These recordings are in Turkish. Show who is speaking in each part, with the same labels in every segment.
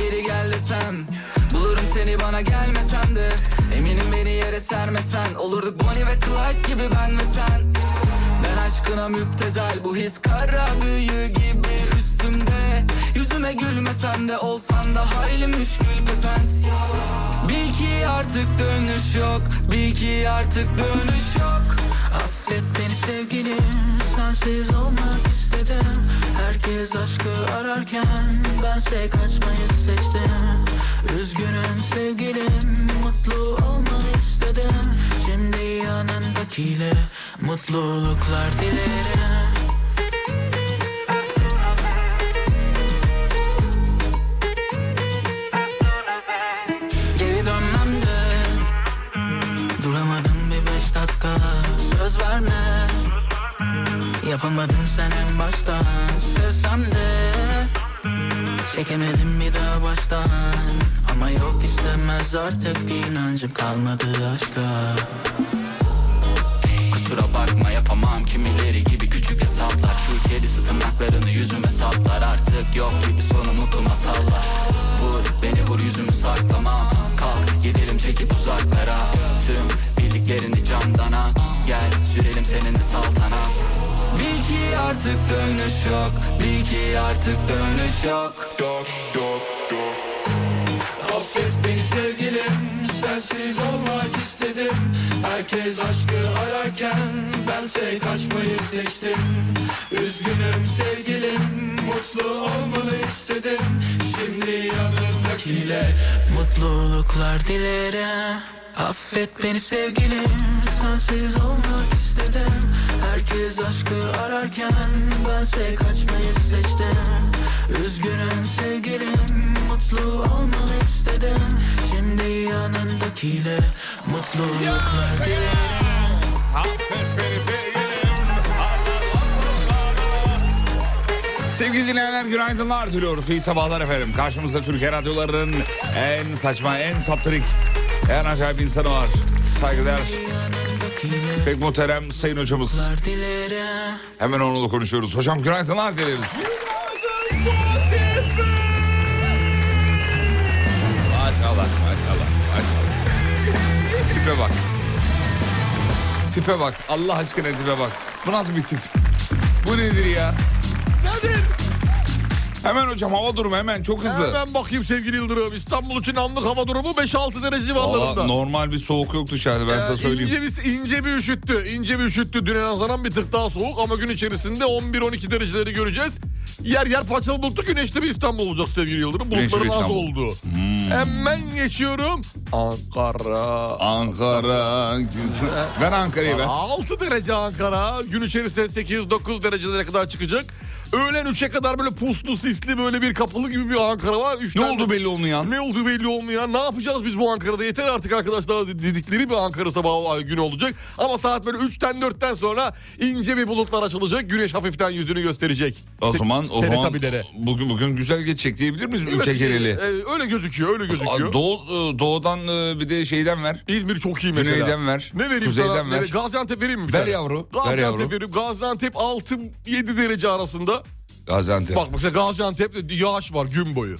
Speaker 1: Geri gel desem Bulurum seni bana gelmesen de Eminim beni yere sermesen Olurduk Bonnie ve Clyde gibi ben ve sen Ben aşkına müptezel Bu his kara büyü gibi üstümde Yüzüme gülmesen de olsan da Hayli müşkül pesent Bil ki artık dönüş yok Bil ki artık dönüş yok Affet beni sevgilim Sensiz olmak istedim Herkes aşkı ararken Bense kaçmayı seçtim Üzgünüm sevgilim Mutlu olmanı istedim Şimdi yanındakiyle Mutluluklar dilerim Geri dönmem de Duramadım bir beş dakika Söz verme Yapamadın sen en baştan Sevsem de Çekemedim bir daha baştan Ama yok istemez artık inancım kalmadı aşka Kusura bakma yapamam kimileri gibi küçük hesaplar Şu kedisi tırnaklarını yüzüme saplar Artık yok gibi sonu mutlu masallar Vur beni vur yüzümü saklama Kalk gidelim çekip uzaklara Tüm bildiklerini camdana Gel sürelim seninle saltana Bil ki artık dönüş yok Bil ki artık dönüş yok
Speaker 2: Affet beni sevgilim Sensiz olmak istedim Herkes aşkı ararken Bense kaçmayı seçtim Üzgünüm sevgilim Mutlu olmanı istedim Şimdi yanımdakiyle
Speaker 1: Mutluluklar dilerim Affet beni sevgilim Sensiz olmak istedim Herkes aşkı ararken Bense kaçmayı seçtim Üzgünüm sevgilim Mutlu olmanı istedim Şimdi yanındakiyle Mutluluklar dilerim
Speaker 3: Sevgili dinleyenler günaydınlar diliyoruz. İyi sabahlar efendim. Karşımızda Türkiye radyolarının en saçma, en saptırık, en acayip insanı var. Saygıdeğer pek muhterem sayın hocamız.
Speaker 1: Dilerim
Speaker 3: Hemen onunla konuşuyoruz. Hocam günaydınlar dileriz. Maşallah, maşallah, maşallah. Tipe bak. Tipe bak. Allah aşkına tipe bak. Bu nasıl bir tip? Bu nedir ya?
Speaker 4: Nedir?
Speaker 3: Hemen hocam hava durumu hemen çok hızlı.
Speaker 4: Hemen bakayım sevgili Yıldırım. İstanbul için anlık hava durumu 5-6 derece
Speaker 3: Valla
Speaker 4: civarlarında.
Speaker 3: normal bir soğuk yok dışarıda ben size
Speaker 4: Ee,
Speaker 3: söyleyeyim.
Speaker 4: ince bir, ince bir üşüttü. ince bir üşüttü. Düne nazaran bir tık daha soğuk ama gün içerisinde 11-12 dereceleri göreceğiz. Yer yer parçalı bulutlu güneşli bir İstanbul olacak sevgili Yıldırım.
Speaker 3: Güneşli bir
Speaker 4: Bulutların az
Speaker 3: İstanbul. Hmm.
Speaker 4: oldu. Hemen geçiyorum. Ankara.
Speaker 3: Ankara güzel. Ver Ankara'yı ver.
Speaker 4: 6 derece Ankara. Gün içerisinde 8-9 derecelere kadar çıkacak. Öğlen 3'e kadar böyle puslu sisli böyle bir kapalı gibi bir Ankara var. Üç
Speaker 3: Ne
Speaker 4: tane-
Speaker 3: oldu belli olmayan?
Speaker 4: Ne olduğu belli olmuyor. Ne yapacağız biz bu Ankara'da? Yeter artık arkadaşlar dedikleri bir Ankara sabahı günü olacak. Ama saat böyle 3'ten 4'ten sonra ince bir bulutlar açılacak. Güneş hafiften yüzünü gösterecek.
Speaker 3: O zaman o zaman
Speaker 4: Teletabilere.
Speaker 3: bugün bugün güzel geçecek diyebilir miyiz ülke
Speaker 4: Evet,
Speaker 3: geneli?
Speaker 4: e, e, öyle gözüküyor, öyle gözüküyor.
Speaker 3: Aa, Doğu, e, doğudan e, bir de şeyden ver.
Speaker 4: İzmir çok iyi mesela.
Speaker 3: Güneyden ver,
Speaker 4: Ne vereyim
Speaker 3: kuzeyden
Speaker 4: sana?
Speaker 3: ver.
Speaker 4: Ne- Gaziantep vereyim mi? bir
Speaker 3: Ver
Speaker 4: tane?
Speaker 3: yavru, ver
Speaker 4: Gaziantep
Speaker 3: yavru.
Speaker 4: vereyim. Gaziantep 6-7 derece arasında.
Speaker 3: Gaziantep.
Speaker 4: Bak mesela Gaziantep'te yağış var gün boyu.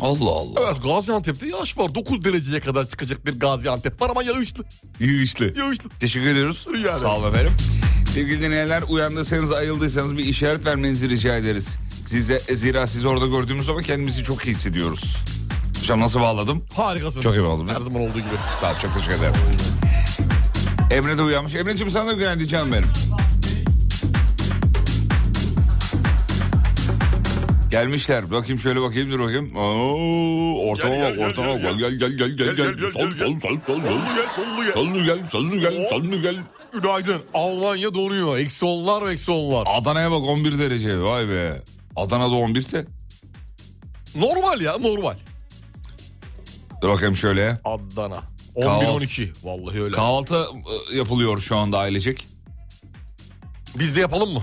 Speaker 3: Allah Allah.
Speaker 4: Evet Gaziantep'te yağış var. 9 dereceye kadar çıkacak bir Gaziantep var ama yağışlı.
Speaker 3: İyi işli.
Speaker 4: Yağışlı.
Speaker 3: Teşekkür ediyoruz.
Speaker 4: Rica
Speaker 3: Sağ olun efendim. Sevgili dinleyenler uyandıysanız ayıldıysanız bir işaret vermenizi rica ederiz. Size zira sizi orada gördüğümüz zaman kendimizi çok iyi hissediyoruz. Hocam nasıl bağladım?
Speaker 4: Harikasın.
Speaker 3: Çok iyi oldu.
Speaker 4: Her zaman olduğu gibi.
Speaker 3: Sağ ol, çok teşekkür ederim. Emre de uyanmış. Emre'ciğim sana da günaydın canım benim. Gelmişler. Bakayım şöyle bakayım dur bakayım. Oo, ortama
Speaker 4: Gel,
Speaker 3: bak
Speaker 4: gel,
Speaker 3: ortama bak.
Speaker 4: gel,
Speaker 3: Gel gel gel gel gel gel. Sal sal sal sal sal.
Speaker 4: Sollu gel sollu gel.
Speaker 3: Sallı gel sallı gel sallı gel.
Speaker 4: Günaydın. Almanya donuyor. Eksi onlar ve eksi onlar.
Speaker 3: Adana'ya bak 11 derece. Vay be. Adana'da 11 ise
Speaker 4: Normal ya normal.
Speaker 3: Dur bakayım şöyle.
Speaker 4: Adana.
Speaker 3: Kahvaltı.
Speaker 4: 11-12 vallahi öyle.
Speaker 3: Kahvaltı e, yapılıyor şu anda ailecek.
Speaker 4: Biz de yapalım mı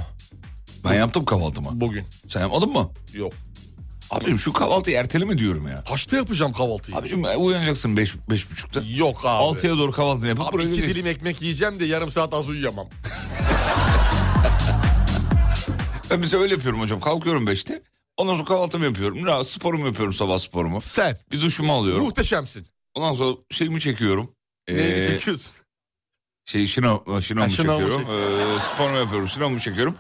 Speaker 3: Ben yaptım kahvaltımı.
Speaker 4: bugün?
Speaker 3: Sen yapmadın mı?
Speaker 4: Yok.
Speaker 3: Abicim şu kahvaltıyı erteleme diyorum ya.
Speaker 4: Haçta yapacağım kahvaltıyı.
Speaker 3: Abicim e, uyanacaksın beş, beş buçukta.
Speaker 4: Yok abi.
Speaker 3: Altıya doğru kahvaltını yapıp
Speaker 4: Abi
Speaker 3: buraya
Speaker 4: iki
Speaker 3: geleceksin.
Speaker 4: dilim ekmek yiyeceğim de yarım saat az uyuyamam.
Speaker 3: Ben bize öyle yapıyorum hocam. Kalkıyorum beşte. Ondan sonra kahvaltımı yapıyorum. Rahat sporumu yapıyorum sabah sporumu.
Speaker 4: Sen
Speaker 3: Bir duşumu alıyorum.
Speaker 4: muhteşemsin.
Speaker 3: Ondan sonra şeyimi çekiyorum.
Speaker 4: Neyini
Speaker 3: Ee,
Speaker 4: çekiyorsun?
Speaker 3: şey şino, şinomu
Speaker 4: Ha, şınav mı
Speaker 3: çekiyorum. Ee, sporumu yapıyorum. Şinomu çekiyorum.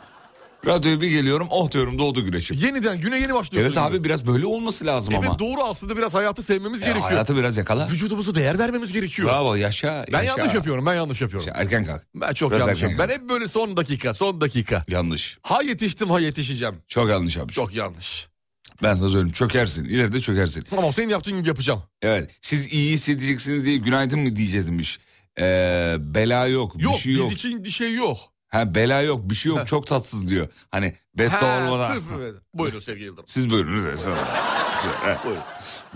Speaker 3: Radyoya bir geliyorum. Oh diyorum doğdu güneşim.
Speaker 4: Yeniden güne yeni başlıyorsun.
Speaker 3: Evet
Speaker 4: gibi.
Speaker 3: abi biraz böyle olması lazım
Speaker 4: Evet
Speaker 3: ama.
Speaker 4: doğru aslında biraz hayatı sevmemiz
Speaker 3: E,
Speaker 4: gerekiyor.
Speaker 3: hayatı biraz yakala.
Speaker 4: Vücudumuza değer vermemiz gerekiyor.
Speaker 3: Bravo yaşa.
Speaker 4: ben
Speaker 3: yaşa.
Speaker 4: yanlış yapıyorum ben yanlış yapıyorum.
Speaker 3: Yaşa, Erken kalk.
Speaker 4: Ben çok
Speaker 3: Biraz
Speaker 4: yanlış
Speaker 3: erken
Speaker 4: yapıyorum. Ben hep böyle son dakika son dakika.
Speaker 3: Yanlış.
Speaker 4: Ha yetiştim ha yetişeceğim.
Speaker 3: Çok yanlış abi.
Speaker 4: Çok yanlış.
Speaker 3: Ben sana söyleyeyim çökersin. İleride çökersin.
Speaker 4: Tamam senin yaptığın gibi yapacağım.
Speaker 3: Evet siz iyi hissedeceksiniz diye günaydın mı diyecekmiş. Ee, bela yok,
Speaker 4: Yok
Speaker 3: bir şey
Speaker 4: biz
Speaker 3: yok.
Speaker 4: için bir şey yok.
Speaker 3: Ha bela yok, bir şey
Speaker 4: Ha.
Speaker 3: yok. Çok tatsız diyor. Hani beddua
Speaker 4: Ha,
Speaker 3: olmadan.
Speaker 4: sırf böyle. Buyurun sevgili Yıldırım.
Speaker 3: Siz buyurunuz esas.
Speaker 4: Buyurun.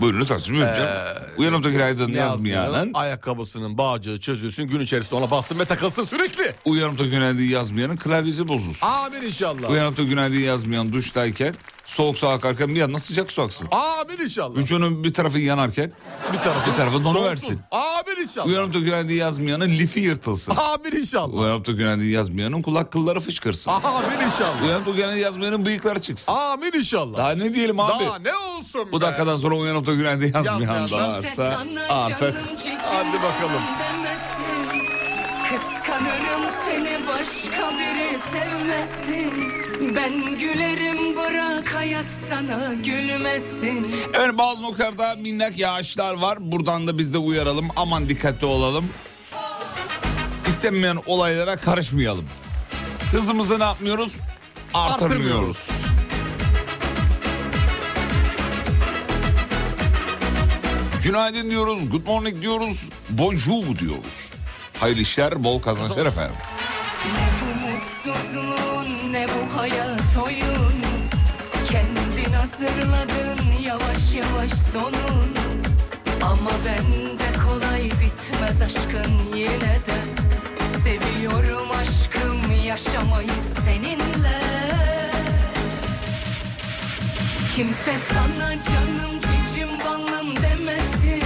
Speaker 3: buyurunuz tatsız. Buyurun canım. Uyanıp da günaydın yazmayanın.
Speaker 4: Ee, Ayakkabısının bağcığı çözülsün gün içerisinde ona bassın ve takılsın sürekli.
Speaker 3: Uyanıp da günaydın yazmayanın klavyesi bozulsun.
Speaker 4: Amin inşallah.
Speaker 3: Uyanıp da günaydın yazmayan duştayken soğuk su akarken bir yandan sıcak su aksın.
Speaker 4: Amin inşallah.
Speaker 3: Vücudun bir tarafı yanarken
Speaker 4: bir tarafı.
Speaker 3: bir tarafı donu
Speaker 4: Donsun.
Speaker 3: versin.
Speaker 4: Amin inşallah.
Speaker 3: Uyanıp da günaydın yazmayanın lifi yırtılsın.
Speaker 4: Amin inşallah.
Speaker 3: Uyanıp da günaydın yazmayanın kulak kılları fışkırsın.
Speaker 4: Amin inşallah.
Speaker 3: Uyanıp da günaydın yazmayanın bıyıkları çıksın.
Speaker 4: Amin inşallah.
Speaker 3: Daha ne diyelim
Speaker 4: Daha,
Speaker 3: abi?
Speaker 4: ne olsun
Speaker 3: Bu
Speaker 4: be?
Speaker 3: dakikadan sonra uyanıp da günaydın yazmayan da
Speaker 4: Yazmayan
Speaker 3: varsa artık
Speaker 4: Hadi bakalım.
Speaker 5: Demezsin. Kıskanırım seni başka biri sevmesin Ben gülerim bırak hayat sana gülmesin
Speaker 3: Evet bazı noktalarda minnak yağışlar var. Buradan da biz de uyaralım. Aman dikkatli olalım. İstenmeyen olaylara karışmayalım. Hızımızı ne yapmıyoruz? Artırmıyoruz.
Speaker 4: Artırmıyoruz.
Speaker 3: Günaydın diyoruz, good morning diyoruz, bonjour diyoruz. Hayırlı işler, bol kazançlar efendim.
Speaker 5: Ne bu mutsuzluğun ne bu hayat oyun Kendin hazırladın yavaş yavaş sonun Ama bende kolay bitmez aşkın yine de Seviyorum aşkım yaşamayı seninle Kimse sana canım cicim balım demesin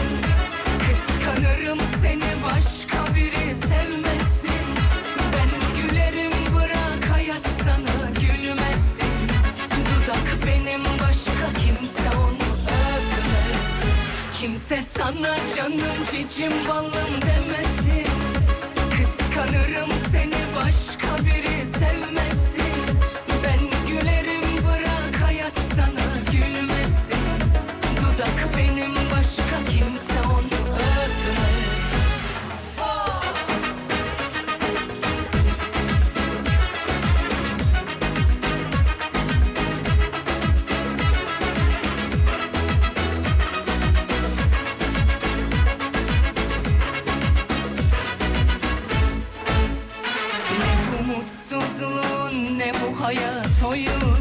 Speaker 5: Kıskanırım seni başka biri sevmesin Ben gülerim bırak hayat sana gülmesin Dudak benim başka kimse onu öpmez Kimse sana canım cicim balım demesin Kıskanırım seni başka biri sevmesin Ben gülerim bırak hayat sana gülmesin Dudak benim başka kimse onu öpmez Ne bu mutsuzluğun ne bu hayat oyun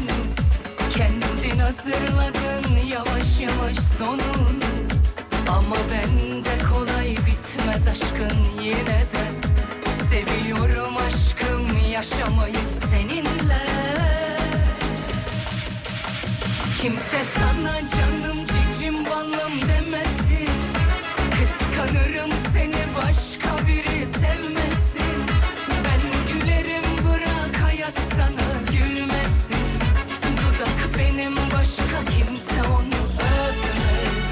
Speaker 5: Kendin hazırladın yavaş yavaş sonun Ama bende kolay bitmez aşkın yine de Seviyorum aşkım yaşamayı seninle Kimse sana canım cicim balım demesin Kıskanırım seni başka biri sevmesin Ben gülerim bırak hayat sana gülmesin Dudak benim başka kimse onu öpmez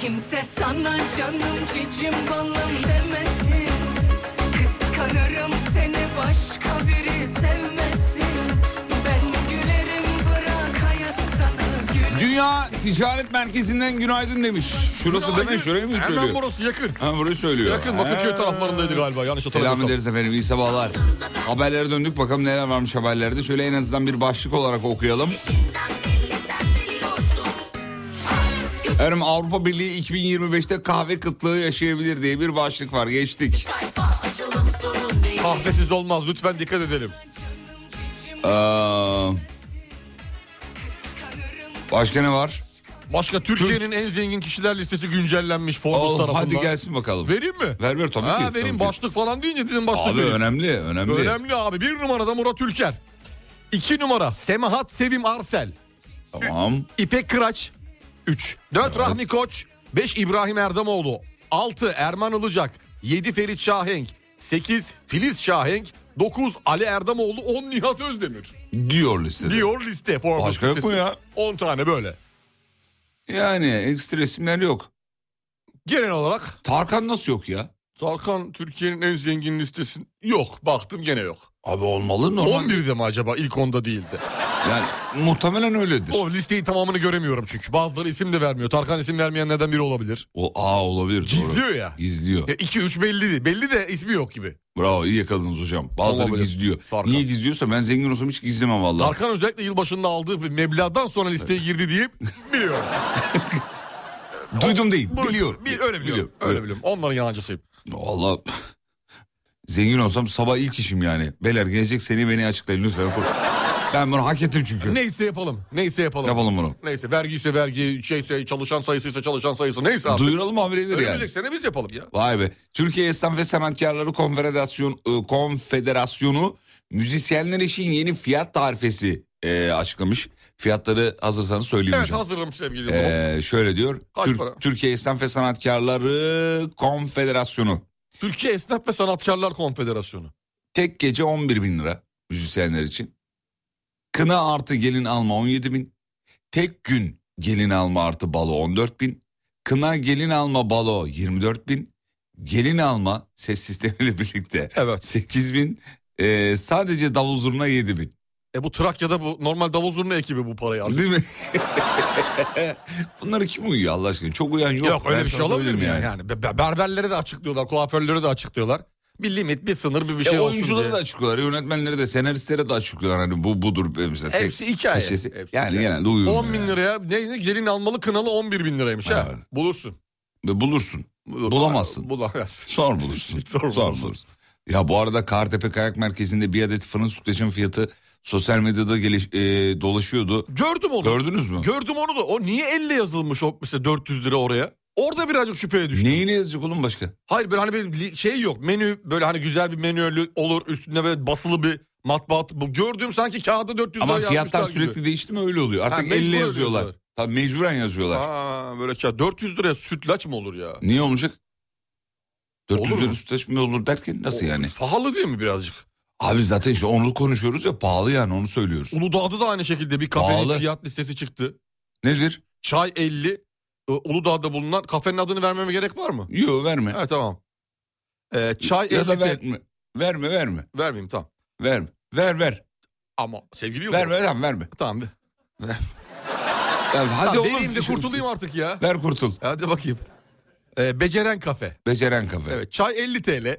Speaker 5: Kimse sana canım cicim balım demesin Kıskanırım seni başka biri sevmesin Ben gülerim bırak hayat sana gülmesin
Speaker 3: Dünya Ticaret Merkezi'nden günaydın demiş. Şurası
Speaker 4: Günaydın.
Speaker 3: demiş, şurayı mı
Speaker 4: Hemen
Speaker 3: söylüyor?
Speaker 4: burası yakın.
Speaker 3: Ha burayı söylüyor.
Speaker 4: Yakın Bakırköy
Speaker 3: Ha.
Speaker 4: taraflarındaydı galiba yanlış
Speaker 3: Selam
Speaker 4: hatırlamıyorsam.
Speaker 3: ederiz efendim iyi sabahlar. Haberlere döndük bakalım neler varmış haberlerde. Şöyle en azından bir başlık olarak okuyalım. Efendim Avrupa Birliği 2025'te kahve kıtlığı yaşayabilir diye bir başlık var geçtik.
Speaker 4: Kahvesiz olmaz lütfen dikkat edelim.
Speaker 3: Ee, başka ne var?
Speaker 4: Başka Türkiye'nin en zengin kişiler listesi güncellenmiş Forbes
Speaker 3: Al,
Speaker 4: tarafından.
Speaker 3: Oh, hadi gelsin bakalım.
Speaker 4: Vereyim mi?
Speaker 3: Ver ver tabii ki.
Speaker 4: ha,
Speaker 3: tabii
Speaker 4: vereyim
Speaker 3: ki.
Speaker 4: başlık falan deyince dedim başlık
Speaker 3: Abi
Speaker 4: vereyim.
Speaker 3: önemli önemli.
Speaker 4: Önemli abi. Bir numarada Murat Ülker. İki numara Semahat Sevim Arsel.
Speaker 3: Tamam.
Speaker 4: İpek Kıraç 3. 4 Rahmi Koç. 5 İbrahim Erdemoğlu. 6 Erman Ilıcak. 7 Ferit Şahenk. 8 Filiz Şahenk. 9 Ali Erdemoğlu. 10 Nihat Özdemir.
Speaker 3: Diyor listede.
Speaker 4: Diyor liste. Forbes
Speaker 3: Başka yok mu
Speaker 4: listesi.
Speaker 3: ya?
Speaker 4: 10 tane böyle.
Speaker 3: Yani ekstra isimler yok.
Speaker 4: Genel olarak
Speaker 3: Tarkan nasıl yok ya?
Speaker 4: Tarkan Türkiye'nin en zengin listesi yok. Baktım gene yok.
Speaker 3: Abi olmalı normal.
Speaker 4: 11'de mi acaba? İlk 10'da değildi.
Speaker 3: Yani muhtemelen öyledir.
Speaker 4: O listeyi tamamını göremiyorum çünkü. Bazıları isim de vermiyor. Tarkan isim vermeyenlerden biri olabilir.
Speaker 3: O A olabilir doğru.
Speaker 4: Gizliyor ya.
Speaker 3: Gizliyor.
Speaker 4: Ya 2-3 belli. Belli de ismi yok gibi.
Speaker 3: Bravo iyi yakaladınız hocam. Bazıları
Speaker 4: Olabilir.
Speaker 3: gizliyor.
Speaker 4: Tarkan.
Speaker 3: Niye gizliyorsa ben zengin olsam hiç gizlemem vallahi.
Speaker 4: Tarkan özellikle yılbaşında aldığı bir meblağdan sonra listeye girdi diye biliyorum.
Speaker 3: Duydum değil.
Speaker 4: Bu-
Speaker 3: biliyorum.
Speaker 4: Bil, öyle biliyorum. Öyle biliyorum. Onların yalancısıyım.
Speaker 3: Valla zengin olsam sabah ilk işim yani. Beyler gelecek seni beni açıklayın lütfen. Ben bunu hak ettim çünkü.
Speaker 4: Neyse yapalım. Neyse yapalım.
Speaker 3: Yapalım bunu.
Speaker 4: Neyse vergiyse vergi, şeyse çalışan sayısıysa çalışan sayısı neyse artık.
Speaker 3: Duyuralım abileri yani.
Speaker 4: Önümüzdeki sene biz yapalım ya.
Speaker 3: Vay be. Türkiye Esnaf ve Sanatkarları Konfederasyon, e, Konfederasyonu müzisyenler için yeni fiyat tarifesi e, açıklamış. Fiyatları hazırsanız söyleyeyim
Speaker 4: Evet
Speaker 3: hocam.
Speaker 4: hazırım sevgili dostum.
Speaker 3: E, şöyle diyor.
Speaker 4: Kaç
Speaker 3: Tür-
Speaker 4: para?
Speaker 3: Türkiye Esnaf ve Sanatkarları Konfederasyonu.
Speaker 4: Türkiye Esnaf ve Sanatkarlar Konfederasyonu.
Speaker 3: Tek gece 11 bin lira müzisyenler için. Kına artı gelin alma 17 bin. Tek gün gelin alma artı balo 14 bin. Kına gelin alma balo 24 bin. Gelin alma ses sistemiyle birlikte
Speaker 4: Evet.
Speaker 3: 8 bin. Ee, sadece davul zurna 7 bin.
Speaker 4: E bu Trakya'da bu normal davul zurna ekibi bu parayı aldı.
Speaker 3: Değil mi? Bunları kim uyuyor Allah aşkına? Çok uyan yok.
Speaker 4: Yok, öyle
Speaker 3: Ben
Speaker 4: bir şey
Speaker 3: sana
Speaker 4: olabilir mi
Speaker 3: söyleyeyim
Speaker 4: yani? yani be- be- berberleri de açıklıyorlar, kuaförleri de açıklıyorlar. Bir limit, bir sınır, bir bir
Speaker 3: E,
Speaker 4: şey olsun
Speaker 3: oyuncuları
Speaker 4: diye.
Speaker 3: da açıklar, yönetmenleri de, senaristleri de açıklıyorlar. Hani bu budur mesela. tek
Speaker 4: Hepsi hikaye.
Speaker 3: taşesi.
Speaker 4: Hepsi
Speaker 3: yani
Speaker 4: hikaye.
Speaker 3: genelde uyuyor.
Speaker 4: 10 bin liraya ne, ne gelin almalı kınalı 11 bin liraymış ha.
Speaker 3: Evet.
Speaker 4: Bulursun.
Speaker 3: Ve bulursun.
Speaker 4: Bulur-
Speaker 3: Bulamazsın.
Speaker 4: Bulamazsın.
Speaker 3: Zor bulursun.
Speaker 4: Zor
Speaker 3: Zor,
Speaker 4: bulursun.
Speaker 3: bulursun. Ya bu arada Kartepe Kayak Merkezi'nde bir adet fırın sütlacın fiyatı sosyal medyada geliş- e, dolaşıyordu.
Speaker 4: Gördüm onu.
Speaker 3: Gördünüz mü?
Speaker 4: Gördüm onu da. O niye 50 yazılmış o mesela 400 lira oraya? Orada birazcık şüpheye düştüm.
Speaker 3: Neyini yazacak oğlum başka?
Speaker 4: Hayır böyle hani bir li- şey yok. Menü böyle hani güzel bir menü olur. Üstünde böyle basılı bir matbaat. Bu gördüğüm sanki kağıda 400
Speaker 3: Ama
Speaker 4: lira
Speaker 3: fiyatlar
Speaker 4: yazmışlar gibi.
Speaker 3: sürekli değişti mi öyle oluyor. Artık
Speaker 4: mecbur
Speaker 3: 50
Speaker 4: öyle
Speaker 3: yazıyorlar.
Speaker 4: yazıyorlar.
Speaker 3: Tabii mecburen yazıyorlar.
Speaker 4: Aa, böyle kağıt. 400 liraya sütlaç mı olur ya?
Speaker 3: Niye olmayacak? 400
Speaker 4: Olur
Speaker 3: lira
Speaker 4: mu?
Speaker 3: sütlaç mı olur derken nasıl
Speaker 4: O-
Speaker 3: yani?
Speaker 4: Pahalı değil mi birazcık?
Speaker 3: Abi zaten işte onu konuşuyoruz ya pahalı yani onu söylüyoruz.
Speaker 4: Uludağ'da da aynı şekilde bir kafenin
Speaker 3: Pahalı.
Speaker 4: fiyat listesi çıktı.
Speaker 3: Nedir?
Speaker 4: Çay 50. Ee, Uludağ'da bulunan kafenin adını vermeme gerek var mı?
Speaker 3: Yo verme.
Speaker 4: Evet tamam. Ee, çay
Speaker 3: ya
Speaker 4: 50
Speaker 3: da
Speaker 4: te-
Speaker 3: verme. Verme verme.
Speaker 4: Vermeyeyim tamam.
Speaker 3: Verme. Ver ver.
Speaker 4: Ama sevgili yok.
Speaker 3: Ver ver tamam verme.
Speaker 4: Tamam. bir-
Speaker 3: Ya hadi
Speaker 4: tamam,
Speaker 3: oğlum.
Speaker 4: vereyim de kurtulayım artık ya.
Speaker 3: Ver kurtul.
Speaker 4: Hadi bakayım. Ee, beceren kafe.
Speaker 3: Beceren kafe.
Speaker 4: Evet çay 50 TL.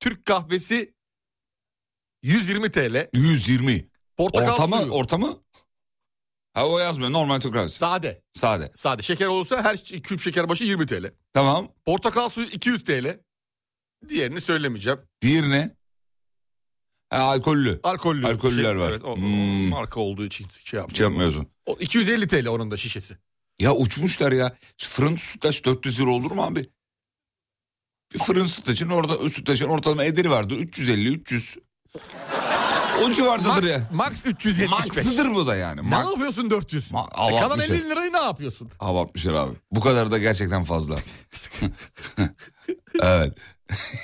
Speaker 4: Türk kahvesi 120 TL.
Speaker 3: 120.
Speaker 4: Portakal
Speaker 3: Ortamı
Speaker 4: suyu.
Speaker 3: ortamı? Ha o yazmıyor. Normal Türk kahvesi.
Speaker 4: sade.
Speaker 3: Sade.
Speaker 4: Sade. Şeker olursa her ş- küp şeker başı 20 TL.
Speaker 3: Tamam.
Speaker 4: Portakal suyu 200 TL. Diğerini söylemeyeceğim.
Speaker 3: Diğeri ne? Ha, alkollü.
Speaker 4: Alkollü. Şey,
Speaker 3: Alkollüler var.
Speaker 4: Evet, o- o
Speaker 3: Hmm.
Speaker 4: Marka olduğu için şey yapmıyorum.
Speaker 3: Şey yapmıyorsun.
Speaker 4: O 250 TL onun da şişesi.
Speaker 3: Ya uçmuşlar ya. Fırın sütlaç 400 lira olur mu abi? Bir fırın sütlacın orada sütlacın ortalama ederi vardı. 350 300. O civardadır ya.
Speaker 4: Max 375.
Speaker 3: Maksıdır bu da yani.
Speaker 4: Ne
Speaker 3: Mak-
Speaker 4: yapıyorsun 400?
Speaker 3: Ma-
Speaker 4: E,
Speaker 3: Allah
Speaker 4: kalan
Speaker 3: bir şey.
Speaker 4: 50 lirayı ne yapıyorsun?
Speaker 3: Hava atmışlar abi. Bu kadar da gerçekten fazla. evet.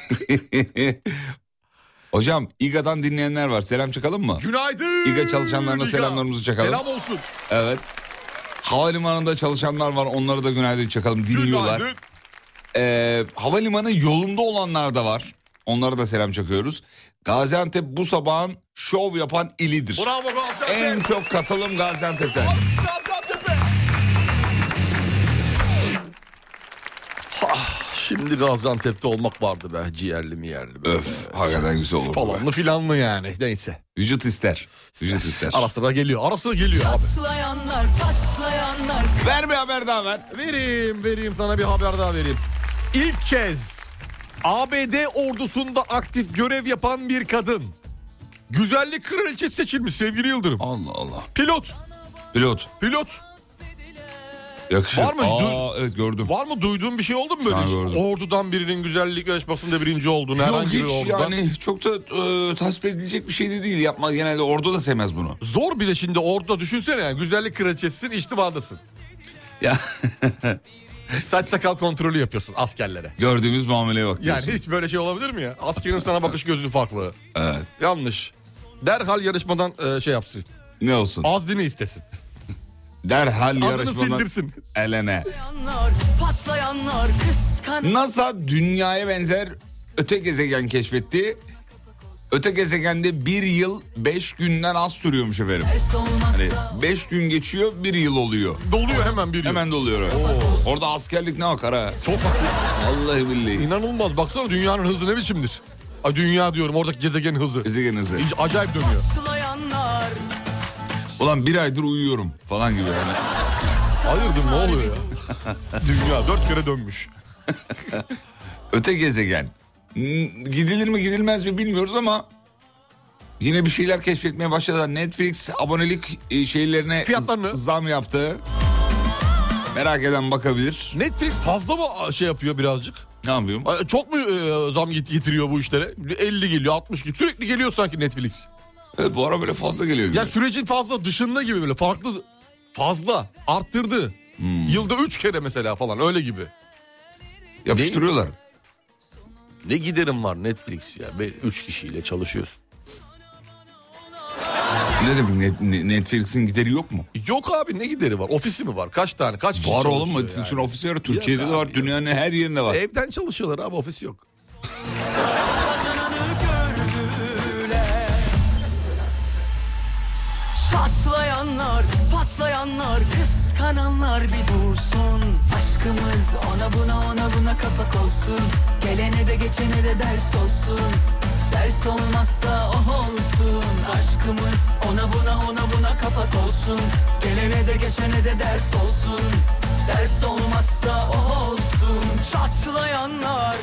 Speaker 3: Hocam İGA'dan dinleyenler var. Selam çakalım mı?
Speaker 4: Günaydın.
Speaker 3: İGA çalışanlarına selamlarımızı çakalım.
Speaker 4: Selam olsun.
Speaker 3: Evet. Havalimanında çalışanlar var. Onlara da günaydın çakalım. Dinliyorlar.
Speaker 4: Günaydın.
Speaker 3: Ee, havalimanı yolunda olanlar da var. Onlara da selam çakıyoruz. Gaziantep bu sabahın şov yapan ilidir.
Speaker 4: Bravo Gaziantep.
Speaker 3: En çok katılım Gaziantep'ten.
Speaker 4: Gaziantep'e. Ah, Şimdi Gaziantep'te olmak vardı be ciğerli mi yerli be.
Speaker 3: Öf hakikaten güzel olur. bu be.
Speaker 4: Falanlı filanlı yani neyse.
Speaker 3: Vücut ister. Vücut ister.
Speaker 4: Ara sıra geliyor ara sıra geliyor abi.
Speaker 5: Patlayanlar patlayanlar
Speaker 3: Ver bir haber daha ver.
Speaker 4: Vereyim vereyim sana bir haber daha vereyim. İlk kez ABD ordusunda aktif görev yapan bir kadın. Güzellik kraliçesi seçilmiş sevgili Yıldırım.
Speaker 3: Allah Allah.
Speaker 4: Pilot,
Speaker 3: Pilot.
Speaker 4: pilot.
Speaker 3: Yakışır.
Speaker 4: Var mı hiç
Speaker 3: Aa, evet gördüm.
Speaker 4: Var mı duyduğun bir şey oldu mu
Speaker 3: Şu
Speaker 4: böyle?
Speaker 3: an
Speaker 4: hiç?
Speaker 3: gördüm.
Speaker 4: Ordu'dan birinin güzellik yarışmasında birinci olduğunu
Speaker 3: Yok
Speaker 4: herhangi bir
Speaker 3: hiç
Speaker 4: ordudan.
Speaker 3: yani çok da e, tasvip edilecek bir şey de değil. Yapma genelde orada da sevmez bunu.
Speaker 4: Zor bile şimdi orada düşünsene yani güzellik kraliçesisin içtibadasın.
Speaker 3: Ya
Speaker 4: Saç sakal kontrolü yapıyorsun askerlere.
Speaker 3: gördüğümüz muameleye bak
Speaker 4: Yani
Speaker 3: diyorsun.
Speaker 4: hiç böyle şey olabilir mi ya? Askerin sana bakış gözü farklı.
Speaker 3: Evet.
Speaker 4: Yanlış. Derhal yarışmadan e, şey yapsın.
Speaker 3: Ne olsun?
Speaker 4: Azdini istesin.
Speaker 3: Derhal
Speaker 4: Adını
Speaker 3: yarışmadan
Speaker 4: sildirsin.
Speaker 3: elene.
Speaker 5: Patlayanlar, patlayanlar, kıskananlar.
Speaker 3: NASA dünyaya benzer öte gezegen keşfetti. Öte gezegende bir yıl beş günden az sürüyormuş efendim. Hani beş gün geçiyor bir yıl oluyor.
Speaker 4: Doluyor hemen bir yıl.
Speaker 3: Hemen doluyor. evet. Orada askerlik ne akar ha?
Speaker 4: Çok haklı.
Speaker 3: Vallahi billahi.
Speaker 4: İnanılmaz. Baksana dünyanın hızı ne biçimdir? Ay dünya diyorum oradaki gezegenin hızı.
Speaker 3: Gezegenizi.
Speaker 4: İyice Acayip dönüyor.
Speaker 5: Patlayanlar,
Speaker 3: Ulan bir aydır uyuyorum falan gibi yani.
Speaker 4: Hayırdır ne oluyor ya? dünya dört kere dönmüş.
Speaker 3: Öte gezegen. N- Gidilir mi gidilmez mi bilmiyoruz ama yine bir şeyler keşfetmeye başladı. Netflix abonelik e, şeylerine
Speaker 4: Fiyatlarını.
Speaker 3: z- zam yaptı. Merak eden bakabilir.
Speaker 4: Netflix fazla mı şey yapıyor birazcık?
Speaker 3: Ne yapıyorum?
Speaker 4: Ay, Çok mu e, zam get- getiriyor bu işlere? 50 geliyor, 60 geliyor. Sürekli geliyor sanki Netflix.
Speaker 3: Evet, bu ara böyle fazla geliyor. gibi.
Speaker 4: Ya sürecin fazla dışında gibi böyle farklı fazla arttırdı.
Speaker 3: Hmm.
Speaker 4: Yılda 3 kere mesela falan öyle gibi.
Speaker 3: Yapıştırıyorlar.
Speaker 4: Ne giderim var Netflix ya. 3 kişiyle çalışıyorsun.
Speaker 3: Ne demek Net- Ne- Netflix'in gideri yok mu?
Speaker 4: Yok abi ne gideri var? Ofisi mi var? Kaç tane? Kaç kişi
Speaker 3: Var
Speaker 4: çalışıyor
Speaker 3: oğlum Netflix'in
Speaker 4: yani?
Speaker 3: ofisi var. Türkiye'de
Speaker 4: Yok
Speaker 3: de
Speaker 4: abi,
Speaker 3: var.
Speaker 4: yok.
Speaker 3: Dünyanın her yerinde var.
Speaker 4: Evden çalışıyorlar abi ofis yok.
Speaker 5: kazananı gördüler. Çatlayanlar, patlayanlar, kıskananlar bir dursun.
Speaker 6: Aşkımız ona buna ona buna kapak olsun Gelene de geçene de ders olsun Ders olmazsa oh olsun Aşkımız ona buna ona buna kapak olsun Gelene de geçene de ders olsun Ders olmazsa oh olsun
Speaker 5: Çatlayanlar,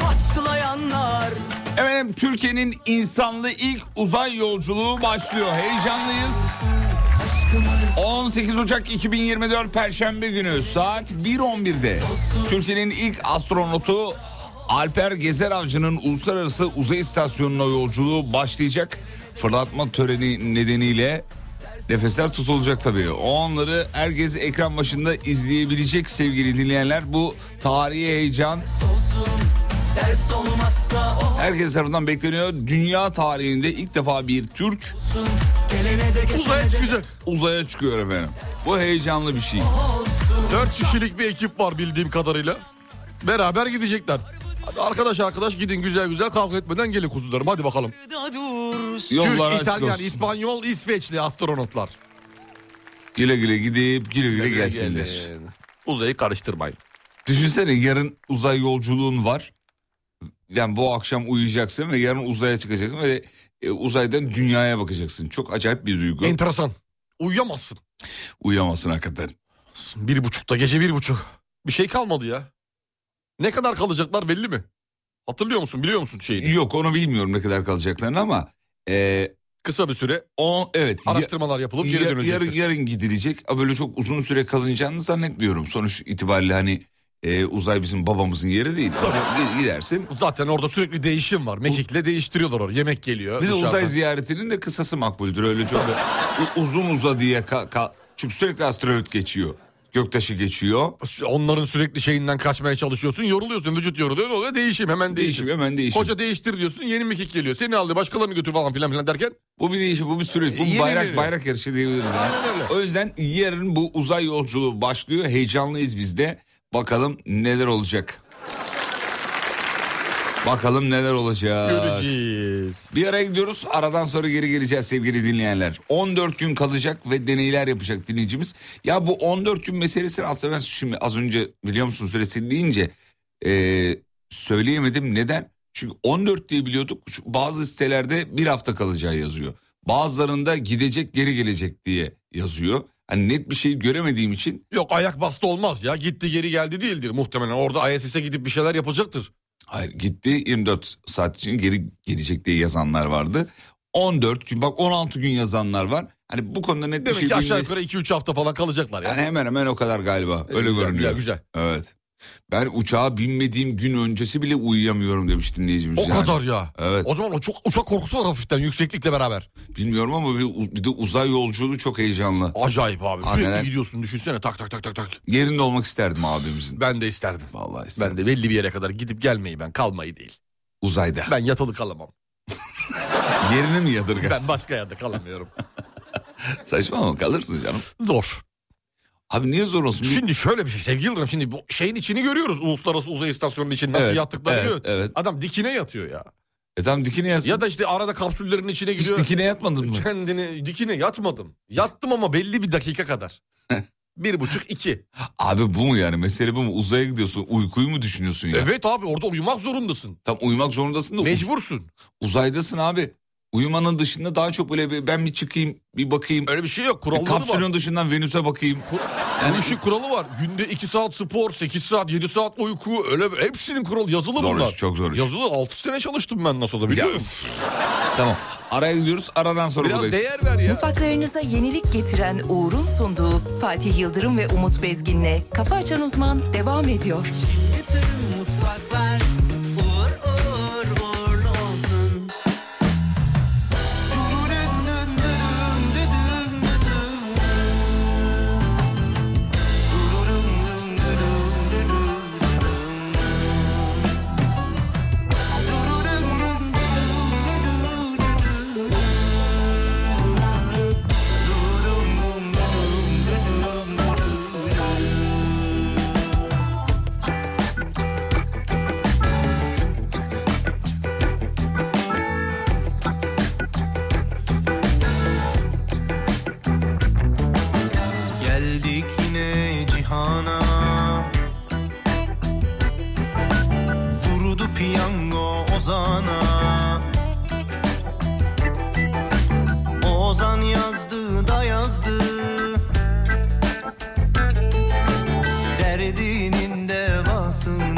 Speaker 5: patlayanlar,
Speaker 3: Efendim Türkiye'nin insanlı ilk uzay yolculuğu başlıyor. Heyecanlıyız. 18 Ocak 2024 Perşembe günü saat 1.11'de Türkiye'nin ilk astronotu Alper Gezer Avcı'nın uluslararası uzay istasyonuna yolculuğu başlayacak. Fırlatma töreni nedeniyle nefesler tutulacak tabii. O anları herkes ekran başında izleyebilecek sevgili dinleyenler. Bu tarihi heyecan
Speaker 6: Ders olmazsa oh
Speaker 3: Herkes tarafından bekleniyor. Dünya tarihinde ilk defa bir Türk
Speaker 6: olsun Gelene de geçene
Speaker 4: Uzaya
Speaker 6: de
Speaker 4: çıkacak.
Speaker 3: uzaya çıkıyor efendim. Bu heyecanlı bir şey.
Speaker 4: 4 kişilik bir ekip var bildiğim kadarıyla. Beraber gidecekler. Hadi arkadaş arkadaş gidin güzel güzel kavga etmeden gelin kuzularım hadi bakalım.
Speaker 5: da dursun.
Speaker 3: Yollar
Speaker 4: Türk,
Speaker 3: açık
Speaker 4: İtalyan,
Speaker 3: olsun.
Speaker 4: İspanyol, İsveçli astronotlar.
Speaker 3: Güle güle gidip güle güle gelsinler.
Speaker 4: Gelin. Uzayı karıştırmayın.
Speaker 3: Düşünsene yarın uzay yolculuğun var. Yani bu akşam uyuyacaksın ve yarın uzaya çıkacaksın ve e, uzaydan dünyaya bakacaksın. Çok acayip bir duygu.
Speaker 4: Enteresan. Uyuyamazsın.
Speaker 3: Uyuyamazsın hakikaten.
Speaker 4: Bir buçukta gece bir buçuk. Bir şey kalmadı ya. Ne kadar kalacaklar belli mi? Hatırlıyor musun biliyor musun şeyini?
Speaker 3: Yok onu bilmiyorum ne kadar kalacaklarını ama e,
Speaker 4: Kısa bir süre
Speaker 3: on, evet ya-
Speaker 4: araştırmalar yapılıp geri
Speaker 3: Yar-
Speaker 4: dönülecektir.
Speaker 3: yarın, yarın gidilecek. Ha, Böyle çok uzun süre kalınacağını zannetmiyorum. Sonuç itibariyle hani e, uzay bizim babamızın yeri değil. Gi- Gidersin.
Speaker 4: Zaten orada sürekli değişim var. Mekik'le değiştiriyorlar orada. Yemek geliyor.
Speaker 3: Bir de
Speaker 4: dışarıdan.
Speaker 3: uzay ziyaretinin de kısası makbuldür. Öyle çok u- uzun uza diye. ka- ka- çünkü sürekli astronot geçiyor. Göktaşı geçiyor.
Speaker 4: Onların sürekli şeyinden kaçmaya çalışıyorsun. Yoruluyorsun. Vücut yoruluyor. Ne oluyor? Değişim hemen değişim.
Speaker 3: Değişim hemen değişim.
Speaker 4: Koca değiştir diyorsun. Yeni mekik geliyor. Seni aldı başkalarını götür falan filan filan derken. E,
Speaker 3: Bu bir değişim, bu bir süreç. Bu
Speaker 4: Yeni
Speaker 3: bayrak
Speaker 4: bir-
Speaker 3: bayrak yarışı diyebiliriz. yani.
Speaker 4: Aynen öyle.
Speaker 3: O yüzden yarın bu uzay yolculuğu başlıyor. Heyecanlıyız biz de. Bakalım neler olacak. Bakalım neler olacak.
Speaker 4: Göreceğiz.
Speaker 3: Bir araya gidiyoruz. Aradan sonra geri geleceğiz sevgili dinleyenler. 14 gün kalacak ve deneyler yapacak dinleyicimiz. Ya bu 14 gün meselesini aslında ben şimdi az önce biliyor musun süresini deyince eee, söyleyemedim. Neden? Çünkü 14 diye biliyorduk. Şu Bazı sitelerde bir hafta kalacağı yazıyor. Bazılarında gidecek geri gelecek diye yazıyor. Hani net bir şey göremediğim için
Speaker 4: Yok ayak bastı olmaz ya. Gitti geri geldi değildir muhtemelen. Orada ISS'e gidip bir şeyler yapılacaktır.
Speaker 3: hayır gitti 24 saat için geri gelecek diye yazanlar vardı. 14 gün bak 16 gün yazanlar var. Hani bu konuda net bir
Speaker 4: Demek
Speaker 3: şey
Speaker 4: ki aşağı
Speaker 3: değil.
Speaker 4: yukarı 2-3 hafta falan kalacaklar ya.
Speaker 3: Yani hemen hemen o kadar galiba. Öyle
Speaker 4: güzel,
Speaker 3: görünüyor.
Speaker 4: güzel,
Speaker 3: Evet. Ben uçağa binmediğim gün öncesi bile uyuyamıyorum demiş dinleyicimiz.
Speaker 4: O
Speaker 3: yani.
Speaker 4: kadar ya.
Speaker 3: Evet.
Speaker 4: O zaman o çok uçak korkusu var hafiften yükseklikle beraber.
Speaker 3: Bilmiyorum ama bir, bir de uzay yolculuğu çok heyecanlı.
Speaker 4: Acayip abi.
Speaker 3: Aynen.
Speaker 4: Sürekli gidiyorsun düşünsene tak tak tak tak tak.
Speaker 3: Yerinde olmak isterdim abimizin.
Speaker 4: Ben de isterdim.
Speaker 3: Vallahi isterdim.
Speaker 4: Ben de belli bir yere kadar gidip gelmeyi ben kalmayı değil.
Speaker 3: Uzayda.
Speaker 4: Ben yatılı kalamam.
Speaker 3: Yerini mi
Speaker 4: Ben
Speaker 3: yadırgarsın?
Speaker 4: başka yerde kalamıyorum.
Speaker 3: Saçma ama kalırsın canım.
Speaker 4: Zor.
Speaker 3: Abi niye zor olsun? Bir-
Speaker 4: Şimdi şöyle bir şey sevgili Yıldırım şimdi bu şeyin içini görüyoruz uluslararası uzay istasyonunun için nasıl
Speaker 3: Evet,
Speaker 4: yattıklarını
Speaker 3: evet,
Speaker 4: görüyoruz.
Speaker 3: evet.
Speaker 4: Adam dikine yatıyor ya.
Speaker 3: E tamam dikine yatsın.
Speaker 4: Ya da işte arada kapsüllerin içine
Speaker 3: Hiç
Speaker 4: giriyor.
Speaker 3: dikine yatmadın mı?
Speaker 4: Kendini dikine yatmadım. Yattım ama belli bir dakika kadar. bir buçuk iki.
Speaker 3: Abi bu mu yani? Mesele bu mu? Uzaya gidiyorsun. Uykuyu mu düşünüyorsun ya?
Speaker 4: Evet abi orada uyumak zorundasın.
Speaker 3: Tam uyumak zorundasın da uz-
Speaker 4: Mecbursun.
Speaker 3: uzaydasın abi. Uyumanın dışında daha çok böyle bir, ben bir çıkayım bir bakayım.
Speaker 4: Öyle bir şey yok.
Speaker 3: Bir
Speaker 4: Kuralları var.
Speaker 3: kapsülün dışından Venüs'e bakayım.
Speaker 4: Kur, bu işin kuralı var. Günde 2 saat spor, 8 saat, 7 saat uyku. Öyle hepsinin kuralı yazılı
Speaker 3: Zor
Speaker 4: bunlar.
Speaker 3: iş, çok zor iş.
Speaker 4: Yazılı 6 sene çalıştım ben nasıl da biliyor
Speaker 3: Ya,
Speaker 4: musun?
Speaker 3: üf. tamam. Araya gidiyoruz. Aradan sonra
Speaker 4: Biraz
Speaker 3: buradayız.
Speaker 4: değer ver ya.
Speaker 7: Mutfaklarınıza yenilik getiren Uğur'un sunduğu Fatih Yıldırım ve Umut Bezgin'le Kafa Açan Uzman devam ediyor.
Speaker 8: Bütün mutfaklar uğur uğur uğurlu olsun. Dürürün dün dürün düdün düdün. Dürürün dün dürün düdün düdün. Dürürün dün dürün düdün düdün. Dürürün dün dürün düdün düdün. Geldik yine cihana Vurdu piyango Ozan'a Ozan yazdı da yazdı Derdinin devasını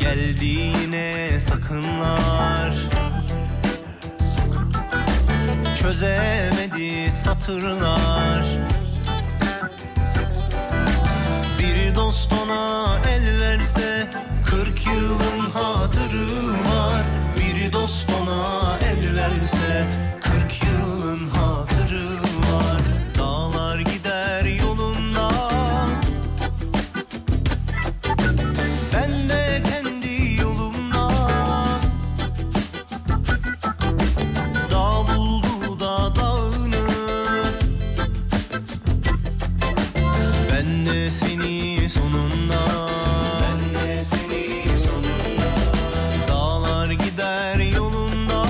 Speaker 8: Geldi yine sakınlar çözemedi satırlar Bir dost ona el verse 40 yılın hatırı var Bir dost ona el verse 40 yılın hatırı var Dağlar gider yolunda Ben de kendi yolumda Dağ buldu da dağını Ben de seni sonunda Ben de seni sonunda Dağlar gider yolunda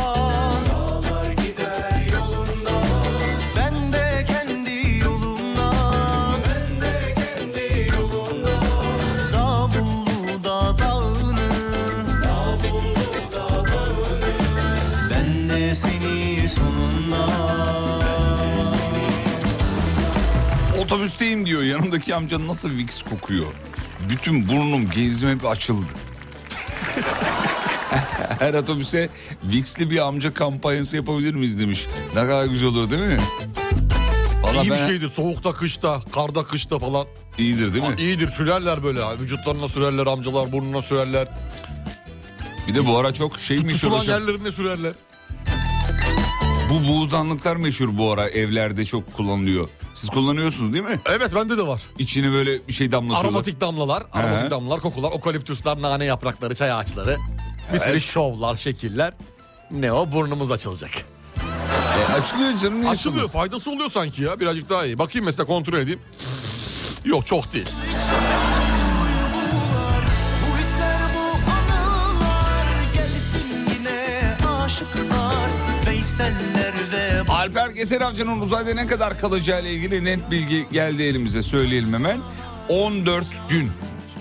Speaker 8: Dağlar gider yolunda Ben de kendi yolumda Ben de kendi yolumda Dağ buldu da dağını Dağ buldu da dağını ben de seni sonunda
Speaker 3: Otobüsteyim diyor. Yanımdaki amca nasıl Vicks kokuyor? Bütün burnum gezime bir açıldı. Her otobüse Vicks'li bir amca kampanyası yapabilir miyiz demiş. Ne kadar güzel olur değil mi? Valla
Speaker 4: İyi bir şey
Speaker 3: ben
Speaker 4: şeydi soğukta, kışta, karda, kışta falan.
Speaker 3: iyidir değil mi?
Speaker 4: İyidir sürerler böyle. ha. Vücutlarına sürerler, amcalar burnuna sürerler.
Speaker 3: Bir de bu ara çok şey meşhur
Speaker 4: Tutulan
Speaker 3: hocam.
Speaker 4: yerlerine sürerler.
Speaker 3: Bu buğdanlıklar meşhur bu ara evlerde çok kullanılıyor. Siz kullanıyorsunuz değil mi?
Speaker 4: Evet bende de var.
Speaker 3: İçine böyle bir şey damlatıyorlar.
Speaker 4: Aromatik damlalar, aromatik damlalar, kokular, okaliptüsler, nane yaprakları, çay ağaçları. Bir sürü şovlar, şekiller. Ne o burnumuz açılacak.
Speaker 3: E, açılıyor canım. niye
Speaker 4: Açılıyor
Speaker 3: açılmasın?
Speaker 4: faydası oluyor sanki ya birazcık daha iyi. Bakayım mesela kontrol edeyim. Yok çok değil.
Speaker 8: Duygular, bu hisler bu anılar Gelsin yine aşıklar Veyseller ve
Speaker 3: Alper Keser amcanın uzayda ne kadar kalacağı ile ilgili net bilgi geldi elimize söyleyelim hemen. 14 gün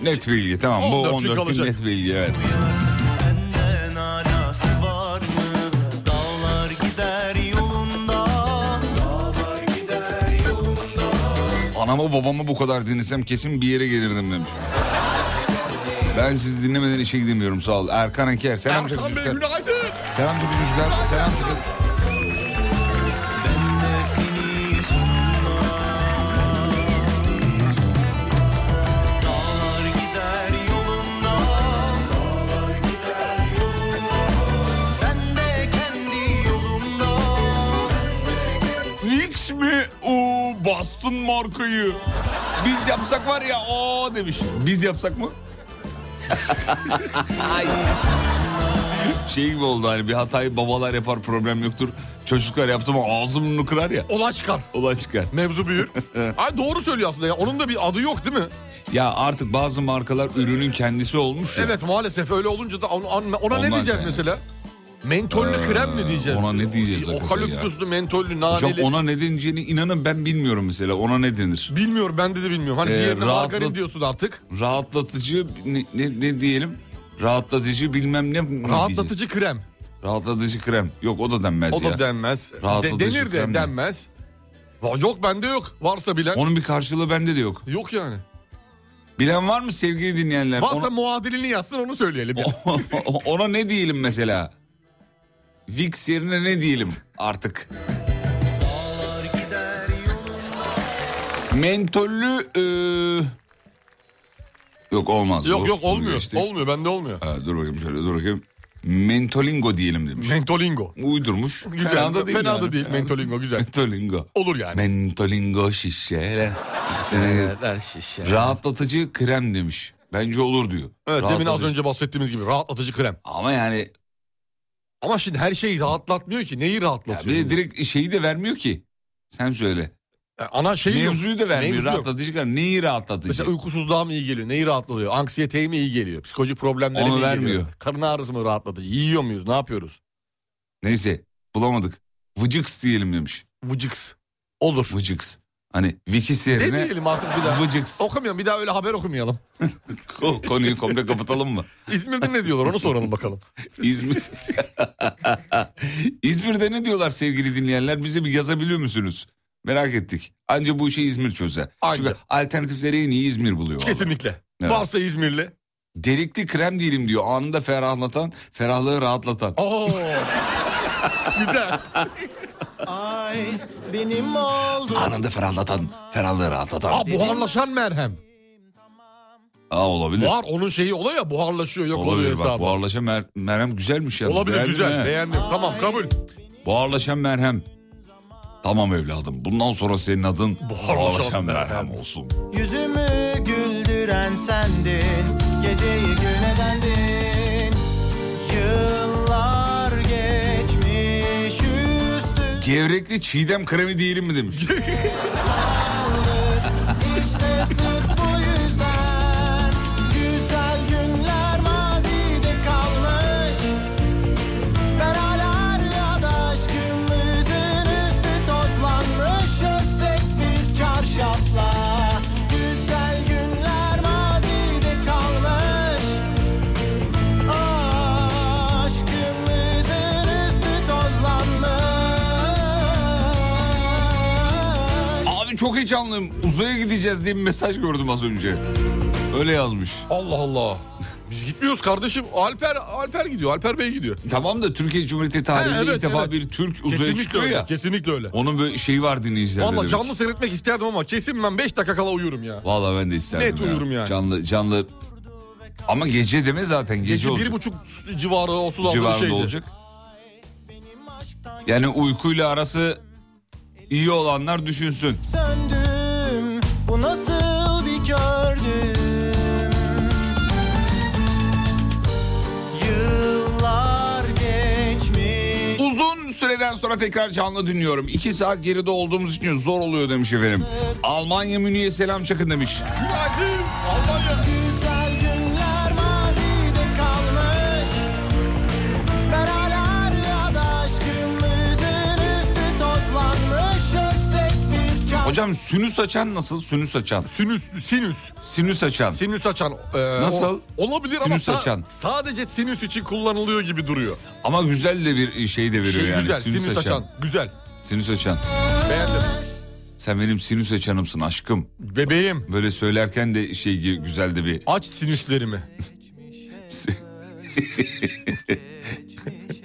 Speaker 3: net bilgi tamam
Speaker 4: 14
Speaker 3: bu
Speaker 4: gün
Speaker 3: 14 gün,
Speaker 4: kalacak.
Speaker 3: net bilgi evet.
Speaker 8: Benden alası var mı? Dağlar gider yolunda Dağlar gider yolunda
Speaker 3: Anamı babamı bu kadar dinlesem kesin bir yere gelirdim demiş. Ben siz dinlemeden işe gidemiyorum sağ ol. Erkan Eker selam
Speaker 4: Erkan Bey
Speaker 3: çocuklar.
Speaker 4: günaydın.
Speaker 3: Selam çocuklar. Selam çocuklar. Fix mi? Oo, bastın markayı. Biz yapsak var ya o demiş. Biz yapsak mı? Ay. şey gibi oldu hani bir hatayı babalar yapar problem yoktur. Çocuklar yaptı mı ağzımını kırar ya.
Speaker 4: Olay çıkar.
Speaker 3: Olay çıkar.
Speaker 4: Mevzu büyür. Ay doğru söylüyor aslında ya. Onun da bir adı yok değil mi?
Speaker 3: Ya artık bazı markalar ürünün kendisi olmuş ya.
Speaker 4: Evet maalesef öyle olunca da on- on- ona ne
Speaker 3: Olmaz
Speaker 4: diyeceğiz
Speaker 3: yani.
Speaker 4: mesela? Mentollü krem mi diyeceğiz?
Speaker 3: ona ne diyeceğiz hakikaten ya?
Speaker 4: Okaliptüslü, mentollü,
Speaker 3: Hocam
Speaker 4: naneli.
Speaker 3: ona ne deneceğini inanın ben bilmiyorum mesela ona ne denir.
Speaker 4: Bilmiyorum ben de de bilmiyorum. Hani
Speaker 3: Ee,
Speaker 4: diğerine
Speaker 3: rahatlat-
Speaker 4: margarin diyorsun artık.
Speaker 3: Rahatlatıcı ne, ne, ne diyelim? Rahatlatıcı bilmem ne mi diyeceğiz?
Speaker 4: Rahatlatıcı krem.
Speaker 3: Rahatlatıcı krem. Yok o da denmez
Speaker 4: O
Speaker 3: ya.
Speaker 4: da denmez.
Speaker 3: Rahatlatıcı
Speaker 4: De- denir de
Speaker 3: krem mi?
Speaker 4: denmez. Va- Yok bende yok. Varsa bilen.
Speaker 3: Onun bir karşılığı bende de yok.
Speaker 4: Yok yani.
Speaker 3: Bilen var mı sevgili dinleyenler?
Speaker 4: Varsa
Speaker 3: Ona,
Speaker 4: muadilini yazsın onu söyleyelim. ya.
Speaker 3: ona ne diyelim mesela? Vix yerine ne diyelim artık? Mentollü... e, Yok olmaz.
Speaker 4: Yok
Speaker 3: Bu-
Speaker 4: yok
Speaker 3: bunu
Speaker 4: olmuyor.
Speaker 3: geçtik.
Speaker 4: Olmuyor bende olmuyor.
Speaker 3: Ha, dur bakayım şöyle dur bakayım. Mentolingo diyelim demiş.
Speaker 4: Mentolingo.
Speaker 3: Uydurmuş.
Speaker 4: Güzel.
Speaker 3: Fena da değil.
Speaker 4: Fena
Speaker 3: yani.
Speaker 4: da değil. Mentolingo güzel.
Speaker 3: Mentolingo.
Speaker 4: Olur yani.
Speaker 3: Mentolingo şişeler. Şişeler. Rahatlatıcı krem demiş. Bence olur diyor.
Speaker 4: Evet demin az
Speaker 3: Rahatlatıcı-
Speaker 4: önce bahsettiğimiz gibi rahatlatıcı krem.
Speaker 3: Ama yani
Speaker 4: Ama şimdi her şeyi rahatlatmıyor ki. Neyi
Speaker 3: ya
Speaker 4: rahatlatıyor?
Speaker 3: bir de direkt şeyi de vermiyor ki. Sen söyle.
Speaker 4: E, Ana şeyi yok.
Speaker 3: Mevzuyu da vermiyor.
Speaker 4: Mevzu yok.
Speaker 3: rahatlatıcı krem. Neyi rahatlatıcı?
Speaker 4: Mesela uykusuzluğa mı iyi geliyor? Neyi rahatlatıyor? Anksiyeteye mi iyi geliyor? Psikolojik problemlere
Speaker 3: Onu
Speaker 4: mi iyi
Speaker 3: vermiyor.
Speaker 4: geliyor? Karın ağrısı mı rahatladı? Yiyor muyuz? Ne yapıyoruz?
Speaker 3: Neyse bulamadık. Vıcıks diyelim demiş.
Speaker 4: Vıcıks. Olur.
Speaker 3: Vıcıks. Hani Vikis
Speaker 4: Ne
Speaker 3: yerine
Speaker 4: diyelim artık bir daha?
Speaker 3: Vıcıks.
Speaker 4: Okumuyorum bir daha öyle haber okumayalım.
Speaker 3: Ko- Konuyu komple kapatalım mı?
Speaker 4: İzmir'de ne diyorlar onu soralım bakalım.
Speaker 3: İzmir. İzmir'de ne diyorlar sevgili dinleyenler? Bize bir yazabiliyor musunuz? Merak ettik. Anca bu işi İzmir çözer.
Speaker 4: Anca.
Speaker 3: Çünkü alternatifleri en iyi İzmir buluyor. vallahi.
Speaker 4: Kesinlikle.
Speaker 3: Evet.
Speaker 4: Varsa İzmirli.
Speaker 3: Delikli krem diyelim diyor. Anında ferahlatan, ferahlığı rahatlatan.
Speaker 4: Oo. Güzel.
Speaker 9: Ay benim oldu
Speaker 3: Anında ferahlatan, ferahlığı rahatlatan.
Speaker 4: Aa, buharlaşan merhem.
Speaker 3: Aa, olabilir.
Speaker 4: Buhar onun şeyi oluyor ya buharlaşıyor yok oluyor
Speaker 3: olabilir bak.
Speaker 4: hesabı.
Speaker 3: Buharlaşan mer- merhem güzelmiş ya.
Speaker 4: Olabilir
Speaker 3: Beğendin
Speaker 4: güzel
Speaker 3: mi?
Speaker 4: beğendim. Tamam kabul.
Speaker 3: Buharlaşan merhem. Tamam evladım. Bundan sonra senin adın buharlaşan, merhem,
Speaker 4: merhem.
Speaker 3: olsun.
Speaker 9: Yüzümü güldüren sendin Geceyi güne dendin Yıllar geçmiş üstü
Speaker 3: Gevrekli çiğdem kremi diyelim mi demiş.
Speaker 9: İşte sırf bu yüzden Güzel günler mazide kalmış Ben hala rüyada aşkımızın üstü tozlanmış Ötsek bir çarşafla Güzel günler mazide kalmış Aşkımızın üstü tozlanmış
Speaker 3: Abi çok heyecanlıyım. Uzaya gideceğiz diye bir mesaj gördüm az önce. Öyle yazmış.
Speaker 4: Allah Allah. Biz gitmiyoruz kardeşim. Alper Alper gidiyor. Alper Bey gidiyor.
Speaker 3: Tamam da Türkiye Cumhuriyeti tarihinde
Speaker 4: Ha, evet,
Speaker 3: ilk defa
Speaker 4: evet.
Speaker 3: bir Türk uzaya çıkıyor
Speaker 4: öyle.
Speaker 3: ya.
Speaker 4: Kesinlikle öyle.
Speaker 3: Onun böyle şeyi var dinleyicilerde.
Speaker 4: Valla
Speaker 3: demiş.
Speaker 4: canlı seyretmek isterdim ama kesin ben 5 dakika kala uyurum ya.
Speaker 3: Vallahi ben de isterdim
Speaker 4: Net
Speaker 3: ya.
Speaker 4: uyurum yani.
Speaker 3: Canlı canlı. Ama gece deme zaten gece,
Speaker 4: Gece bir
Speaker 3: olacak.
Speaker 4: buçuk civarı o sularda
Speaker 3: civarında
Speaker 4: şeydi.
Speaker 3: olacak. Yani uykuyla arası iyi olanlar düşünsün.
Speaker 9: söndüm Bu nasıl bir gördüm Yıllar geçmiş
Speaker 3: Uzun süreden sonra tekrar canlı dinliyorum. İki saat geride olduğumuz için zor oluyor demiş efendim. Almanya Münih'e selam çakın demiş.
Speaker 4: Günaydın Almanya.
Speaker 9: Güzel günler mazide kalmış Ben hala rüyada aşkımızın üstü tozlanmış Ötsek bir can
Speaker 3: Hocam sünüs açan nasıl? Sünüs açan.
Speaker 4: Sinüs, sinüs.
Speaker 3: Sinüs açan.
Speaker 4: Sinüs açan. e,
Speaker 3: Nasıl?
Speaker 4: o- olabilir
Speaker 3: Ee, Sinüs
Speaker 4: ama sa-
Speaker 3: açan.
Speaker 4: sadece sinüs için kullanılıyor gibi duruyor.
Speaker 3: Ama güzel de bir şey de veriyor
Speaker 4: Şey
Speaker 3: yani.
Speaker 4: güzel, sinüs, açan. Güzel.
Speaker 3: Sinüs açan.
Speaker 4: Beğendim.
Speaker 3: Sen benim sinüs açanımsın aşkım.
Speaker 4: Bebeğim
Speaker 3: Böyle söylerken de şey gibi güzel de bir...
Speaker 4: aç sinüslerimi.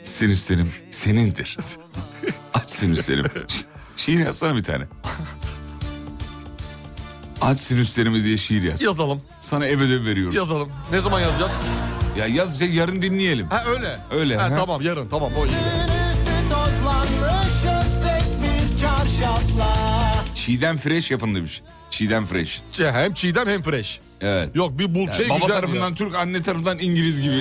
Speaker 3: Sinüslerim senindir. Aç sinüslerim. Ş- Şiir yazsana bir tane. Aç sinüslerimi diye şiir yaz.
Speaker 4: Yazalım.
Speaker 3: Sana ev ödev veriyorum.
Speaker 4: Yazalım. Ne zaman yazacağız?
Speaker 3: Ya yaz şey, yarın dinleyelim.
Speaker 4: Ha öyle.
Speaker 3: Öyle,
Speaker 4: Ha,
Speaker 3: ha.
Speaker 4: tamam yarın tamam. O iyi.
Speaker 9: Üstü tozlanmış ötsek bir çarşafla
Speaker 3: Çiğdem fresh yapın demiş. Çiğdem fresh.
Speaker 4: Hem çiğdem hem fresh.
Speaker 3: Evet.
Speaker 4: Yok bir bulçayı
Speaker 3: Yani baba
Speaker 4: güzeldi
Speaker 3: tarafından
Speaker 4: ya.
Speaker 3: Türk, anne tarafından İngiliz gibi.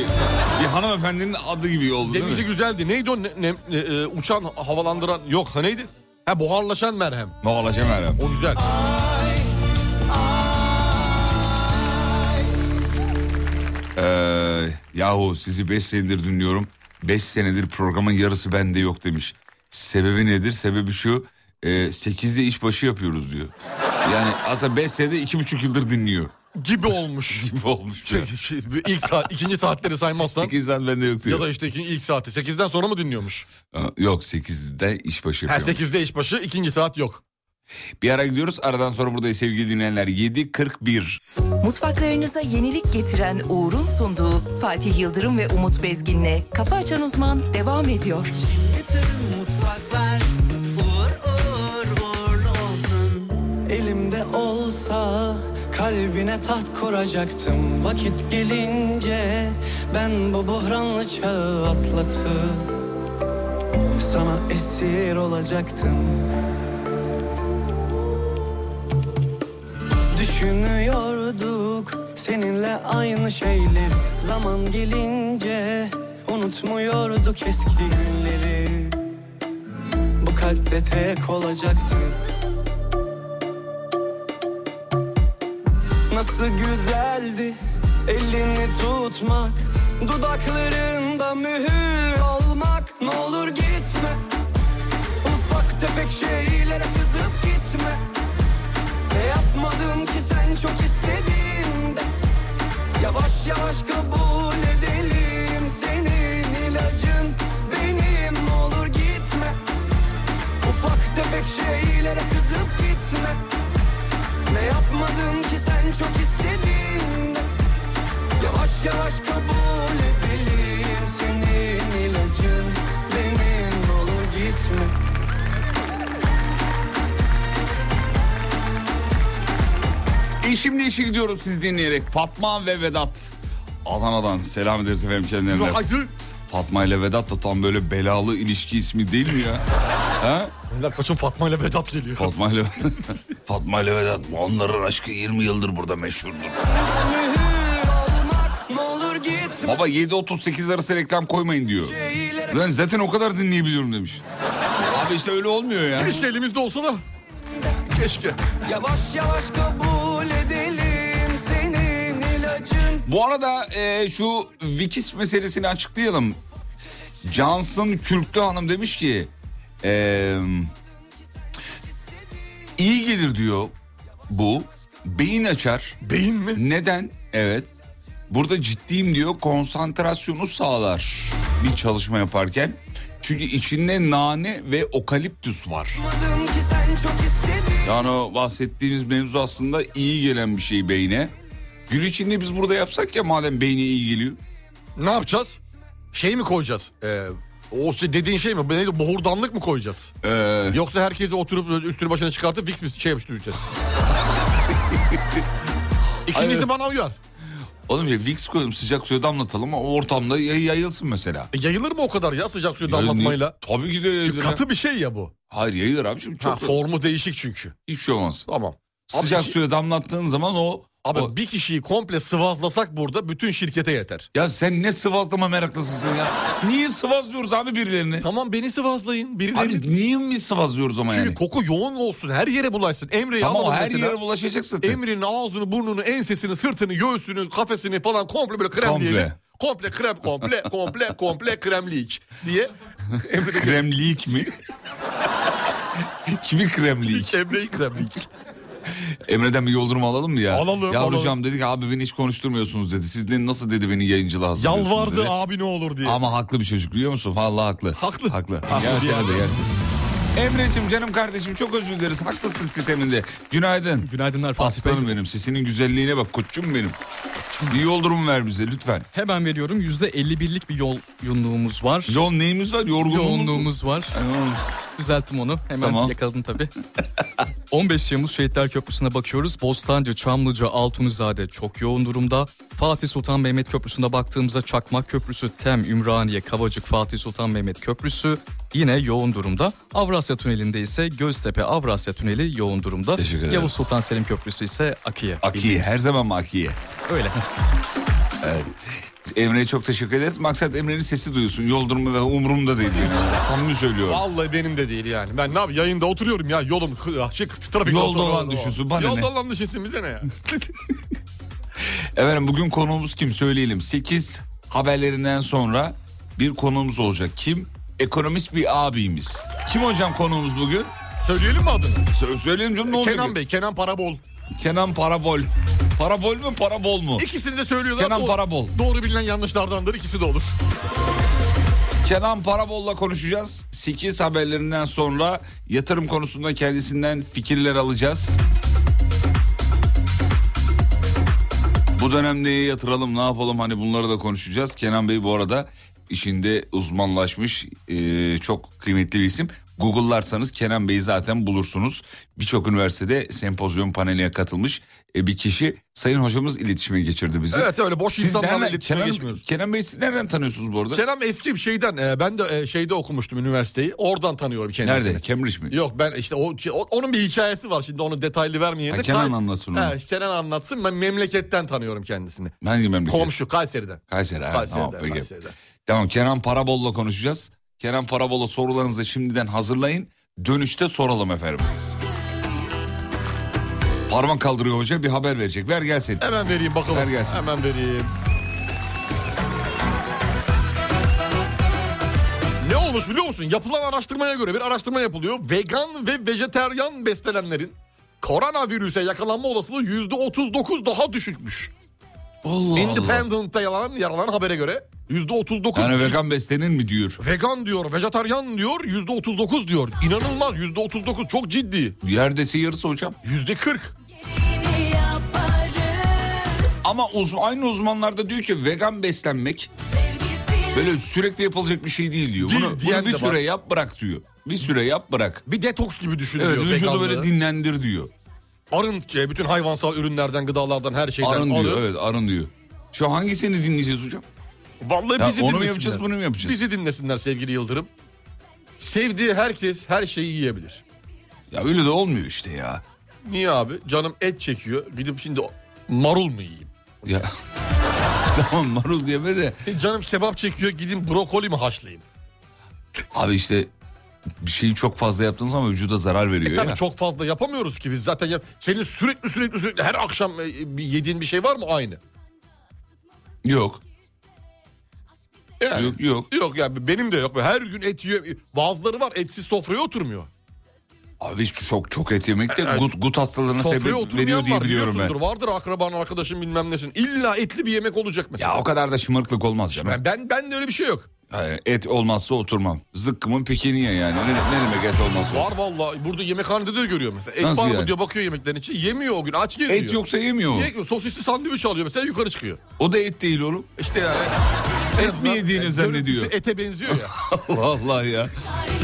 Speaker 3: Bir hanımefendinin adı gibi oldu değil
Speaker 4: Demici
Speaker 3: mi?
Speaker 4: güzeldi. Neydi o ne- ne- ne- e, uçan havalandıran yok ha neydi? Ha buharlaşan merhem.
Speaker 3: Muhalacem Erem.
Speaker 4: O güzel.
Speaker 3: Ee, yahu sizi 5 senedir dinliyorum. 5 senedir programın yarısı bende yok demiş. Sebebi nedir? Sebebi şu. E, 8'de işbaşı yapıyoruz diyor. Yani aslında 5 senede 2,5 yıldır dinliyor.
Speaker 4: Gibi olmuş.
Speaker 3: Gibi olmuş. diyor.
Speaker 4: Çünkü şey, bu ilk saat, ikinci saatleri saymazsan
Speaker 3: İki insan bende yok diyor.
Speaker 4: ya da işte ikinci- ilk saati 8'den sonra mı dinliyormuş?
Speaker 3: Aa, Yok 8'de işbaşı
Speaker 4: Ha
Speaker 3: yapıyormuş.
Speaker 4: 8'de işbaşı, ikinci saat yok.
Speaker 3: Bir ara gidiyoruz. Aradan sonra buradayız sevgili dinleyenler. 7.41.
Speaker 7: Mutfaklarınıza yenilik getiren Uğur'un sunduğu Fatih Yıldırım ve Umut Bezgin'le Kafa Açan Uzman devam ediyor.
Speaker 1: Bütün mutfaklar uğur uğur uğurlu olsun Elimde olsa kalbine taht kuracaktım Vakit gelince ben bu buhranlı çağı atlatıp Sana esir olacaktım Düşünüyorduk seninle aynı şeyleri Zaman gelince unutmuyorduk eski günleri Bu kalpte tek olacaktı Nasıl güzeldi elini tutmak Dudaklarında mühür olmak Ne olur gitme Ufak tefek şeylere kızıp gitme ne yapmadım ki sen çok istediğinde Yavaş yavaş kabul edelim Senin ilacın benim olur gitme Ufak tefek şeylere kızıp gitme Ne yapmadım ki sen çok istediğinde Yavaş yavaş kabul edelim Senin ilacın benim olur gitme
Speaker 3: E şimdi işe gidiyoruz siz dinleyerek. Fatma ve Vedat. Adana'dan selam ederiz efendim kendilerine.
Speaker 4: Haydi.
Speaker 3: Fatma ile Vedat da tam böyle belalı ilişki ismi değil mi ya? ha?
Speaker 4: Beyler kaçın Fatma ile Vedat geliyor.
Speaker 3: Fatma ile Fatma ile Vedat onların aşkı 20 yıldır burada meşhurdur.
Speaker 1: Mühür olmak ne olur gitme
Speaker 3: Baba 7.38 arası reklam koymayın diyor.
Speaker 1: Şeylere
Speaker 3: Ben zaten o kadar dinleyebiliyorum demiş. Abi işte öyle olmuyor ya.
Speaker 4: Keşke elimizde olsa da. Keşke.
Speaker 1: Yavaş yavaş kabul edelim senin ilacın
Speaker 3: Bu arada e, şu Vikis meselesini açıklayalım. Cansın Kürklü Hanım demiş ki... E, iyi gelir diyor bu. Beyin açar.
Speaker 4: Beyin mi?
Speaker 3: Neden? Evet. Burada ciddiyim diyor konsantrasyonu sağlar bir çalışma yaparken. Çünkü içinde nane ve okaliptüs var.
Speaker 1: Anladım ki sen çok istedin
Speaker 3: Yani o bahsettiğimiz mevzu aslında iyi gelen bir şey beyne. Gün içinde biz burada yapsak ya madem beyne iyi geliyor.
Speaker 4: Ne yapacağız? Şey mi koyacağız? Ee, o şey dediğin şey mi? Neydi? Bohurdanlık mı koyacağız?
Speaker 3: Ee,
Speaker 4: Yoksa herkesi oturup böyle üstünü başına çıkartıp fix bir şey yapıştıracağız. İkincisi
Speaker 3: Hayır.
Speaker 4: bana uyar.
Speaker 3: oğlum ya Vicks koyalım sıcak suya damlatalım o ortamda yay- yayılsın mesela.
Speaker 4: E, yayılır mı o kadar ya sıcak suyu
Speaker 3: Yani
Speaker 4: damlatmayla?
Speaker 3: tabii ki de
Speaker 4: Çünkü
Speaker 3: yayılır. ha.
Speaker 4: katı bir şey ya bu.
Speaker 3: Hayır yayılır abi şimdi
Speaker 4: Ha,
Speaker 3: çok
Speaker 4: formu değişik çünkü.
Speaker 3: hiç şey olmaz.
Speaker 4: Tamam. Abi,
Speaker 3: Sıcak
Speaker 4: bir- şey-
Speaker 3: suya damlattığın zaman o,
Speaker 4: Abi
Speaker 3: o-
Speaker 4: bir kişiyi komple sıvazlasak burada bütün şirkete yeter.
Speaker 3: Ya sen ne sıvazlama meraklısısın ya. Niye sıvazlıyoruz abi birilerini?
Speaker 4: Tamam beni sıvazlayın. Birileri...
Speaker 3: Abi niye mi sıvazlıyoruz ama
Speaker 4: Çünkü
Speaker 3: yani?
Speaker 4: koku yoğun olsun. Her yere bulaşsın. Emre'yi
Speaker 3: Tamam
Speaker 4: alalım
Speaker 3: her
Speaker 4: mesela.
Speaker 3: yere bulaşacaksın.
Speaker 4: Emre'nin ağzını, burnunu, ensesini, sırtını, göğsünü, kafesini falan komple böyle
Speaker 3: Komple.
Speaker 4: kremleyelim. Komple krem, komple, komple, komple kremleyik diye. Emre de
Speaker 3: Kremlik mi? Kimi kremlik?
Speaker 4: Emre'yi kremleyik.
Speaker 3: Emre'den bir yoldurum alalım mı ya?
Speaker 4: Alalım,
Speaker 3: Ya
Speaker 4: alalım.
Speaker 3: hocam dedik abi beni hiç konuşturmuyorsunuz dedi. Siz de nasıl dedi beni yayıncılığa hazırlıyorsunuz
Speaker 4: Yalvardı
Speaker 3: dedi.
Speaker 4: abi ne olur diye.
Speaker 3: Ama haklı bir çocuk biliyor musun? Vallahi haklı.
Speaker 4: Haklı.
Speaker 3: Haklı.
Speaker 4: Haklı
Speaker 3: Gelsene
Speaker 4: yani.
Speaker 3: de gelsin. Emre'cim canım kardeşim çok özür dileriz. Haklısın sisteminde. Günaydın.
Speaker 10: Günaydınlar Fatih Bey.
Speaker 3: Aslanım benim sesinin güzelliğine bak koçum benim. Bir yoldurum ver bize lütfen.
Speaker 10: Hemen veriyorum. %51'lik bir yol yoğunluğumuz var.
Speaker 3: Yol neyimiz var? Yorgunluğumuz. mu?
Speaker 10: yoğunluğumuz var.
Speaker 3: Ay, oğlum.
Speaker 10: Düzelttim onu. Hemen
Speaker 3: Tamam.
Speaker 10: yakaladım tabii. 15 Temmuz Şehitler Köprüsü'ne bakıyoruz. Bostancı, Çamlıca, Altunizade çok yoğun durumda. Fatih Sultan Mehmet Köprüsü'ne baktığımızda Çakmak Köprüsü, Tem, Ümraniye, Kavacık, Fatih Sultan Mehmet Köprüsü yine yoğun durumda. Avrasya Tüneli'nde ise Göztepe Avrasya Tüneli yoğun durumda.
Speaker 3: Teşekkür ederiz.
Speaker 10: Yavuz Sultan Selim Köprüsü ise Akiye.
Speaker 3: Akiye
Speaker 10: bildiğimiz.
Speaker 3: her zaman mı Akiye?
Speaker 10: Öyle.
Speaker 3: Evet. Emre'ye çok teşekkür ederiz. Maksat Emre'nin sesi duyulsun. Yol durumu ve umurumda değil. benim için. Samimi söylüyorum.
Speaker 4: Vallahi benim de değil yani. Ben ne yap yayında oturuyorum ya yolum hı- şık trafik
Speaker 3: Yolda
Speaker 4: olsun,
Speaker 3: olan
Speaker 4: olsun,
Speaker 3: düşünsün,
Speaker 4: olsun.
Speaker 3: bana ne?
Speaker 4: Yolda olan düşünsün bize ne ya.
Speaker 3: Efendim bugün konuğumuz kim söyleyelim. 8 haberlerinden sonra bir konuğumuz olacak. Kim? Ekonomist bir abimiz. Kim hocam konuğumuz bugün?
Speaker 4: Söyleyelim mi adını?
Speaker 3: Sö- söyleyelim canım ne olacak?
Speaker 4: Kenan Bey, Kenan Parabol.
Speaker 3: Kenan Parabol. Parabol mu Parabol mu?
Speaker 4: İkisini de söylüyorlar.
Speaker 3: Kenan
Speaker 4: Doğru-
Speaker 3: Parabol.
Speaker 4: Doğru bilinen yanlışlardandır ikisi de olur.
Speaker 3: Kenan Parabol'la konuşacağız. 8 haberlerinden sonra yatırım konusunda kendisinden fikirler alacağız. Bu dönemde neye yatıralım ne yapalım hani bunları da konuşacağız. Kenan Bey bu arada işinde uzmanlaşmış e, çok kıymetli bir isim. Google'larsanız Kenan Bey'i zaten bulursunuz. Birçok üniversitede sempozyum paneline katılmış e, bir kişi. Sayın hocamız iletişime geçirdi bizi.
Speaker 4: Evet, öyle boş insanlarla
Speaker 3: nereden-
Speaker 4: iletişime
Speaker 3: Kenan,
Speaker 4: geçmiyoruz.
Speaker 3: Kenan Bey siz nereden tanıyorsunuz bu arada?
Speaker 4: Kenan eski bir şeyden e, ben de e, şeyde okumuştum üniversiteyi. Oradan tanıyorum kendisini.
Speaker 3: Nerede? Cambridge mi?
Speaker 4: Yok ben işte o, o- onun bir hikayesi var şimdi onu detaylı vermeyelim.
Speaker 3: Ha,
Speaker 4: de.
Speaker 3: Kenan
Speaker 4: Kays-
Speaker 3: anlatsın onu.
Speaker 4: He, Kenan anlatsın ben memleketten tanıyorum kendisini.
Speaker 3: Hangi memleket?
Speaker 4: Komşu Kayseri'den.
Speaker 3: Kayseri. ha,
Speaker 4: Kayseri'den,
Speaker 3: tamam, peki.
Speaker 4: Kayseri'den.
Speaker 3: Tamam Kenan Parabol'la konuşacağız. Kenan Parabol'a sorularınızı şimdiden hazırlayın. Dönüşte soralım efendim. Parmak kaldırıyor hoca bir haber verecek. Ver gelsin.
Speaker 4: Hemen vereyim bakalım.
Speaker 3: Ver gelsin.
Speaker 4: Hemen vereyim. Ne olmuş biliyor musun? Yapılan araştırmaya göre bir araştırma yapılıyor. Vegan ve vejeteryan beslenenlerin koronavirüse yakalanma olasılığı yüzde 39 daha düşükmüş.
Speaker 3: Allah Allah.
Speaker 4: Independent'ta yalan, yaralan habere göre yüzde 39.
Speaker 3: Yani vegan beslenin mi diyor.
Speaker 4: Vegan diyor, vejetaryen diyor, yüzde 39 diyor. İnanılmaz yüzde 39 çok ciddi.
Speaker 3: Yerdesi yarısı hocam.
Speaker 4: Yüzde 40.
Speaker 3: Ama uz aynı uzmanlar da diyor ki vegan beslenmek böyle sürekli yapılacak bir şey değil diyor.
Speaker 4: Değil
Speaker 3: Bunu, bunu
Speaker 4: diyen
Speaker 3: bir
Speaker 4: de var.
Speaker 3: süre yap bırak diyor. Bir süre yap bırak.
Speaker 4: Bir detoks gibi düşünülüyor
Speaker 3: Evet vücudu
Speaker 4: veganlığı.
Speaker 3: böyle dinlendir diyor.
Speaker 4: Arın e, bütün hayvansal ürünlerden, gıdalardan, her şeyden
Speaker 3: Arın
Speaker 4: arın.
Speaker 3: diyor evet arın diyor. Şu hangisini dinleyeceğiz hocam?
Speaker 4: Vallahi
Speaker 3: Ya
Speaker 4: bizi
Speaker 3: onu mu
Speaker 4: dinlesinler.
Speaker 3: yapacağız, bunu mu yapacağız?
Speaker 4: Bizi dinlesinler sevgili Yıldırım. Sevdiği herkes her şeyi yiyebilir.
Speaker 3: Ya öyle de olmuyor işte ya.
Speaker 4: Niye abi? Canım et çekiyor. Gidip şimdi marul mu yiyeyim?
Speaker 3: Ya tamam marul yeme de
Speaker 4: E, Canım kebap çekiyor. Gidin brokoli mi haşlayayım?
Speaker 3: abi işte bir şeyi çok fazla yaptığın zaman vücuda zarar veriyor
Speaker 4: E Tabii
Speaker 3: ya.
Speaker 4: çok fazla yapamıyoruz ki biz zaten. Yap- Senin sürekli sürekli sürekli her akşam e, e, bir yediğin bir şey var mı aynı?
Speaker 3: Yok.
Speaker 4: Yani.
Speaker 3: Yok yok.
Speaker 4: Yok yani benim de yok. Her gün et yiyor. Bazıları var etsiz sofraya oturmuyor.
Speaker 3: Abi işte çok çok et yemek de
Speaker 4: Evet.
Speaker 3: gut, gut hastalarına
Speaker 4: E, Sofraya
Speaker 3: sebep
Speaker 4: oturmayan
Speaker 3: veriyor diye
Speaker 4: var
Speaker 3: biliyorum ben.
Speaker 4: biliyorsundur. Vardır akraban arkadaşın bilmem nesin. İlla etli bir yemek olacak mesela.
Speaker 3: Ya o kadar da şımarıklık olmaz canım.
Speaker 4: ben, ben, ben de öyle bir şey yok.
Speaker 3: Hayır, et olmazsa oturmam. Zıkkımın pikini ye yani. Ne, ne demek et olmazsa?
Speaker 4: Var vallahi burada yemekhanede de görüyor mesela. Et
Speaker 3: Nasıl
Speaker 4: var
Speaker 3: yani?
Speaker 4: mı diyor bakıyor yemeklerin içi. Yemiyor o gün aç geziyor.
Speaker 3: Et yoksa yemiyor mu?
Speaker 4: Yemiyor. Sosisli sandviç alıyor mesela yukarı çıkıyor.
Speaker 3: O da et değil oğlum.
Speaker 4: İşte yani. En
Speaker 3: Et mi
Speaker 4: azından,
Speaker 3: yediğini
Speaker 4: yani
Speaker 3: zannediyor.
Speaker 4: görüntüsü ete benziyor ya.
Speaker 3: Allah Allah ya.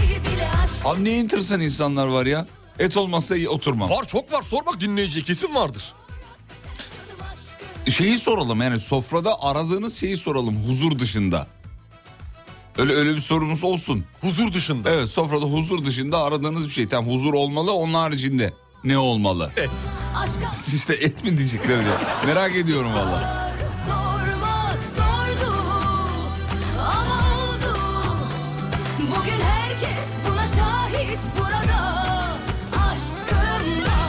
Speaker 3: Abi ne enteresan insanlar var ya. Et olmazsa y- oturmam.
Speaker 4: var çok var sor bak dinleyici kesin vardır.
Speaker 3: Şeyi soralım yani sofrada aradığınız şeyi soralım huzur dışında. Öyle öyle bir sorumuz olsun.
Speaker 4: Huzur dışında.
Speaker 3: Evet sofrada huzur dışında aradığınız bir şey. Tamam huzur olmalı onun haricinde ne olmalı?
Speaker 4: Et.
Speaker 3: işte et mi diyecekler acaba? Merak ediyorum valla.
Speaker 11: Sormak zordu ama oldu. Bugün herkes buna şahit burada aşkımda.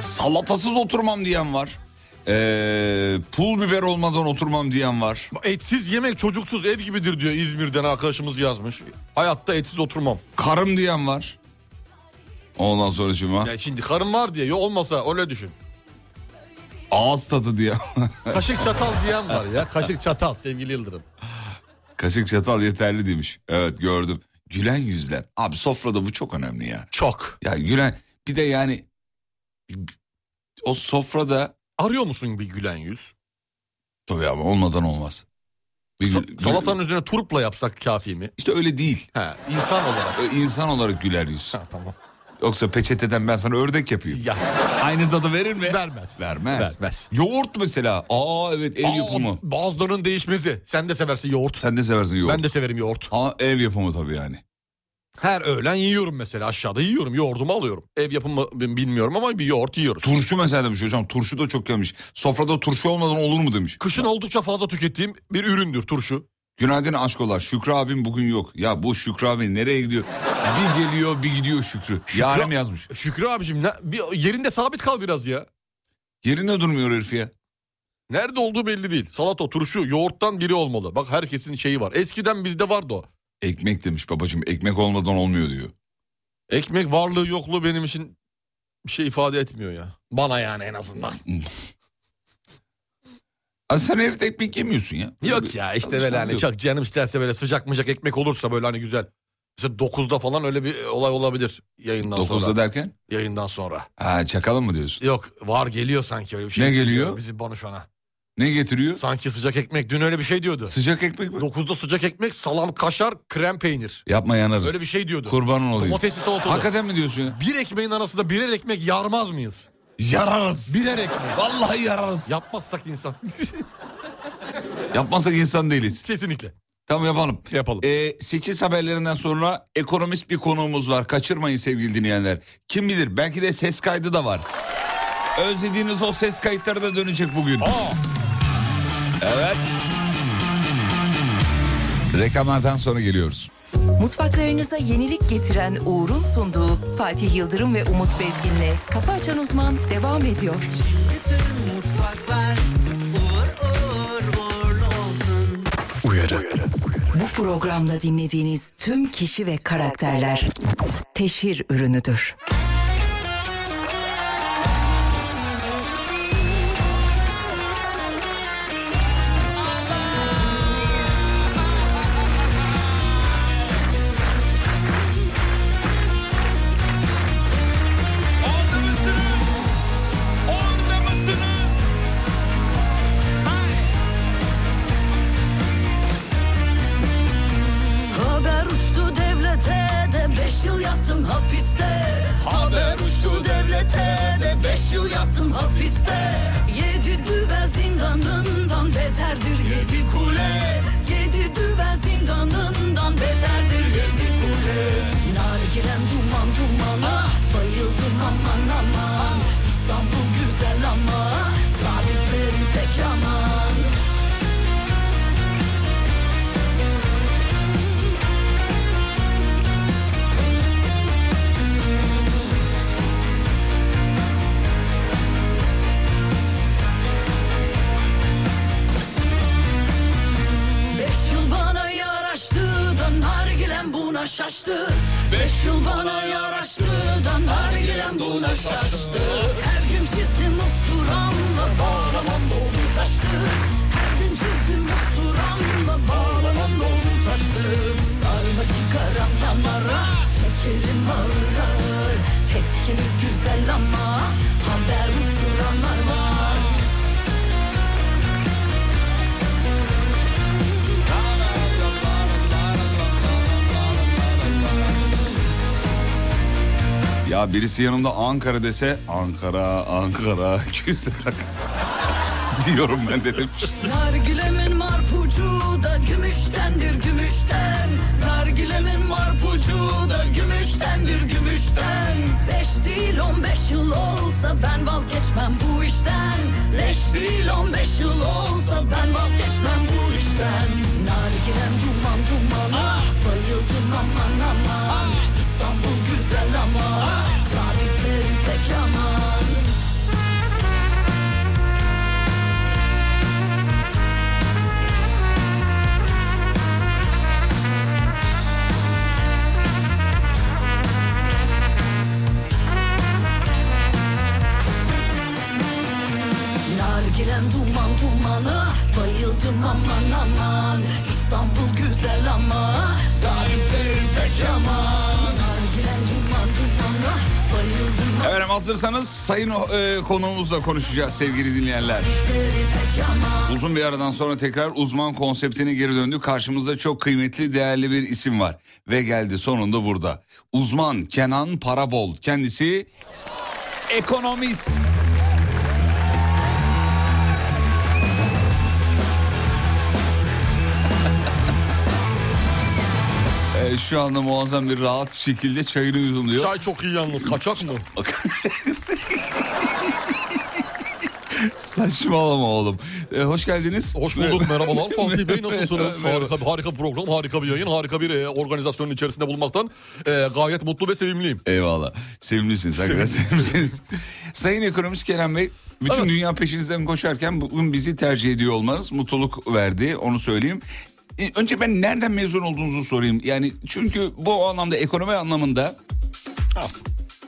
Speaker 3: Salatasız oturmam diyen var. Ee, pul biber olmadan oturmam diyen var.
Speaker 4: Etsiz yemek çocuksuz ev gibidir diyor İzmir'den arkadaşımız yazmış. Hayatta etsiz oturmam.
Speaker 3: Karım diyen var. Ondan sonra cuma.
Speaker 4: Ya şimdi karın var diye ya olmasa öyle düşün.
Speaker 3: Ağız tadı diyen.
Speaker 4: Kaşık çatal diyen var ya. Kaşık çatal sevgili Yıldırım.
Speaker 3: Kaşık çatal yeterli demiş. Evet gördüm. Gülen yüzler. Abi sofrada bu çok önemli ya.
Speaker 4: Çok.
Speaker 3: Ya gülen bir de yani o sofrada...
Speaker 4: Arıyor musun bir gülen yüz?
Speaker 3: Tabii abi olmadan olmaz. Bir, gü-
Speaker 4: Salatanın üzerine turpla yapsak kafi mi?
Speaker 3: İşte öyle değil.
Speaker 4: He, insan olarak.
Speaker 3: Ö- İnsan olarak güler yüz.
Speaker 4: tamam.
Speaker 3: Yoksa peçeteden ben sana ördek yapayım.
Speaker 4: Ya.
Speaker 3: Aynı tadı verir mi?
Speaker 4: Vermez.
Speaker 3: Vermez.
Speaker 4: Vermez.
Speaker 3: Yoğurt mesela. Aa evet ev
Speaker 4: Aa,
Speaker 3: yapımı.
Speaker 4: Bazılarının değişmesi. Sen de seversin yoğurt.
Speaker 3: Sen de seversin yoğurt.
Speaker 4: Ben de severim yoğurt.
Speaker 3: Aa, ev yapımı tabii yani.
Speaker 4: Her öğlen yiyorum mesela aşağıda yiyorum. Yoğurdumu alıyorum. Ev yapımı ben bilmiyorum ama bir yoğurt yiyoruz.
Speaker 3: Turşu mesela demiş hocam. Turşu da çok gelmiş. Sofrada turşu olmadan olur mu demiş.
Speaker 4: Kışın oldukça fazla tükettiğim bir üründür turşu.
Speaker 3: Günaydın aşkolar. Şükrü abim bugün yok. Ya bu Şükrü abi nereye gidiyor? Bir geliyor bir gidiyor Şükrü.
Speaker 4: Şükrü-
Speaker 3: Yarem yazmış.
Speaker 4: Şükrü abicim ne- bir yerinde sabit kal biraz ya.
Speaker 3: Yerinde durmuyor herif ya.
Speaker 4: Nerede olduğu belli değil. Salata, turşu, yoğurttan biri olmalı. Bak herkesin şeyi var. Eskiden bizde vardı o.
Speaker 3: Ekmek demiş babacığım. Ekmek olmadan olmuyor diyor.
Speaker 4: Ekmek varlığı yokluğu benim için bir şey ifade etmiyor ya. Bana yani en azından.
Speaker 3: Aa, Hmm. sen evde ekmek yemiyorsun ya. Böyle
Speaker 4: Yok
Speaker 3: bir
Speaker 4: ya işte
Speaker 3: alışkanlık
Speaker 4: böyle hani
Speaker 3: yok.
Speaker 4: çok canım isterse böyle sıcak mıcak ekmek olursa böyle hani güzel. Mesela 9'da falan öyle bir olay olabilir yayından sonra.
Speaker 3: Dokuzda derken?
Speaker 4: Yayından sonra.
Speaker 3: Ha çakalım mı diyorsun?
Speaker 4: Yok var geliyor sanki öyle bir şey.
Speaker 3: Ne
Speaker 4: hissediyorum
Speaker 3: geliyor?
Speaker 4: Bizim Banuşan'a.
Speaker 3: Ne getiriyor?
Speaker 4: Sanki sıcak ekmek dün öyle bir şey diyordu.
Speaker 3: Sıcak ekmek mi?
Speaker 4: 9'da sıcak ekmek salam kaşar krem peynir.
Speaker 3: Yapma yanarız.
Speaker 4: Öyle bir şey diyordu.
Speaker 3: Kurban olayım.
Speaker 4: Domatesli salatalı.
Speaker 3: Hakikaten mi diyorsun ya?
Speaker 4: Bir ekmeğin arasında birer ekmek yarmaz mıyız?
Speaker 3: Yararız.
Speaker 4: Birer ekmek.
Speaker 3: Vallahi yararız.
Speaker 4: Yapmazsak insan.
Speaker 3: Yapmasak insan değiliz.
Speaker 4: Kesinlikle.
Speaker 3: Tamam yapalım.
Speaker 4: Yapalım.
Speaker 3: Ee, 8 haberlerinden sonra ekonomist bir konuğumuz var. Kaçırmayın sevgili dinleyenler. Kim bilir belki de ses kaydı da var. Özlediğiniz o ses kayıtları da dönecek bugün. Evet. Reklamlardan sonra geliyoruz.
Speaker 7: Mutfaklarınıza yenilik getiren Uğur'un sunduğu Fatih Yıldırım ve Umut Bezgin'le Kafa Açan Uzman devam ediyor. Bu programda dinlediğiniz tüm kişi ve karakterler teşhir ürünüdür.
Speaker 1: Haber uçtu devlete de beş yıl yattım hapiste Haber uçtu devlete de beş yıl yattım hapiste Yedi düvel zindanından beterdir yedi kule Yedi düvel zindanından beterdir yedi kule Nargilem duman duman ah bayıldım aman aman İstanbul güzel ama zabitleri pek aman Beş yıl bana yaraştı da nargilem buna şaştı Beş yıl bana yaraştı da nargilem buna şaştı Her gün çizdim usturamla bağlamam doldu taştı Her gün çizdim usturamla bağlamam doldu taştı Sarma ki karam damara çekerim ağır ağır Tekkemiz güzel ama haber uçuranlar var
Speaker 3: Ya birisi yanımda Ankara dese Ankara, Ankara, güzel. diyorum ben dedim.
Speaker 1: Nargilemin marpucu da gümüştendir gümüşten Nargilemin marpucu da gümüştendir gümüşten Beş değil on beş yıl olsa ben vazgeçmem bu işten Beş değil on beş yıl olsa ben vazgeçmem bu işten Nargilem duman duman ah bayıldım aman aman İstanbul güzel ama sabitleri pek aman Nargilem duman duman ah bayıldım aman aman İstanbul güzel
Speaker 3: Efendim hazırsanız sayın e, konuğumuzla konuşacağız sevgili dinleyenler. Uzun bir aradan sonra tekrar uzman konseptine geri döndük. Karşımızda çok kıymetli, değerli bir isim var. Ve geldi sonunda burada. Uzman Kenan Parabol. Kendisi ekonomist. E, şu anda muazzam bir rahat şekilde çayını yudumluyor.
Speaker 4: Çay çok iyi yalnız kaçak mı?
Speaker 3: Saçmalama oğlum. E, hoş geldiniz.
Speaker 4: Hoş bulduk merhabalar Fatih Bey nasılsınız? harika, bir- harika bir program, harika bir yayın, harika bir e, organizasyonun içerisinde bulmaktan e, gayet mutlu ve sevimliyim.
Speaker 3: Eyvallah. Sevimlisiniz hakikaten sevimlisiniz. Sayın ekonomist Kerem Bey, bütün dünya peşinizden koşarken bugün bizi tercih ediyor olmanız mutluluk verdi. Onu söyleyeyim. E, Önce ben nereden mezun olduğunuzu sorayım. Yani çünkü bu anlamda ekonomi anlamında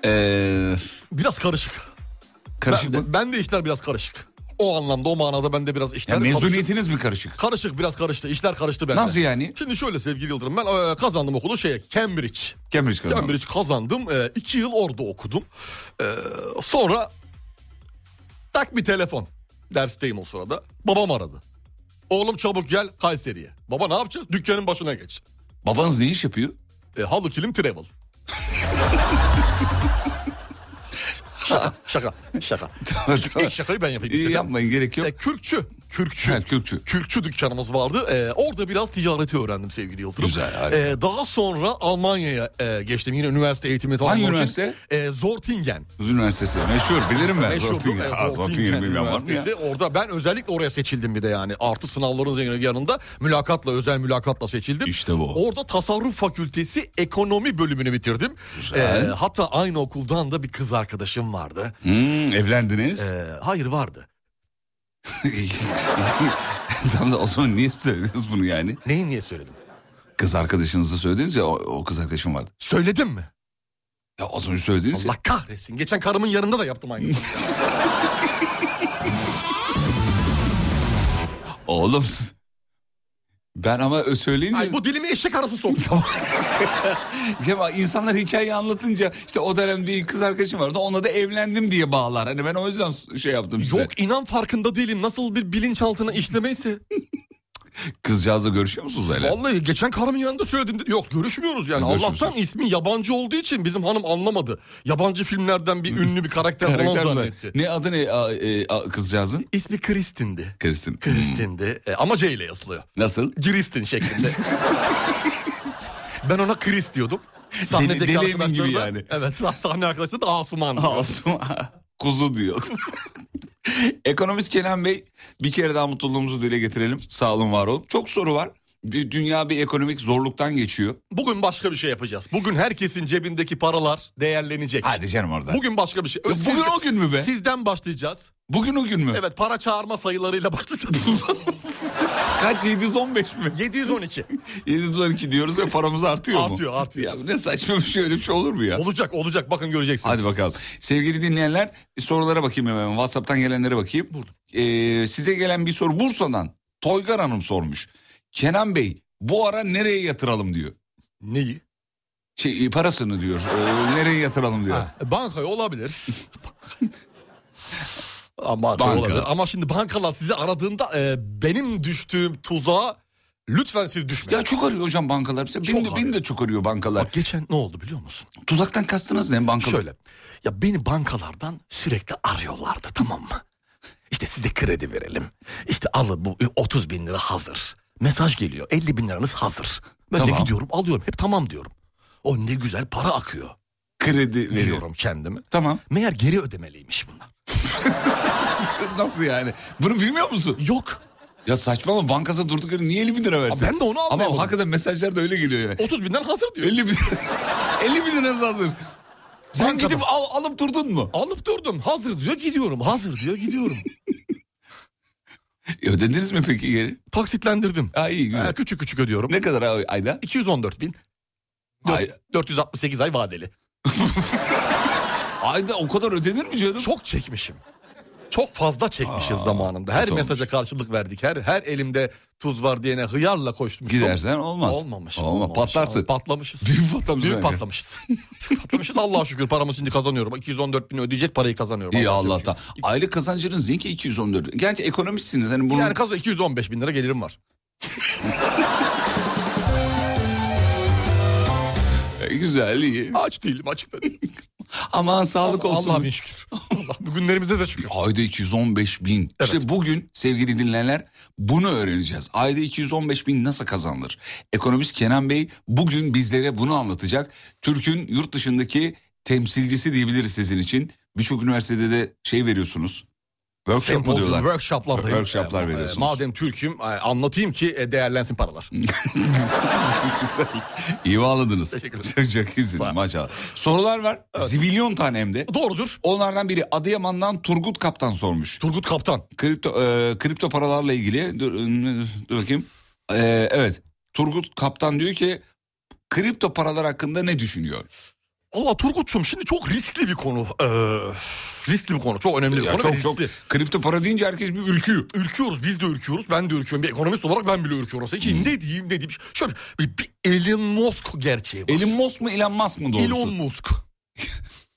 Speaker 3: e,
Speaker 4: Biraz karışık.
Speaker 3: Karışık
Speaker 4: ben, de, ben de işler biraz karışık. O anlamda, o manada ben de biraz işler
Speaker 3: ya
Speaker 4: karışık.
Speaker 3: mezuniyetiniz mi karışık?
Speaker 4: Karışık biraz karıştı. İşler karıştı bende.
Speaker 3: Nasıl yani?
Speaker 4: Şimdi şöyle sevgili Yıldırım ben e, kazandım okulu şey Cambridge.
Speaker 3: Cambridge kazandınız.
Speaker 4: Cambridge kazandım. E, iki yıl orada okudum. E, sonra tak bir telefon. Dersteyim o sırada. Babam aradı. Oğlum çabuk gel Kayseri'ye. Baba ne yapacağız? Dükkanın başına geç.
Speaker 3: Babanız ne iş yapıyor?
Speaker 4: E, halı kilim travel. şaka, şaka, şaka. İlk şakayı ben yapayım istedim.
Speaker 3: Yapmayın gerek yok.
Speaker 4: E, kürkçü. Kürkçü.
Speaker 3: kürkçü.
Speaker 4: Kürkçü dükkanımız vardı. E, orada biraz ticareti öğrendim sevgili Yıldırım.
Speaker 3: Güzel, harika.
Speaker 4: E, daha sonra Almanya'ya e, geçtim. Yine üniversite eğitimi tamamlamak
Speaker 3: Hangi
Speaker 4: için.
Speaker 3: üniversite?
Speaker 4: E, Zortingen.
Speaker 3: Üniversitesi. Meşhur bilirim ben.
Speaker 4: Meşhurdur.
Speaker 3: Zortingen.
Speaker 4: E,
Speaker 3: Aa, Zortingen bilmem var mı ya?
Speaker 4: Üniversitesi. Orada ben özellikle oraya seçildim bir de yani. Artı sınavların yanında mülakatla, özel mülakatla seçildim.
Speaker 3: İşte bu.
Speaker 4: Orada tasarruf fakültesi ekonomi bölümünü bitirdim.
Speaker 3: Güzel.
Speaker 4: E, hatta aynı okuldan da bir kız arkadaşım vardı.
Speaker 3: Hmm, evlendiniz.
Speaker 4: E, hayır vardı.
Speaker 3: Tam da o zaman niye söylediniz bunu yani?
Speaker 4: Neyi niye söyledim?
Speaker 3: Kız arkadaşınızı söylediniz ya o, o kız arkadaşım vardı.
Speaker 4: Söyledim mi?
Speaker 3: Ya az önce söylediniz ya.
Speaker 4: Allah kahretsin. Geçen karımın yanında da yaptım aynısını.
Speaker 3: Oğlum ben ama ö- söyleyince
Speaker 4: Ay bu dilimi eşek arası soktum.
Speaker 3: Ya insanlar hikayeyi anlatınca işte o dönem bir kız arkadaşım vardı onunla da evlendim diye bağlar. Hani ben o yüzden şey yaptım size.
Speaker 4: Yok inan farkında değilim. Nasıl bir bilinçaltına işlemeyse.
Speaker 3: Kızcağızla görüşüyor musunuz öyle?
Speaker 4: Vallahi geçen karımın yanında söyledim. dedi. Yok görüşmüyoruz yani.
Speaker 3: Ha, görüşmüyorsunuz.
Speaker 4: Allah'tan ismi yabancı olduğu için bizim hanım anlamadı. Yabancı filmlerden bir ünlü bir karakter,
Speaker 3: Hmm. Karakter
Speaker 4: falan
Speaker 3: zaten.
Speaker 4: zannetti.
Speaker 3: Ne adı ne a, e, a- kızcağızın?
Speaker 4: İsmi Kristin'di.
Speaker 3: Kristin.
Speaker 4: Kristin'di E, ama C ile yazılıyor.
Speaker 3: Nasıl?
Speaker 4: Ciristin şeklinde. ben ona Chris diyordum. Sahnedeki
Speaker 3: Deli- deli emin
Speaker 4: arkadaşlar
Speaker 3: gibi
Speaker 4: da-
Speaker 3: yani.
Speaker 4: Evet sahne arkadaşları da Asuman. diyor.
Speaker 3: Masum kuzu diyor. Ekonomist Kenan Bey bir kere daha mutluluğumuzu dile getirelim. Sağ olun var olun. Çok soru var. Bir- Dünya bir ekonomik zorluktan geçiyor.
Speaker 4: Bugün başka bir şey yapacağız. Bugün herkesin cebindeki paralar değerlenecek.
Speaker 3: Hadi canım orada.
Speaker 4: Bugün başka bir şey.
Speaker 3: Ya bugün o gün mü be?
Speaker 4: Sizden başlayacağız.
Speaker 3: Bugün o gün mü?
Speaker 4: Evet para çağırma sayılarıyla başlayacağız.
Speaker 3: Kaç 715 mi?
Speaker 4: 712.
Speaker 3: 712 diyoruz ve paramız artıyor mu?
Speaker 4: Artıyor, artıyor.
Speaker 3: Ya ne saçma bir şey öyle bir şey olur mu ya?
Speaker 4: Olacak olacak bakın göreceksiniz.
Speaker 3: Hadi bakalım. Sevgili dinleyenler sorulara bakayım hemen. Whatsapp'tan gelenlere bakayım. Ee, size gelen bir soru Bursa'dan. Toygar Hanım sormuş. Kenan Bey bu ara nereye yatıralım diyor.
Speaker 4: Neyi?
Speaker 3: Şey, parasını diyor. Ee, nereye yatıralım diyor.
Speaker 4: Ha, bankaya olabilir. Ama
Speaker 3: Banka.
Speaker 4: olabilir. Ama şimdi bankalar sizi aradığında e, benim düştüğüm tuzağa lütfen siz düşmeyin.
Speaker 3: Ya çok arıyor hocam bankalar bize. Beni,
Speaker 4: Çok
Speaker 3: beni de çok arıyor bankalar.
Speaker 4: Bak geçen ne oldu biliyor musun?
Speaker 3: Tuzaktan kastınız ne bankalar?
Speaker 4: Şöyle. Ya beni bankalardan sürekli arıyorlardı tamam mı? İşte size kredi verelim. İşte alın bu 30 bin lira hazır. Mesaj geliyor 50 bin liranız hazır. Ben de
Speaker 3: Tamam.
Speaker 4: gidiyorum alıyorum hep tamam diyorum. O ne güzel para akıyor
Speaker 3: Kredi veriyorum.
Speaker 4: diyorum kendime.
Speaker 3: Tamam.
Speaker 4: Meğer geri ödemeliymiş bunlar.
Speaker 3: Nasıl yani? Bunu bilmiyor musun?
Speaker 4: Yok.
Speaker 3: Ya saçmalama bankası durduk yere niye 50 bin lira versin?
Speaker 4: Aa, ben de onu anlayamadım.
Speaker 3: Ama hakikaten mesajlar da öyle geliyor yani.
Speaker 4: 30 binden hazır diyor.
Speaker 3: 50 bin, 50 bin lira hazır. Sen
Speaker 4: Bankadan.
Speaker 3: gidip al, alıp durdun mu?
Speaker 4: Alıp durdum. Hazır diyor gidiyorum. Hazır diyor gidiyorum.
Speaker 3: E, Ödediniz mi peki geri?
Speaker 4: Taksitlendirdim.
Speaker 3: Ha iyi güzel.
Speaker 4: Ee, küçük küçük ödüyorum.
Speaker 3: Ne kadar ay- ayda?
Speaker 4: 214 bin.
Speaker 3: Ay-
Speaker 4: 468 ay vadeli.
Speaker 3: Ayda o kadar ödenir mi canım?
Speaker 4: Çok çekmişim. çok fazla çekmişiz zamanında. Her
Speaker 3: kötü olmuş.
Speaker 4: mesaja karşılık verdik. Her her elimde tuz var diyene hıyarla koştum.
Speaker 3: Gidersen olmaz.
Speaker 4: Olmamış.
Speaker 3: Olma,
Speaker 4: olmamış.
Speaker 3: patlarsın.
Speaker 4: Patlamışız.
Speaker 3: Büyük patlamış
Speaker 4: Büyük
Speaker 3: yani.
Speaker 4: patlamışız. patlamışız Allah'a şükür paramı şimdi kazanıyorum. 214 bin ödeyecek parayı kazanıyorum.
Speaker 3: İyi
Speaker 4: Allah'a şükür.
Speaker 3: Allah'tan. Aylık kazancınız niye ki 214? Gerçi ekonomistsiniz. Hani bunun...
Speaker 4: Yani kazo 215 bin lira gelirim var.
Speaker 3: E, Güzel iyi.
Speaker 4: Aç değilim açık da değilim.
Speaker 3: Aman sağlık olsun.
Speaker 4: Allah'a bin şükür. Allah, günlerimize de şükür.
Speaker 3: Ayda 215 bin. İşte bugün sevgili dinleyenler bunu öğreneceğiz. Ayda 215 bin nasıl kazanılır? Ekonomist Kenan Bey bugün bizlere bunu anlatacak. Türk'ün yurt dışındaki temsilcisi diyebiliriz sizin için. Birçok üniversitede de şey veriyorsunuz. Workshop mu
Speaker 4: Sempozyum,
Speaker 3: diyorlar?
Speaker 4: Workshoplardayım.
Speaker 3: Workshoplar
Speaker 4: Ee,
Speaker 3: veriyorsunuz.
Speaker 4: Madem Türk'üm e, anlatayım ki e, değerlensin paralar.
Speaker 3: İyi bağladınız.
Speaker 4: Teşekkür ederim.
Speaker 3: Çok çok iyisin, maşallah. Sorular var. Zibilyon tane hem de.
Speaker 4: Doğrudur.
Speaker 3: Onlardan biri Adıyaman'dan Turgut Kaptan sormuş.
Speaker 4: Turgut Kaptan.
Speaker 3: Kripto e, kripto paralarla ilgili dur, dur bakayım. E, evet. Turgut Kaptan diyor ki kripto paralar hakkında ne düşünüyor?
Speaker 4: Allah Turgut'cum şimdi çok riskli bir konu. Ee, riskli bir konu. Çok önemli bir
Speaker 3: Ya
Speaker 4: konu. ve
Speaker 3: çok
Speaker 4: riskli.
Speaker 3: çok kripto para deyince herkes bir ürküyor.
Speaker 4: Ürküyoruz biz de ürküyoruz. Ben de ürküyorum. Bir ekonomist olarak ben bile ürküyorum. Sen
Speaker 3: Hmm.
Speaker 4: ki ne diyeyim ne diyeyim. Şöyle bir, bir Elon Musk gerçeği var.
Speaker 3: Elon Musk mu Elon Musk mı doğrusu?
Speaker 4: Elon Musk.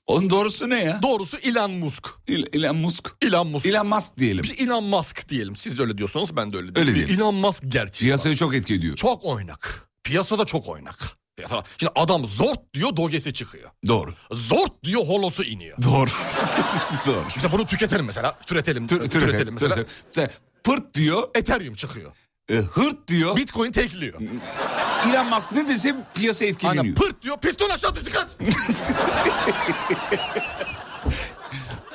Speaker 3: Onun doğrusu ne ya?
Speaker 4: Doğrusu Elon Musk.
Speaker 3: El- Elon Musk.
Speaker 4: Elon Musk.
Speaker 3: Elon Musk diyelim.
Speaker 4: Bir Elon Musk diyelim. Siz de öyle diyorsanız ben de öyle
Speaker 3: Öyle
Speaker 4: diyorum. bir
Speaker 3: diyelim.
Speaker 4: Elon Musk gerçeği var.
Speaker 3: Piyasaya çok etki ediyor.
Speaker 4: Çok oynak. Piyasada çok oynak. Piyasada- Şimdi adam zort diyor dogesi çıkıyor.
Speaker 3: Doğru.
Speaker 4: Zort diyor holosu iniyor.
Speaker 3: Doğru. Doğru.
Speaker 4: İşte bunu tüketelim mesela. Türetelim.
Speaker 3: Tür-
Speaker 4: Türetelim,
Speaker 3: türetelim,
Speaker 4: mesela.
Speaker 3: türetelim. Mesela pırt diyor,
Speaker 4: Ethereum çıkıyor.
Speaker 3: e, hırt diyor.
Speaker 4: Bitcoin tekliyor.
Speaker 3: Elon Musk ne dese piyasa etkileniyor.
Speaker 4: Aynen pırt diyor. Piston aşağı düştü kaç.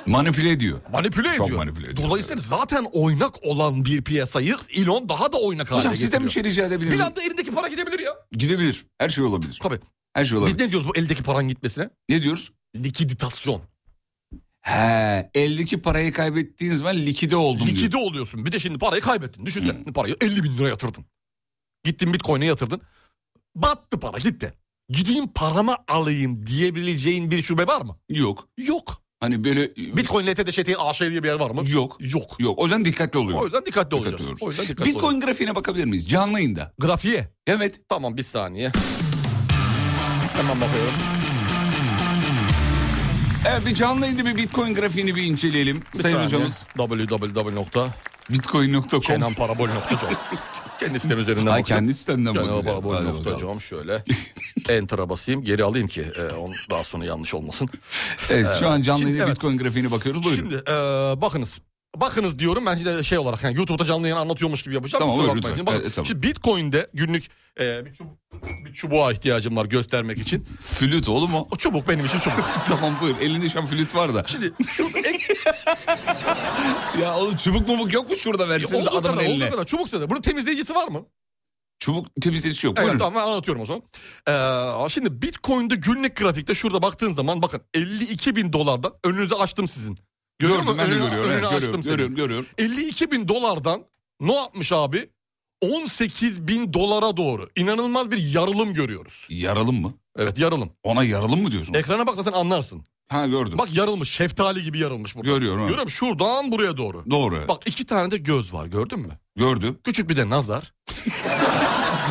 Speaker 3: Manipüle ediyor.
Speaker 4: Manipüle
Speaker 3: Çok
Speaker 4: ediyor.
Speaker 3: manipüle ediyor.
Speaker 4: Dolayısıyla zaten oynak olan bir piyasayı Elon daha da oynak hale
Speaker 3: Hocam
Speaker 4: getiriyor.
Speaker 3: sizden bir şey rica edebilir
Speaker 4: Bir
Speaker 3: miyim?
Speaker 4: anda elindeki para gidebilir ya.
Speaker 3: Gidebilir. Her şey olabilir.
Speaker 4: Tabii.
Speaker 3: Her şey
Speaker 4: Biz
Speaker 3: olabilir.
Speaker 4: ne diyoruz bu eldeki paranın gitmesine?
Speaker 3: Ne diyoruz?
Speaker 4: Likiditasyon.
Speaker 3: He, eldeki parayı kaybettiğiniz zaman likide oldum diyor.
Speaker 4: Likide oluyorsun. Bir de şimdi parayı kaybettin. Düşünsene parayı 50 bin lira yatırdın. Gittin bitcoin'e yatırdın. Battı para gitti. Gideyim paramı alayım diyebileceğin bir şube var mı?
Speaker 3: Yok.
Speaker 4: Yok.
Speaker 3: Hani böyle
Speaker 4: Bitcoin LTD ŞT AŞ diye bir yer var mı?
Speaker 3: yok.
Speaker 4: Yok.
Speaker 3: Yok. O yüzden dikkatli oluyor.
Speaker 4: O yüzden dikkatli
Speaker 3: Dikkatli
Speaker 4: olacağız.
Speaker 3: oluyoruz.
Speaker 4: O yüzden dikkatli
Speaker 3: Bitcoin
Speaker 4: olacağız.
Speaker 3: grafiğine bakabilir miyiz? Canlı yayında.
Speaker 4: Grafiğe.
Speaker 3: Evet.
Speaker 4: Tamam bir saniye. Hemen bakıyorum.
Speaker 3: Evet bir canlı yayında bir Bitcoin grafiğini bir inceleyelim.
Speaker 4: Bir
Speaker 3: Sayın
Speaker 4: saniye.
Speaker 3: hocamız.
Speaker 4: www.kenanparabol.com
Speaker 3: Bitcoin.com.
Speaker 4: Kendi sitem üzerinden
Speaker 3: Ay
Speaker 4: bakıyorum.
Speaker 3: kendi sitemden bakıyorum. Hadi bakalım.
Speaker 4: Kenanparabol.com şöyle enter'a basayım geri alayım ki e, on, daha sonra yanlış olmasın. Ee,
Speaker 3: Evet şu an canlı
Speaker 4: Şimdi,
Speaker 3: yayında
Speaker 4: evet.
Speaker 3: Bitcoin grafiğine bakıyoruz. Buyurun.
Speaker 4: Şimdi e, bakınız. Bakınız diyorum ben şimdi şey olarak yani YouTube'da canlı yayın anlatıyormuş gibi yapacağım.
Speaker 3: Tamam,
Speaker 4: Kusura
Speaker 3: buyur,
Speaker 4: bakmayın.
Speaker 3: lütfen.
Speaker 4: Bakın,
Speaker 3: Evet, estağfurullah.
Speaker 4: şimdi Bitcoin'de günlük e, bir, çub- bir çubuğa ihtiyacım var göstermek için.
Speaker 3: Flüt oğlum o.
Speaker 4: O çubuk benim için çubuk.
Speaker 3: tamam buyur. Elinde şu an flüt var da.
Speaker 4: Şimdi şu
Speaker 3: Ya oğlum çubuk mumuk yok mu şurada verseniz
Speaker 4: olduğu
Speaker 3: adamın
Speaker 4: kadar,
Speaker 3: eline?
Speaker 4: olduğu kadar çubuk söyle. Bunun temizleyicisi var mı?
Speaker 3: Çubuk temizleyicisi yok.
Speaker 4: Evet
Speaker 3: Buyurun.
Speaker 4: tamam ben anlatıyorum o zaman. Ee, şimdi Bitcoin'de günlük grafikte şurada baktığın zaman bakın 52 bin dolardan önünüze açtım sizin. Görüyor
Speaker 3: Gördüm
Speaker 4: musun?
Speaker 3: ben de
Speaker 4: Önünü-
Speaker 3: görüyorum.
Speaker 4: önünü
Speaker 3: Evet, görüyorum,
Speaker 4: açtım senin.
Speaker 3: görüyorum, görüyorum.
Speaker 4: 52 bin dolardan ne yapmış abi? 18 bin dolara doğru inanılmaz bir yarılım görüyoruz.
Speaker 3: Yaralım mı?
Speaker 4: Evet yarılım.
Speaker 3: Ona yaralım mı diyorsun?
Speaker 4: Ekrana bak zaten anlarsın.
Speaker 3: ha gördüm.
Speaker 4: Bak yarılmış şeftali gibi yarılmış burada.
Speaker 3: Görüyorum. evet.
Speaker 4: Görüyor musun? Şuradan buraya doğru.
Speaker 3: Doğru.
Speaker 4: Bak iki tane de göz var gördün mü?
Speaker 3: Gördüm.
Speaker 4: Küçük bir de nazar.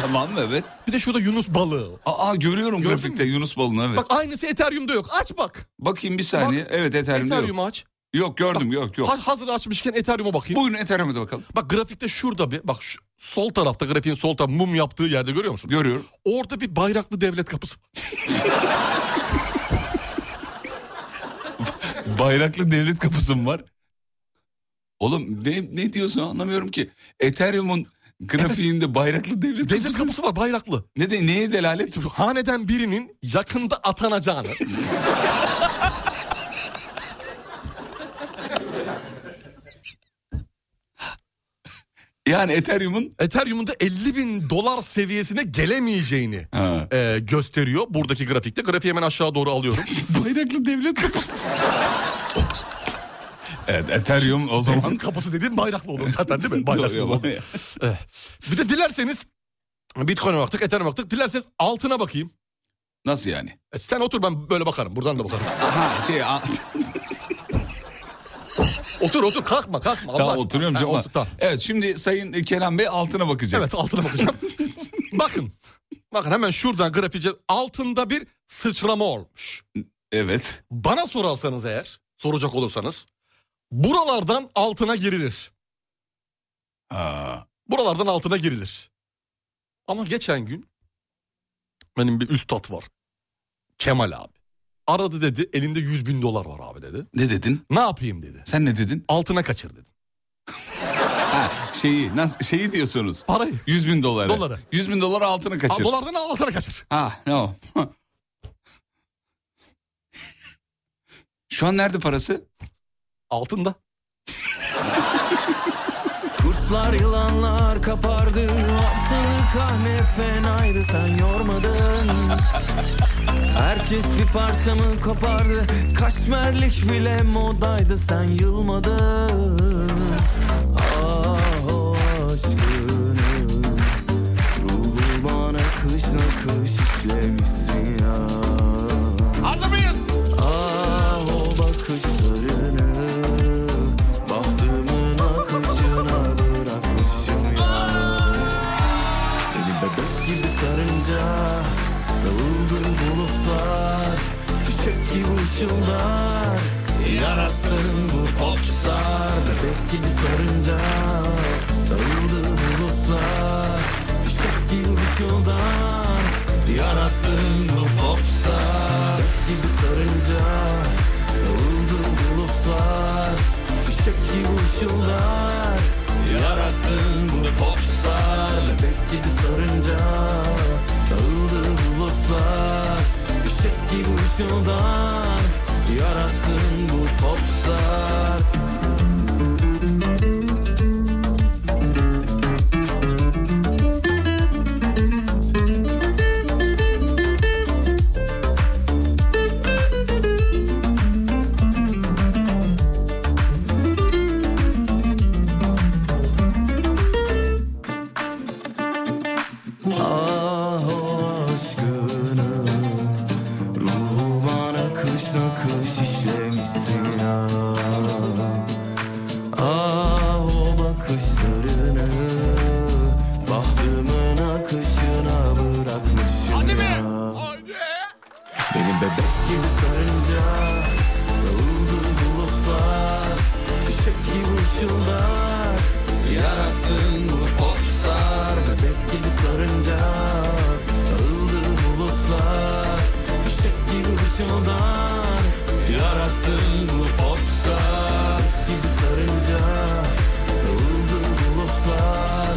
Speaker 3: Tamam mı? Evet.
Speaker 4: Bir de şurada Yunus balığı.
Speaker 3: Aa görüyorum
Speaker 4: Gördün
Speaker 3: grafikte Yunus balını evet.
Speaker 4: Bak aynısı Ethereum'da yok. Aç bak.
Speaker 3: Bakayım bir saniye. evet Ethereum'da yok.
Speaker 4: Ethereum'u aç.
Speaker 3: Yok gördüm yok yok.
Speaker 4: Ha- hazır açmışken Ethereum'a bakayım.
Speaker 3: Buyurun Ethereum'a da bakalım.
Speaker 4: Bak grafikte şurada bir bak şu, sol tarafta grafiğin sol tarafı mum yaptığı yerde görüyor musun?
Speaker 3: Görüyorum.
Speaker 4: Orada bir bayraklı devlet kapısı.
Speaker 3: Bayraklı devlet kapısım var. Oğlum ne, ne diyorsun anlamıyorum ki. Ethereum'un grafiğinde bayraklı devlet
Speaker 4: Devlet
Speaker 3: kapısı.
Speaker 4: kapısı var bayraklı.
Speaker 3: Ne de, neye delalet?
Speaker 4: Haneden birinin yakında atanacağını.
Speaker 3: Yani Ethereum'un...
Speaker 4: Ethereum'un da 50 bin dolar seviyesine gelemeyeceğini
Speaker 3: Ha.
Speaker 4: e, gösteriyor buradaki grafikte. Grafiği hemen aşağı doğru alıyorum.
Speaker 3: Bayraklı devlet kapısı. evet Ethereum o zaman...
Speaker 4: Devlet kapısı dediğim bayraklı olur zaten değil mi? Bayraklı
Speaker 3: Doğru,
Speaker 4: olur.
Speaker 3: ya.
Speaker 4: Eh, Bir de dilerseniz Bitcoin'e baktık, Ethereum'a baktık. Dilerseniz altına bakayım.
Speaker 3: Nasıl yani? şey,
Speaker 4: E, sen otur ben böyle bakarım. Buradan da bakarım.
Speaker 3: Aha şey... a-
Speaker 4: Otur otur kalkma kalkma. Allah
Speaker 3: Tamam
Speaker 4: aşkına.
Speaker 3: oturuyorum
Speaker 4: Ha,
Speaker 3: canım.
Speaker 4: otur, tamam.
Speaker 3: Evet şimdi Sayın Kenan Bey altına bakacak.
Speaker 4: Evet altına bakacağım. bakın. Bakın hemen şuradan grafice altında bir sıçrama olmuş.
Speaker 3: Evet.
Speaker 4: Bana sorarsanız eğer soracak olursanız buralardan altına girilir. Buralardan altına girilir. Ama geçen gün benim bir üstad var. Kemal abi. Aradı dedi elimde 100 bin dolar var abi dedi.
Speaker 3: Ne dedin?
Speaker 4: Ne yapayım dedi.
Speaker 3: Sen ne dedin?
Speaker 4: Altına kaçır dedim.
Speaker 3: Ha, şeyi nasıl şeyi diyorsunuz.
Speaker 4: Parayı.
Speaker 3: 100 bin doları.
Speaker 4: Doları.
Speaker 3: 100 bin doları altını kaçır.
Speaker 4: Ha, dolardan altına kaçır.
Speaker 3: Ha ne o? Şu an nerede parası?
Speaker 4: Altında.
Speaker 1: Kurtlar yılanlar kapardı Haftalık kahne fenaydı sen yormadın Herkes bir parçamı kopardı Kaşmerlik bile modaydı sen yılmadın Ah aşkını Ruhu bana kış nakış işlemişsin ya Hazır mıyız? Ah o bakışlarını Bahtımın akışına bırakmışım ya Beni bebek gibi sarınca Dağıldı bulutlar Fişek gibi ışıldar Yarattın bu popstar Bebek gibi sarınca Dağıldı bulutlar Fişek gibi ışıldar Yarattın bu popstar Bebek gibi sarınca Dağıldı bulutlar Fişek gibi ışıldar Yarattın bu popstar Bebek gibi sarınca Dağıldı bulutlar Fişek gibi ışıldar Yarattın bu popstar Ah o aşkını Ruhuma nakış nakış işlemişsin ya Ah o bakışlarını Bahtımın akışına bırakmışım Hadi ya Beni bebek gibi sarınca Dağıldı bulutlar Fişek gibi ışıldar Yarattın bu popstar Bebek gibi sarınca Dağıldı bulutlar Fişek gibi ışıldar Yarattın bu popstar Bebek gibi sarınca Dağıldı bulutlar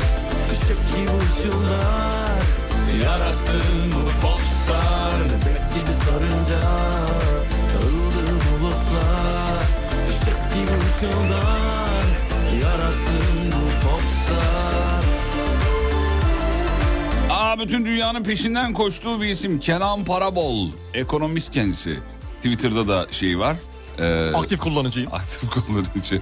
Speaker 1: Fişek gibi ışıldar Yarattın bu popstar Bebek gibi sarınca Dağıldı bulutlar Fişek gibi ışıldar Yarattın bu popstar
Speaker 3: Aa bütün dünyanın peşinden koştuğu bir isim Kenan Parabol. Ekonomist kendisi. Twitter'da da şey var. Ee,
Speaker 4: Aktif kullanıcıyım.
Speaker 3: Aktif kullanıcı.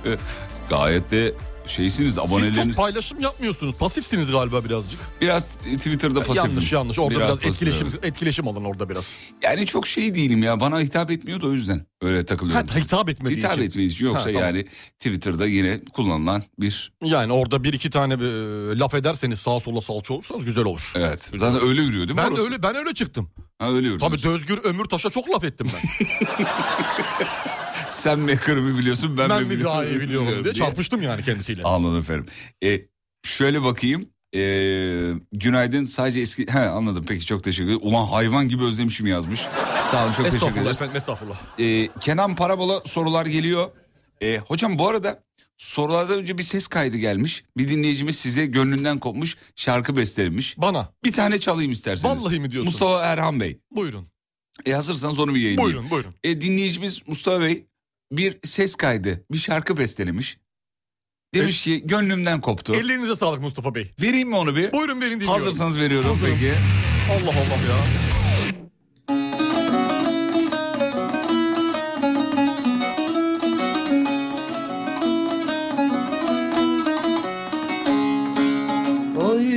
Speaker 3: Gayet de şeysiniz
Speaker 4: Siz
Speaker 3: aboneleriniz.
Speaker 4: çok paylaşım yapmıyorsunuz. Pasifsiniz galiba birazcık. E,
Speaker 3: Biraz Twitter'da pasifim.
Speaker 4: Yanlış yanlış. Orada biraz,
Speaker 3: pasifim.
Speaker 4: etkileşim etkileşim alın orada biraz.
Speaker 3: Yani çok şey değilim ya bana hitap etmiyor da o yüzden öyle takılıyorum.
Speaker 4: Ha, hitap etmediği
Speaker 3: hitap
Speaker 4: için.
Speaker 3: etmediği için
Speaker 4: Ha,
Speaker 3: yoksa
Speaker 4: tamam.
Speaker 3: yani Twitter'da yine kullanılan bir
Speaker 4: Yani orada bir iki tane bir, e, laf ederseniz sağa sola salça olursanız güzel olur.
Speaker 3: evet. Zaten öyle yürüyor değil mi
Speaker 4: Ben
Speaker 3: orası?
Speaker 4: öyle ben öyle çıktım.
Speaker 3: Ha, öyle yürüyor.
Speaker 4: Tabii Dözgür Ömürtaş'a çok laf ettim ben.
Speaker 3: Sen mekrumu biliyorsun ben,
Speaker 4: ben
Speaker 3: mi
Speaker 4: mi
Speaker 3: biliyorum.
Speaker 4: daha iyi biliyorum diye, çarpıştım yani kendisiyle.
Speaker 3: Anladım efendim. E, şöyle bakayım. E, günaydın sadece eski... He anladım peki çok teşekkür ederim. Ulan hayvan gibi özlemişim yazmış. Sağ olun çok teşekkür
Speaker 4: Estağfurullah
Speaker 3: ederim.
Speaker 4: efendim estağfurullah.
Speaker 3: E, Kenan Parabola sorular geliyor. E, hocam bu arada sorulardan önce bir ses kaydı gelmiş. Bir dinleyicimiz size gönlünden kopmuş şarkı bestelemiş.
Speaker 4: Bana
Speaker 3: Bir tane çalayım isterseniz.
Speaker 4: Vallahi mi diyorsun?
Speaker 3: Mustafa Erhan Bey.
Speaker 4: buyurun
Speaker 3: E, hazırsanız onu bir yayınlayayım.
Speaker 4: buyurun buyurun.
Speaker 3: E, dinleyicimiz Mustafa Bey bir ses kaydı, bir şarkı bestelemiş. Demiş ki gönlümden koptu.
Speaker 4: Ellerinize sağlık Mustafa Bey.
Speaker 3: Vereyim mi onu bir?
Speaker 4: Buyurun verin dinliyorum.
Speaker 3: Hazırsanız veriyorum
Speaker 4: Hazırım.
Speaker 3: peki.
Speaker 4: Allah Allah ya.
Speaker 1: Oy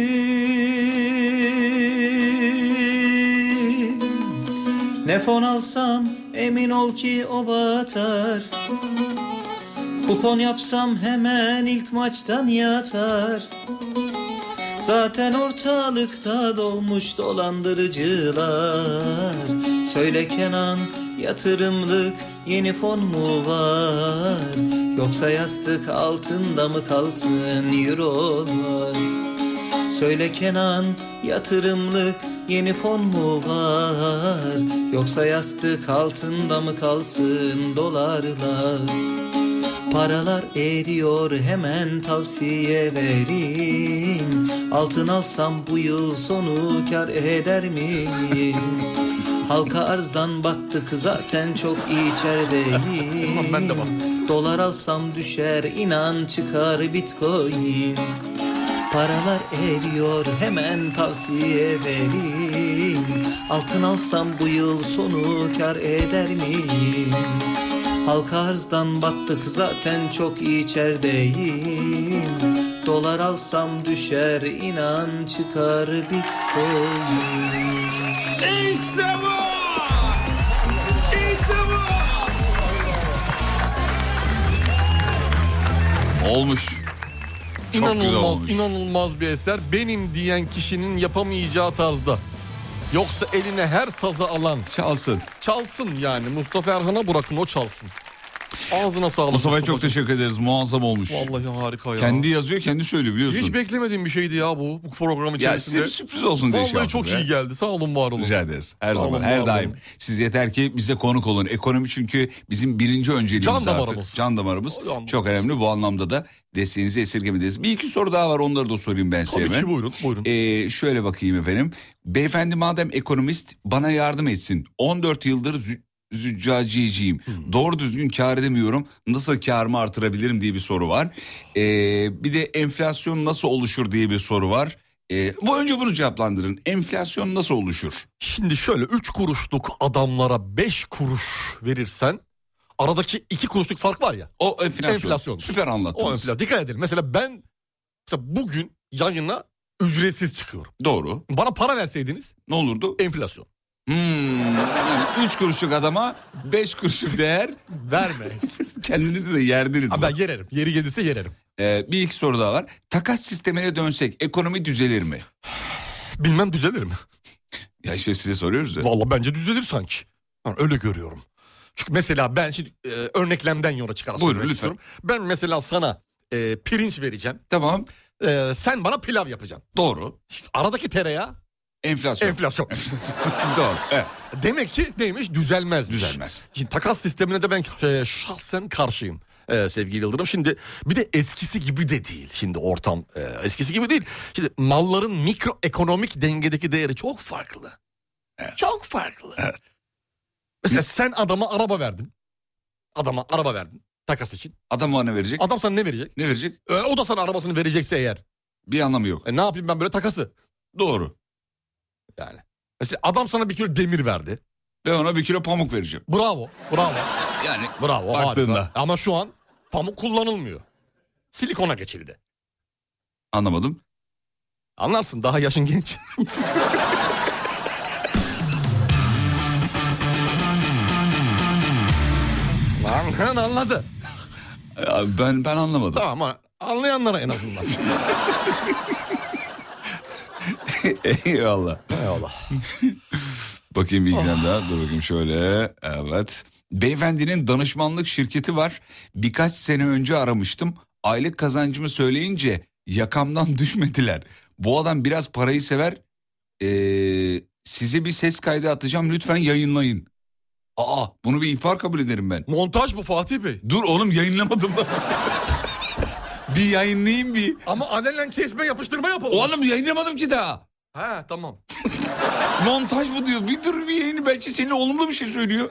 Speaker 1: Ne fon alsam emin ol ki o batar
Speaker 12: Kupon yapsam hemen ilk maçtan yatar Zaten ortalıkta dolmuş dolandırıcılar Söyle Kenan yatırımlık yeni fon mu var Yoksa yastık altında mı kalsın eurolar Söyle Kenan yatırımlık yeni fon mu var Yoksa yastık altında mı kalsın dolarlar Paralar eriyor hemen tavsiye verin Altın alsam bu yıl sonu kar eder miyim? Halka arzdan battık zaten çok içerideyim ben de Dolar alsam düşer inan çıkar bitcoin Paralar eriyor hemen tavsiye verin Altın alsam bu yıl sonu kar eder miyim? Halka arzdan battık zaten çok içerideyim Dolar alsam düşer inan çıkar bitcoin
Speaker 3: İşte bu! İşte Olmuş.
Speaker 4: Çok inanılmaz, inanılmaz bir eser. Benim diyen kişinin yapamayacağı tarzda. Yoksa eline her sazı alan...
Speaker 3: Çalsın.
Speaker 4: Çalsın yani. Mustafa Erhan'a bırakın o çalsın. Ağzına sağlık.
Speaker 3: Mustafa'ya çok teşekkür ederiz. Muazzam olmuş.
Speaker 4: Vallahi harika ya.
Speaker 3: Kendi yazıyor, kendi söylüyor biliyorsun.
Speaker 4: Hiç beklemediğim bir şeydi ya bu, bu program
Speaker 3: Ya
Speaker 4: içerisinde.
Speaker 3: size bir sürpriz olsun diye şey
Speaker 4: Vallahi
Speaker 3: yaptım
Speaker 4: çok
Speaker 3: ya.
Speaker 4: iyi geldi. Sağ olun var olun.
Speaker 3: Rica ederiz. Her
Speaker 4: Sağ
Speaker 3: zaman,
Speaker 4: olun,
Speaker 3: her
Speaker 4: var
Speaker 3: daim.
Speaker 4: olun.
Speaker 3: Siz yeter ki bize konuk olun. Ekonomi çünkü bizim birinci önceliğimiz
Speaker 4: Can
Speaker 3: artık.
Speaker 4: damarımız.
Speaker 3: Can damarımız. Çok önemli. Bu anlamda da desteğinizi esirgemediniz. Bir iki soru daha var. Onları da sorayım ben size
Speaker 4: Tabii
Speaker 3: hemen.
Speaker 4: ki buyurun buyurun.
Speaker 3: Ee, şöyle bakayım efendim. Beyefendi madem ekonomist bana yardım etsin. 14 yıldır zü- züccaciyeciyim.
Speaker 4: Hmm.
Speaker 3: Doğru düzgün kar edemiyorum. Nasıl karımı artırabilirim diye bir soru var. Ee, bir de enflasyon nasıl oluşur diye bir soru var. Ee, bu önce bunu cevaplandırın. Enflasyon nasıl oluşur?
Speaker 4: Şimdi şöyle 3 kuruşluk adamlara 5 kuruş verirsen aradaki 2 kuruşluk fark var ya.
Speaker 3: O enflasyon. Süper anlattınız.
Speaker 4: O enflasyon. Dikkat edelim. Mesela ben mesela bugün yayına ücretsiz çıkıyorum.
Speaker 3: Doğru.
Speaker 4: Bana para verseydiniz
Speaker 3: ne olurdu?
Speaker 4: Enflasyon.
Speaker 3: Hmm, yani üç kuruşluk adama beş kuruşluk değer
Speaker 4: verme.
Speaker 3: Kendinizi de yerdiniz.
Speaker 4: Ha, ben yererim. Yeri gelirse yererim.
Speaker 3: Ee, bir iki soru daha var. Takas sistemine dönsek ekonomi düzelir mi?
Speaker 4: Bilmem düzelir mi?
Speaker 3: Ya işte size soruyoruz ya.
Speaker 4: Valla bence düzelir sanki. Ben öyle görüyorum. Çünkü mesela ben şimdi e, örneklemden yola çıkarak
Speaker 3: Buyurun,
Speaker 4: söylemek
Speaker 3: lütfen.
Speaker 4: istiyorum. Ben mesela sana e, pirinç vereceğim. E,
Speaker 3: Tamam.
Speaker 4: sen bana pilav yapacaksın.
Speaker 3: Doğru.
Speaker 4: Aradaki tereyağı?
Speaker 3: Enflasyon.
Speaker 4: Enflasyon.
Speaker 3: Doğru.
Speaker 4: Demek ki neymiş? Düzelmezmiş.
Speaker 3: Düzelmez.
Speaker 4: Şimdi takas sistemine de ben e, şahsen karşıyım. e, sevgili Yıldırım şimdi bir de eskisi gibi de değil şimdi ortam e, eskisi gibi değil şimdi malların mikroekonomik dengedeki değeri çok farklı çok farklı mesela sen adama araba verdin adama araba verdin takas için
Speaker 3: Adam bana ne verecek?
Speaker 4: adam sana ne verecek
Speaker 3: Ne verecek?
Speaker 4: E, o da sana arabasını verecekse eğer
Speaker 3: bir anlamı yok
Speaker 4: e, ne yapayım ben böyle takası
Speaker 3: Doğru.
Speaker 4: yani mesela adam sana bir kilo demir verdi
Speaker 3: Ben ona bir kilo pamuk vereceğim.
Speaker 4: Bravo, bravo.
Speaker 3: Yani
Speaker 4: bravo.
Speaker 3: baktığında.
Speaker 4: harika. Ama şu an pamuk kullanılmıyor. Silikona geçildi.
Speaker 3: Anlamadım.
Speaker 4: Anlarsın daha yaşın genç. Lan anladı.
Speaker 3: Ya ben ben anlamadım.
Speaker 4: Tamam ama anlayanlara en azından.
Speaker 3: Eyvallah.
Speaker 4: Eyvallah. Oh.
Speaker 3: bakayım bir ilgilen daha. Dur bakayım şöyle. Evet. Beyefendinin danışmanlık şirketi var. Birkaç sene önce aramıştım. Aylık kazancımı söyleyince yakamdan düşmediler. Bu adam biraz parayı sever. Ee, size bir ses kaydı atacağım. Lütfen yayınlayın. Aa bunu bir ihbar kabul ederim ben.
Speaker 4: Montaj bu Fatih Bey.
Speaker 3: Dur oğlum yayınlamadım da. bir yayınlayayım bir.
Speaker 4: ama alenen kesme yapıştırma yapalım.
Speaker 3: Oğlum yayınlamadım ki daha.
Speaker 4: Ha tamam.
Speaker 3: Montaj bu diyor. Bir dur bir yayını belki seninle olumlu bir şey söylüyor.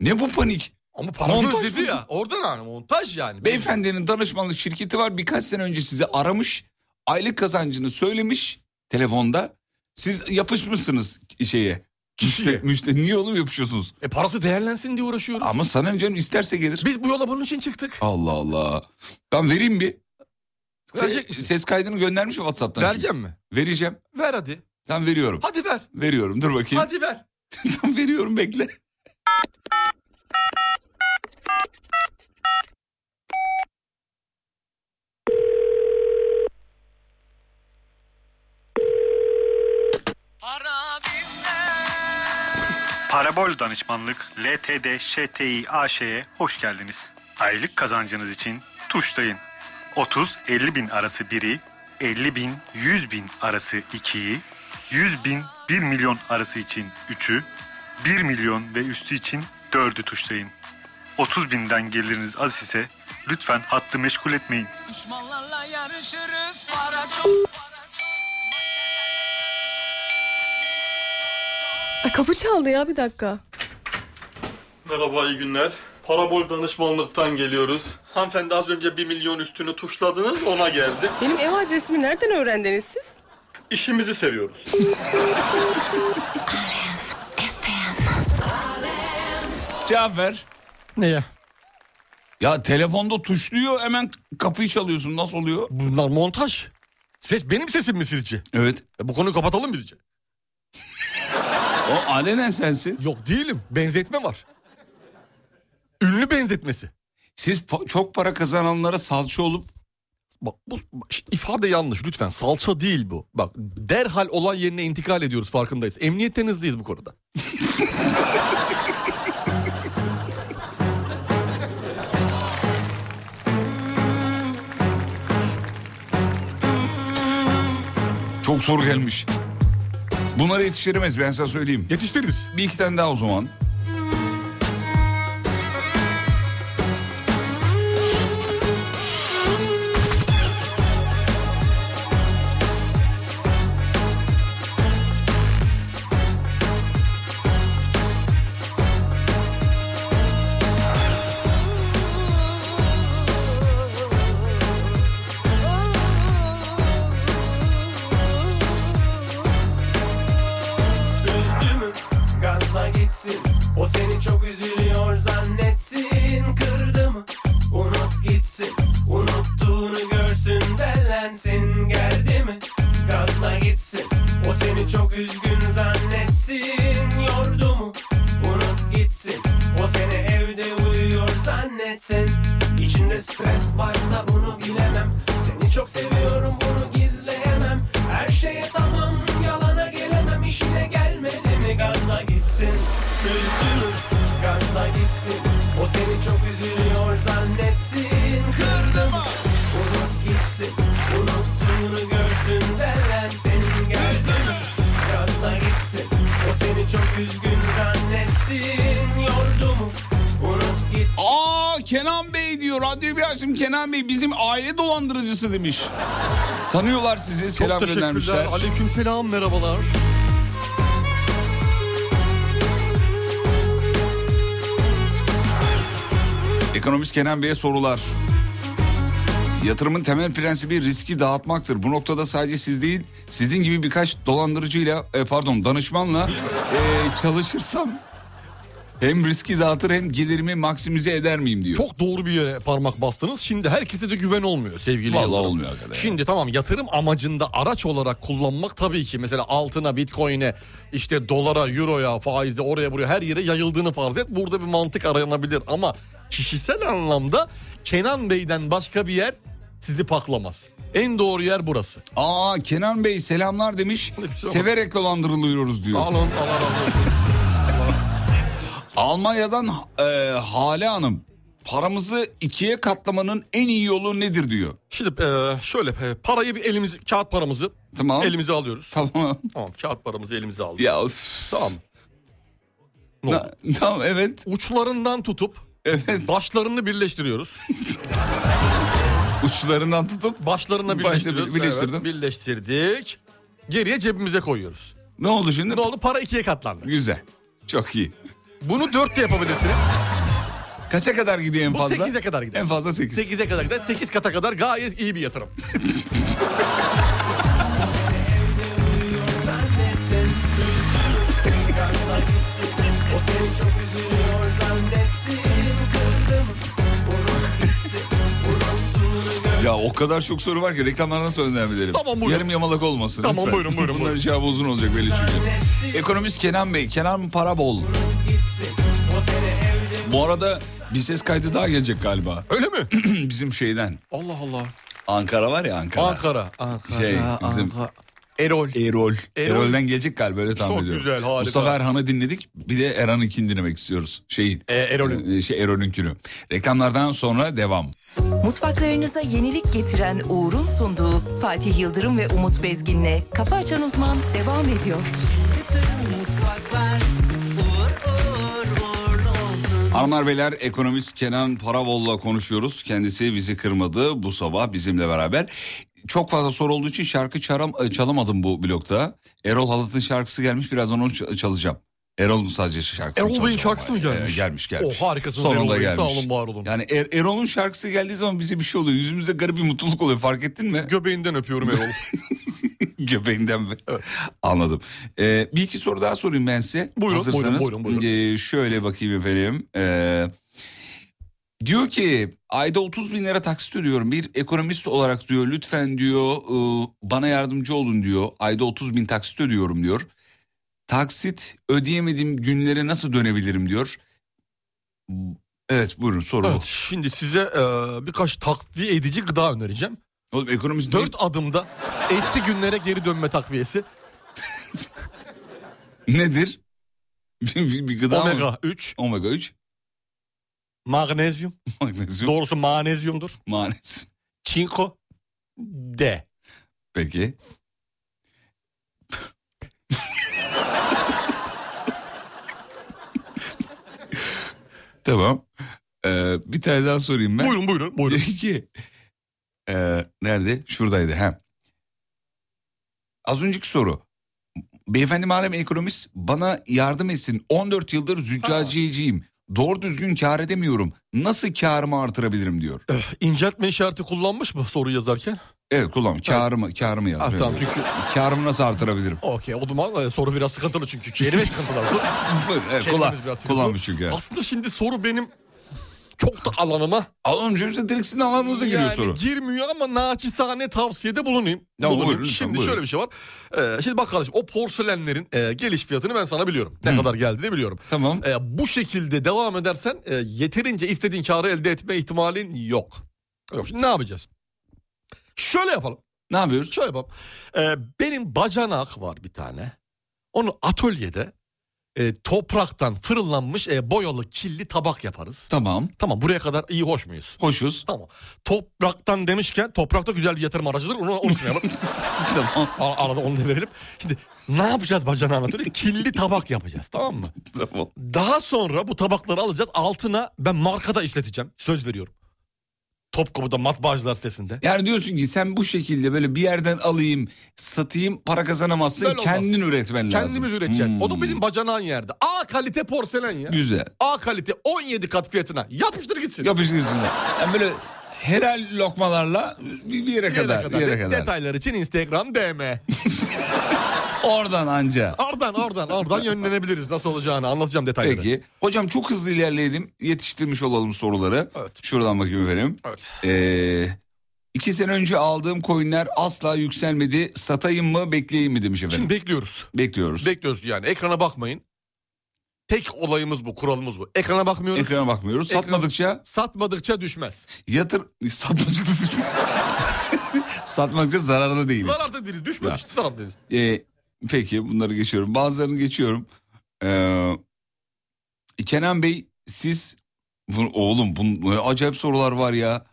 Speaker 3: Ne bu panik?
Speaker 4: Ama para dedi ya, Oradan hani montaj yani.
Speaker 3: Beyefendinin danışmanlık şirketi var. Birkaç sene önce sizi aramış. Aylık kazancını söylemiş telefonda. Siz yapışmışsınız şeye. Kişiye. niye oğlum yapışıyorsunuz?
Speaker 4: E parası değerlensin diye uğraşıyoruz.
Speaker 3: Ama sana ne canım isterse gelir.
Speaker 4: Biz bu yola bunun için çıktık.
Speaker 3: Allah Allah. Ben vereyim bir.
Speaker 4: Verecek
Speaker 3: Ses, ses kaydını göndermiş mi WhatsApp'tan?
Speaker 4: Vereceğim
Speaker 3: şimdi?
Speaker 4: mi?
Speaker 3: Vereceğim.
Speaker 4: Ver hadi.
Speaker 3: Tamam veriyorum.
Speaker 4: Hadi ver.
Speaker 3: Veriyorum dur bakayım.
Speaker 4: Hadi ver.
Speaker 3: Tamam veriyorum bekle.
Speaker 13: Parabol Danışmanlık LTD ŞTİ AŞ'ye hoş geldiniz. Aylık kazancınız için tuşlayın. 30-50 bin arası 1'i, 50 bin 100 bin arası 2'yi, 100 bin 1 milyon arası için 3'ü, 1 milyon ve üstü için 4'ü tuşlayın. 30 binden geliriniz az ise lütfen hattı meşgul etmeyin.
Speaker 1: Düşmanlarla yarışırız para çok
Speaker 14: Ay, kapı çaldı ya bir dakika.
Speaker 15: Merhaba iyi günler. Parabol danışmanlıktan geliyoruz. Hanımefendi az önce 1 milyon üstünü tuşladınız ona geldik.
Speaker 14: Benim ev adresimi nereden öğrendiniz siz?
Speaker 15: İşimizi seviyoruz.
Speaker 3: Cevap ver.
Speaker 4: Neye?
Speaker 3: Ya telefonda tuşluyor hemen kapıyı çalıyorsun nasıl oluyor?
Speaker 4: Bunlar montaj. Ses benim sesim mi sizce? E,
Speaker 3: Evet.
Speaker 4: bu konuyu kapatalım bizce.
Speaker 3: o alenen sensin.
Speaker 4: Yok değilim. Benzetme var. Ünlü benzetmesi.
Speaker 3: Siz çok para kazananlara salça olup...
Speaker 4: Bak bu işte ifade yanlış lütfen. Salça değil bu. Bak derhal olay yerine intikal ediyoruz farkındayız. Emniyetten hızlıyız bu konuda.
Speaker 3: Çok soru gelmiş. Bunları yetiştiremez ben sana söyleyeyim.
Speaker 4: Yetiştiririz.
Speaker 3: Bir iki tane daha o zaman.
Speaker 1: üzdü mü? Gazla gitsin O seni çok üzülüyor zannetsin Kırdı mı? Unut gitsin Unuttuğunu görsün Dellensin geldi mi? Gazla gitsin O seni çok üzgün zannetsin Yordu mu? Unut gitsin O seni evde uyuyor zannetsin İçinde stres varsa bunu bilemem Seni çok seviyorum bunu gizleyemem Her şeye tamam yalana gelemem işine gelmedi mi gazla gitsin Üzdürür gazla gitsin O seni çok üzülüyor zannetsin Kırdım unut gitsin Unuttuğunu görsün derlensin Gördün mü gazla gitsin O seni çok üzgün zannetsin Yordu mu unut gitsin
Speaker 3: Aa Kenan Bey diyor. Radyoyu bir açtım Kenan Bey bizim aile dolandırıcısı demiş. Tanıyorlar sizi. selam
Speaker 4: Çok
Speaker 3: göndermişler.
Speaker 4: teşekkürler. Aleyküm selam merhabalar.
Speaker 3: Ekonomist Kenan Bey'e sorular. Yatırımın temel prensibi riski dağıtmaktır. Bu noktada sadece siz değil, sizin gibi birkaç dolandırıcıyla, e, pardon danışmanla e, çalışırsam hem riski dağıtır hem gelirimi maksimize eder miyim diyor.
Speaker 4: Çok doğru bir yere parmak bastınız. Şimdi herkese de güven olmuyor sevgili
Speaker 3: Vallahi
Speaker 4: Yıldırım.
Speaker 3: olmuyor hakikaten.
Speaker 4: Şimdi tamam yatırım amacında araç olarak kullanmak tabii ki mesela altına, bitcoin'e, işte dolara, euroya, faize, oraya buraya her yere yayıldığını farz et. Burada bir mantık aranabilir ama kişisel anlamda Kenan Bey'den başka bir yer sizi paklamaz. En doğru yer burası.
Speaker 3: Aa Kenan Bey selamlar demiş. Severek dolandırılıyoruz diyor.
Speaker 4: Sağ olun, Allah razı olsun.
Speaker 3: Almanya'dan e, Hale Hanım paramızı ikiye katlamanın en iyi yolu nedir diyor.
Speaker 4: Şimdi e, şöyle e, parayı bir elimiz kağıt paramızı
Speaker 3: tamam.
Speaker 4: elimize alıyoruz.
Speaker 3: Tamam.
Speaker 4: Tamam kağıt paramızı elimize aldık.
Speaker 3: Ya
Speaker 4: Tamam.
Speaker 3: tamam evet.
Speaker 4: Uçlarından tutup
Speaker 3: evet.
Speaker 4: başlarını birleştiriyoruz.
Speaker 3: Uçlarından tutup
Speaker 4: başlarına
Speaker 3: Başla-
Speaker 4: birleştiriyoruz.
Speaker 3: birleştirdim.
Speaker 4: Evet, birleştirdik. Geriye cebimize koyuyoruz.
Speaker 3: Ne oldu şimdi?
Speaker 4: Ne oldu? Para ikiye katlandı.
Speaker 3: Güzel. Çok iyi.
Speaker 4: Bunu dört de yapabilirsiniz.
Speaker 3: Kaça kadar gidiyor en fazla?
Speaker 4: Bu sekize kadar gider.
Speaker 3: En fazla sekiz.
Speaker 4: Sekize kadar gider. Sekiz kata kadar gayet iyi bir yatırım.
Speaker 1: O seni çok üzülüyor zannetsin Kırdım
Speaker 3: Ya o kadar çok soru var ki reklamlardan sonra devam edelim.
Speaker 1: Tamam, buyurun.
Speaker 3: Yarım yamalak olmasın
Speaker 1: Tamam,
Speaker 3: lütfen.
Speaker 1: buyurun, buyurun,
Speaker 3: Bunların
Speaker 1: buyurun.
Speaker 3: cevabı uzun olacak belli çünkü. Ekonomist Kenan Bey, Kenan Parabol. Bu arada bir ses kaydı daha gelecek galiba.
Speaker 4: Öyle mi?
Speaker 3: Bizim şeyden.
Speaker 4: Allah Allah.
Speaker 3: Ankara var ya Ankara.
Speaker 4: Ankara. Ankara.
Speaker 3: Şey, bizim
Speaker 4: Erol.
Speaker 3: Erol.
Speaker 4: Erol.
Speaker 3: Erol'den gelecek galiba öyle tahmin
Speaker 4: Çok
Speaker 3: ediyorum.
Speaker 4: güzel, harika.
Speaker 3: Mustafa Erhan'ı dinledik bir de Erhan ikini dinlemek istiyoruz. Şeyin.
Speaker 4: E,
Speaker 3: Erol'ün. şey Erol'ünkünü. Reklamlardan sonra devam.
Speaker 7: Mutfaklarınıza yenilik getiren Uğur'un sunduğu Fatih Yıldırım ve Umut Bezgin'le Kafa Açan Uzman devam ediyor.
Speaker 3: Hanımlar beyler ekonomist Kenan Paravol'la konuşuyoruz. Kendisi bizi kırmadı bu sabah bizimle beraber. Çok fazla soru olduğu için şarkı çaram, çalamadım bu blokta. Erol Halat'ın şarkısı gelmiş birazdan onu ç- çalacağım. Erol'un sadece şarkısı
Speaker 4: Erol E, Bey'in şarkısı mı gelmiş?
Speaker 3: gelmiş gelmiş.
Speaker 4: O harikasınız
Speaker 3: Sonunda
Speaker 4: Erol Bey.
Speaker 3: gelmiş.
Speaker 4: Sağ olun var olun.
Speaker 3: Yani Er- Erol'un şarkısı geldiği zaman bize bir şey oluyor. Yüzümüzde garip bir mutluluk oluyor fark ettin mi?
Speaker 4: Göbeğinden öpüyorum Erol.
Speaker 3: Göbeğinden mi? Anladım. Ee, bir iki soru daha sorayım ben size.
Speaker 4: Buyurun,
Speaker 3: Hazırsanız.
Speaker 4: buyurun, buyurun,
Speaker 3: Ee, şöyle bakayım efendim. Ee, diyor ki ayda 30 bin lira taksit ödüyorum. Bir ekonomist olarak diyor lütfen diyor e, bana yardımcı olun diyor. Ayda 30 bin taksit ödüyorum diyor. Taksit ödeyemediğim günlere nasıl dönebilirim diyor. Evet buyurun soru
Speaker 4: Evet, şimdi size e, birkaç takviye edici gıda önereceğim.
Speaker 3: Oğlum ekonomist
Speaker 4: Dört adımda eski günlere geri dönme takviyesi.
Speaker 3: Nedir? bir, bir, bir gıda
Speaker 4: Omega
Speaker 3: mı?
Speaker 4: 3.
Speaker 3: Omega 3.
Speaker 4: Magnezyum.
Speaker 3: Magnezyum.
Speaker 4: Doğrusu magnezyumdur.
Speaker 3: Maalesef.
Speaker 4: Çinko. D.
Speaker 3: Peki. tamam. Ee, bir tane daha sorayım ben.
Speaker 4: Buyurun buyurun. buyurun.
Speaker 3: Peki. Ee, nerede? Şuradaydı. Hem. Az önceki soru. Beyefendi madem ekonomist bana yardım etsin. 14 yıldır züccaciyeciyim. Doğru düzgün kar edemiyorum. Nasıl karımı artırabilirim diyor.
Speaker 4: İnceltme Eh, işareti kullanmış mı soru yazarken?
Speaker 3: Evet kullan. Karımı, karımı yaz.
Speaker 4: Ah, tamam, çünkü-
Speaker 3: Karımı nasıl artırabilirim?
Speaker 4: Okey o zaman e, soru biraz sıkıntılı çünkü. Kelime sıkıntılı.
Speaker 3: Buyurun,
Speaker 4: Kelimemiz
Speaker 3: evet, kullan,
Speaker 4: biraz sıkıntılı.
Speaker 3: kullanmış çünkü. evet.
Speaker 4: Aslında şimdi soru benim çok da alanıma.
Speaker 3: Alanım şimdi direkt sizin alanınıza giriyor soru.
Speaker 4: girmiyor ama naçizane tavsiyede bulunayım.
Speaker 3: Ya
Speaker 4: Bulunayım.
Speaker 3: buyurun, lütfen,
Speaker 4: şimdi
Speaker 3: buyurun.
Speaker 4: şöyle bir şey var. Ee, şimdi bak kardeşim o porselenlerin e, geliş fiyatını ben sana biliyorum. Ne kadar geldiğini biliyorum. E,
Speaker 3: Tamam.
Speaker 4: bu şekilde devam edersen e, yeterince istediğin karı elde etme ihtimalin yok. Yok şimdi ne yapacağız? Şöyle yapalım.
Speaker 3: Ne yapıyoruz?
Speaker 4: Şöyle yapalım. Ee, benim bacanak var bir tane. Onu atölyede e, topraktan fırınlanmış e, boyalı kirli tabak yaparız.
Speaker 3: Tamam.
Speaker 4: Tamam buraya kadar iyi hoş muyuz?
Speaker 3: Hoşuz.
Speaker 4: Tamam. Topraktan demişken toprakta güzel bir yatırım aracıdır. Onu unutmayalım.
Speaker 3: tamam.
Speaker 4: arada onu da verelim. Şimdi ne yapacağız bacana anlatıyor. Kirli tabak yapacağız tamam mı?
Speaker 3: Tamam.
Speaker 4: Daha sonra bu tabakları alacağız. Altına ben markada işleteceğim. Söz veriyorum. Topkapı'da matbaacılar sitesinde.
Speaker 3: Yani diyorsun ki sen bu şekilde böyle bir yerden alayım, satayım, para kazanamazsın.
Speaker 4: Böyle olmaz.
Speaker 3: kendin üretmen lazım.
Speaker 4: Kendimiz üreteceğiz. O da
Speaker 3: Hmm,
Speaker 4: benim bacanağın yerde. A kalite porselen ya.
Speaker 3: Güzel.
Speaker 4: A kalite 17 kat fiyatına. Yapıştır gitsin.
Speaker 3: Yapıştırsın. Yani böyle helal lokmalarla bir, bir yere,
Speaker 4: Bir
Speaker 3: kadar, bir yere
Speaker 4: De-
Speaker 3: kadar.
Speaker 4: Detaylar için Instagram DM.
Speaker 3: Oradan anca.
Speaker 4: Oradan oradan oradan yönlenebiliriz nasıl olacağını anlatacağım detayları.
Speaker 3: Peki. Hocam çok hızlı ilerleyelim. Yetiştirmiş olalım soruları. Şuradan bakayım efendim.
Speaker 4: Evet.
Speaker 3: Ee, iki sene önce aldığım coinler asla yükselmedi. Satayım mı bekleyeyim mi demiş efendim.
Speaker 4: Şimdi bekliyoruz.
Speaker 3: Bekliyoruz.
Speaker 4: Bekliyoruz yani ekrana bakmayın. Tek olayımız bu, kuralımız bu. Ekrana bakmıyoruz.
Speaker 3: Ekrana bakmıyoruz.
Speaker 4: Ekran-
Speaker 3: Satmadıkça
Speaker 4: Satmadıkça düşmez.
Speaker 3: yatır... Satmadıkça Satmadıkça zararda değiliz.
Speaker 4: Zararda değiliz, düşmez
Speaker 3: Ya.
Speaker 4: işte zarar değiliz.
Speaker 3: Ee, peki bunları geçiyorum. Bazılarını geçiyorum. Ee, Kenan Bey siz bu, oğlum bunun acayip sorular var ya.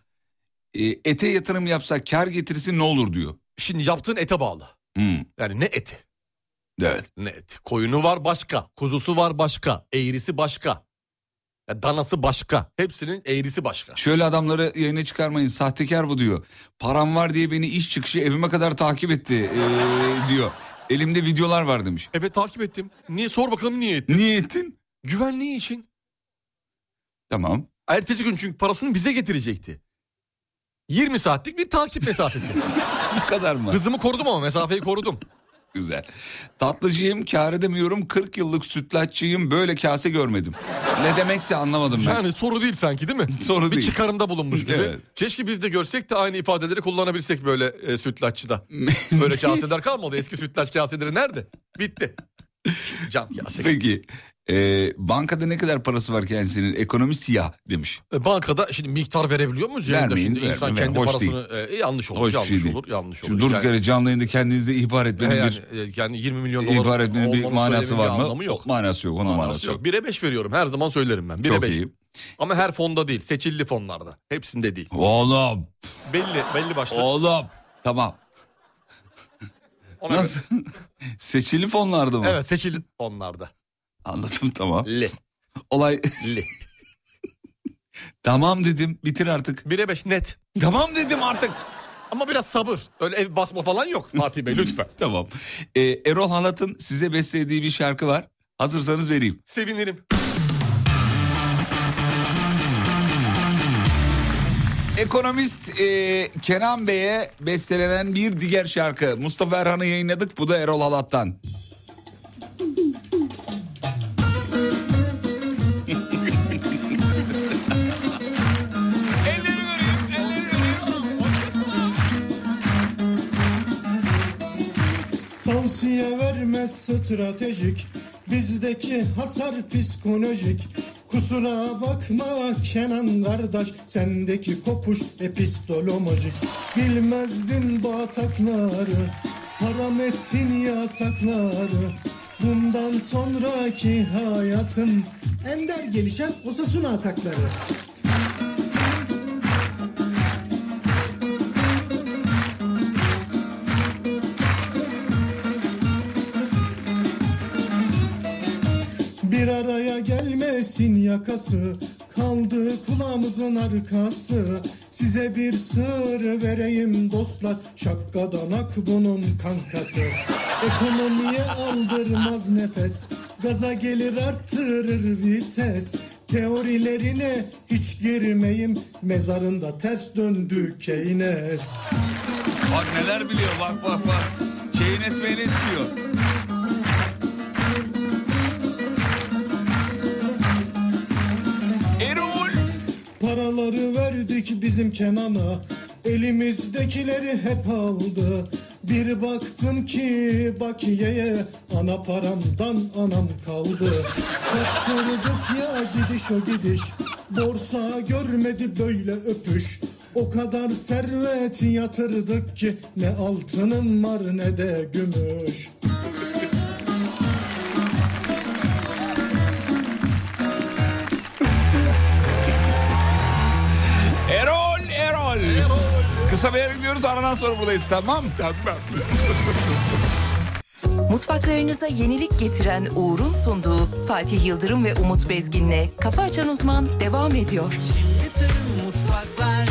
Speaker 3: Ee, ete yatırım yapsak kar getirsin ne olur diyor.
Speaker 4: Şimdi yaptığın ete bağlı.
Speaker 3: Hmm,
Speaker 4: Yani ne eti?
Speaker 3: evet.
Speaker 4: Ne eti? Koyunu var başka, kuzusu var başka, eğrisi başka. Ya danası başka. Hepsinin eğrisi başka.
Speaker 3: Şöyle adamları yayına çıkarmayın sahtekar bu diyor. Param var diye beni iş çıkışı evime kadar takip etti ee, diyor. Elimde videolar var demiş.
Speaker 4: Evet takip ettim. Niye sor bakalım niye ettin?
Speaker 3: Niye ettin?
Speaker 4: Güvenliği için.
Speaker 3: Tamam.
Speaker 4: Ertesi gün çünkü parasını bize getirecekti. 20 saatlik bir takip mesafesi.
Speaker 3: Bu kadar mı?
Speaker 4: Hızımı korudum ama mesafeyi korudum.
Speaker 3: Güzel. Tatlıcıyım kar edemiyorum 40 yıllık sütlaççıyım böyle kase görmedim. Ne demekse anlamadım ben.
Speaker 4: Yani soru değil sanki değil mi?
Speaker 3: Soru
Speaker 4: bir
Speaker 3: değil.
Speaker 4: çıkarımda bulunmuş gibi.
Speaker 3: Evet.
Speaker 4: Keşke biz de görsek de aynı ifadeleri kullanabilsek böyle e, sütlaççıda. böyle kaseler kalmadı. Eski sütlaç kaseleri nerede? Bitti. Cam kase.
Speaker 3: Peki Ee, bankada ne kadar parası var kendisinin? Ekonomi siyah demiş.
Speaker 4: E, Bankada şimdi miktar verebiliyor muyuz? yayında?
Speaker 3: Vermeyin.
Speaker 4: Şimdi insan
Speaker 3: vermeyin.
Speaker 4: kendi
Speaker 3: Hoş
Speaker 4: parasını
Speaker 3: değil.
Speaker 4: e, yanlış olur,
Speaker 3: Hoş bir
Speaker 4: yanlış
Speaker 3: şey değil.
Speaker 4: olur, yanlış olur.
Speaker 3: Şimdi durduk
Speaker 4: Yani-
Speaker 3: yere canlı yayında kendinizi ihbar etmenin
Speaker 4: E, yani,
Speaker 3: bir...
Speaker 4: e, yani 20 milyon dolar
Speaker 3: İhbar etmenin bir
Speaker 4: olmanın
Speaker 3: manası
Speaker 4: söylemenin
Speaker 3: var
Speaker 4: bir anlamı
Speaker 3: mı? Yok. Manası yok. Ona manası, yok.
Speaker 4: 1'e 5 veriyorum. Her zaman söylerim ben. 1'e
Speaker 3: Çok
Speaker 4: 5.
Speaker 3: iyi.
Speaker 4: Ama her fonda değil. Seçildi fonlarda. Hepsinde değil.
Speaker 3: Oğlum.
Speaker 4: Belli belli başlı.
Speaker 3: Oğlum. Tamam.
Speaker 4: Ona
Speaker 3: Nasıl? seçili fonlarda mı?
Speaker 4: göre- Evet seçildi fonlarda.
Speaker 3: Anladım tamam.
Speaker 4: Li.
Speaker 3: Olay... tamam dedim. Bitir artık.
Speaker 4: 1'e 5 net.
Speaker 3: Tamam dedim artık.
Speaker 4: Ama biraz sabır. Öyle ev basma falan yok Fatih Bey lütfen.
Speaker 3: tamam. Ee, Erol Halat'ın size beslediği bir şarkı var. Hazırsanız vereyim.
Speaker 4: Sevinirim.
Speaker 3: Ekonomist e, Kenan Bey'e bestelenen bir diğer şarkı. Mustafa Erhan'ı yayınladık. Bu da Erol Halat'tan.
Speaker 16: Tavsiye vermez stratejik Bizdeki hasar psikolojik Kusura bakma Kenan kardeş Sendeki kopuş epistololojik Bilmezdim batakları Haram ettin yatakları Bundan sonraki hayatım Ender gelişen Osasuna atakları
Speaker 17: Bir araya gelmesin yakası
Speaker 16: Kaldı kulağımızın arkası Size bir sır vereyim dostlar Şakkadan ak bunun kankası Ekonomiye aldırmaz nefes Gaza gelir arttırır vites Teorilerine hiç girmeyim Mezarında ters döndü Keynes
Speaker 3: Bak neler biliyor bak bak bak. Şeyin esmeğini istiyor. Erol!
Speaker 16: Paraları verdik bizim Kenan'a Elimizdekileri hep aldı Bir baktım ki bakiyeye Ana paramdan anam kaldı Kaptırdık ya gidiş o gidiş Borsa görmedi böyle öpüş O kadar servet yatırdık ki Ne altınım var ne de gümüş
Speaker 3: Erol, Erol. Kısa bir yere gidiyoruz aradan sonra buradayız tamam Tamam.
Speaker 7: Mutfaklarınıza yenilik getiren Uğur'un sunduğu Fatih Yıldırım ve Umut Bezgin'le Kafa Açan Uzman devam ediyor.
Speaker 1: mutfaklar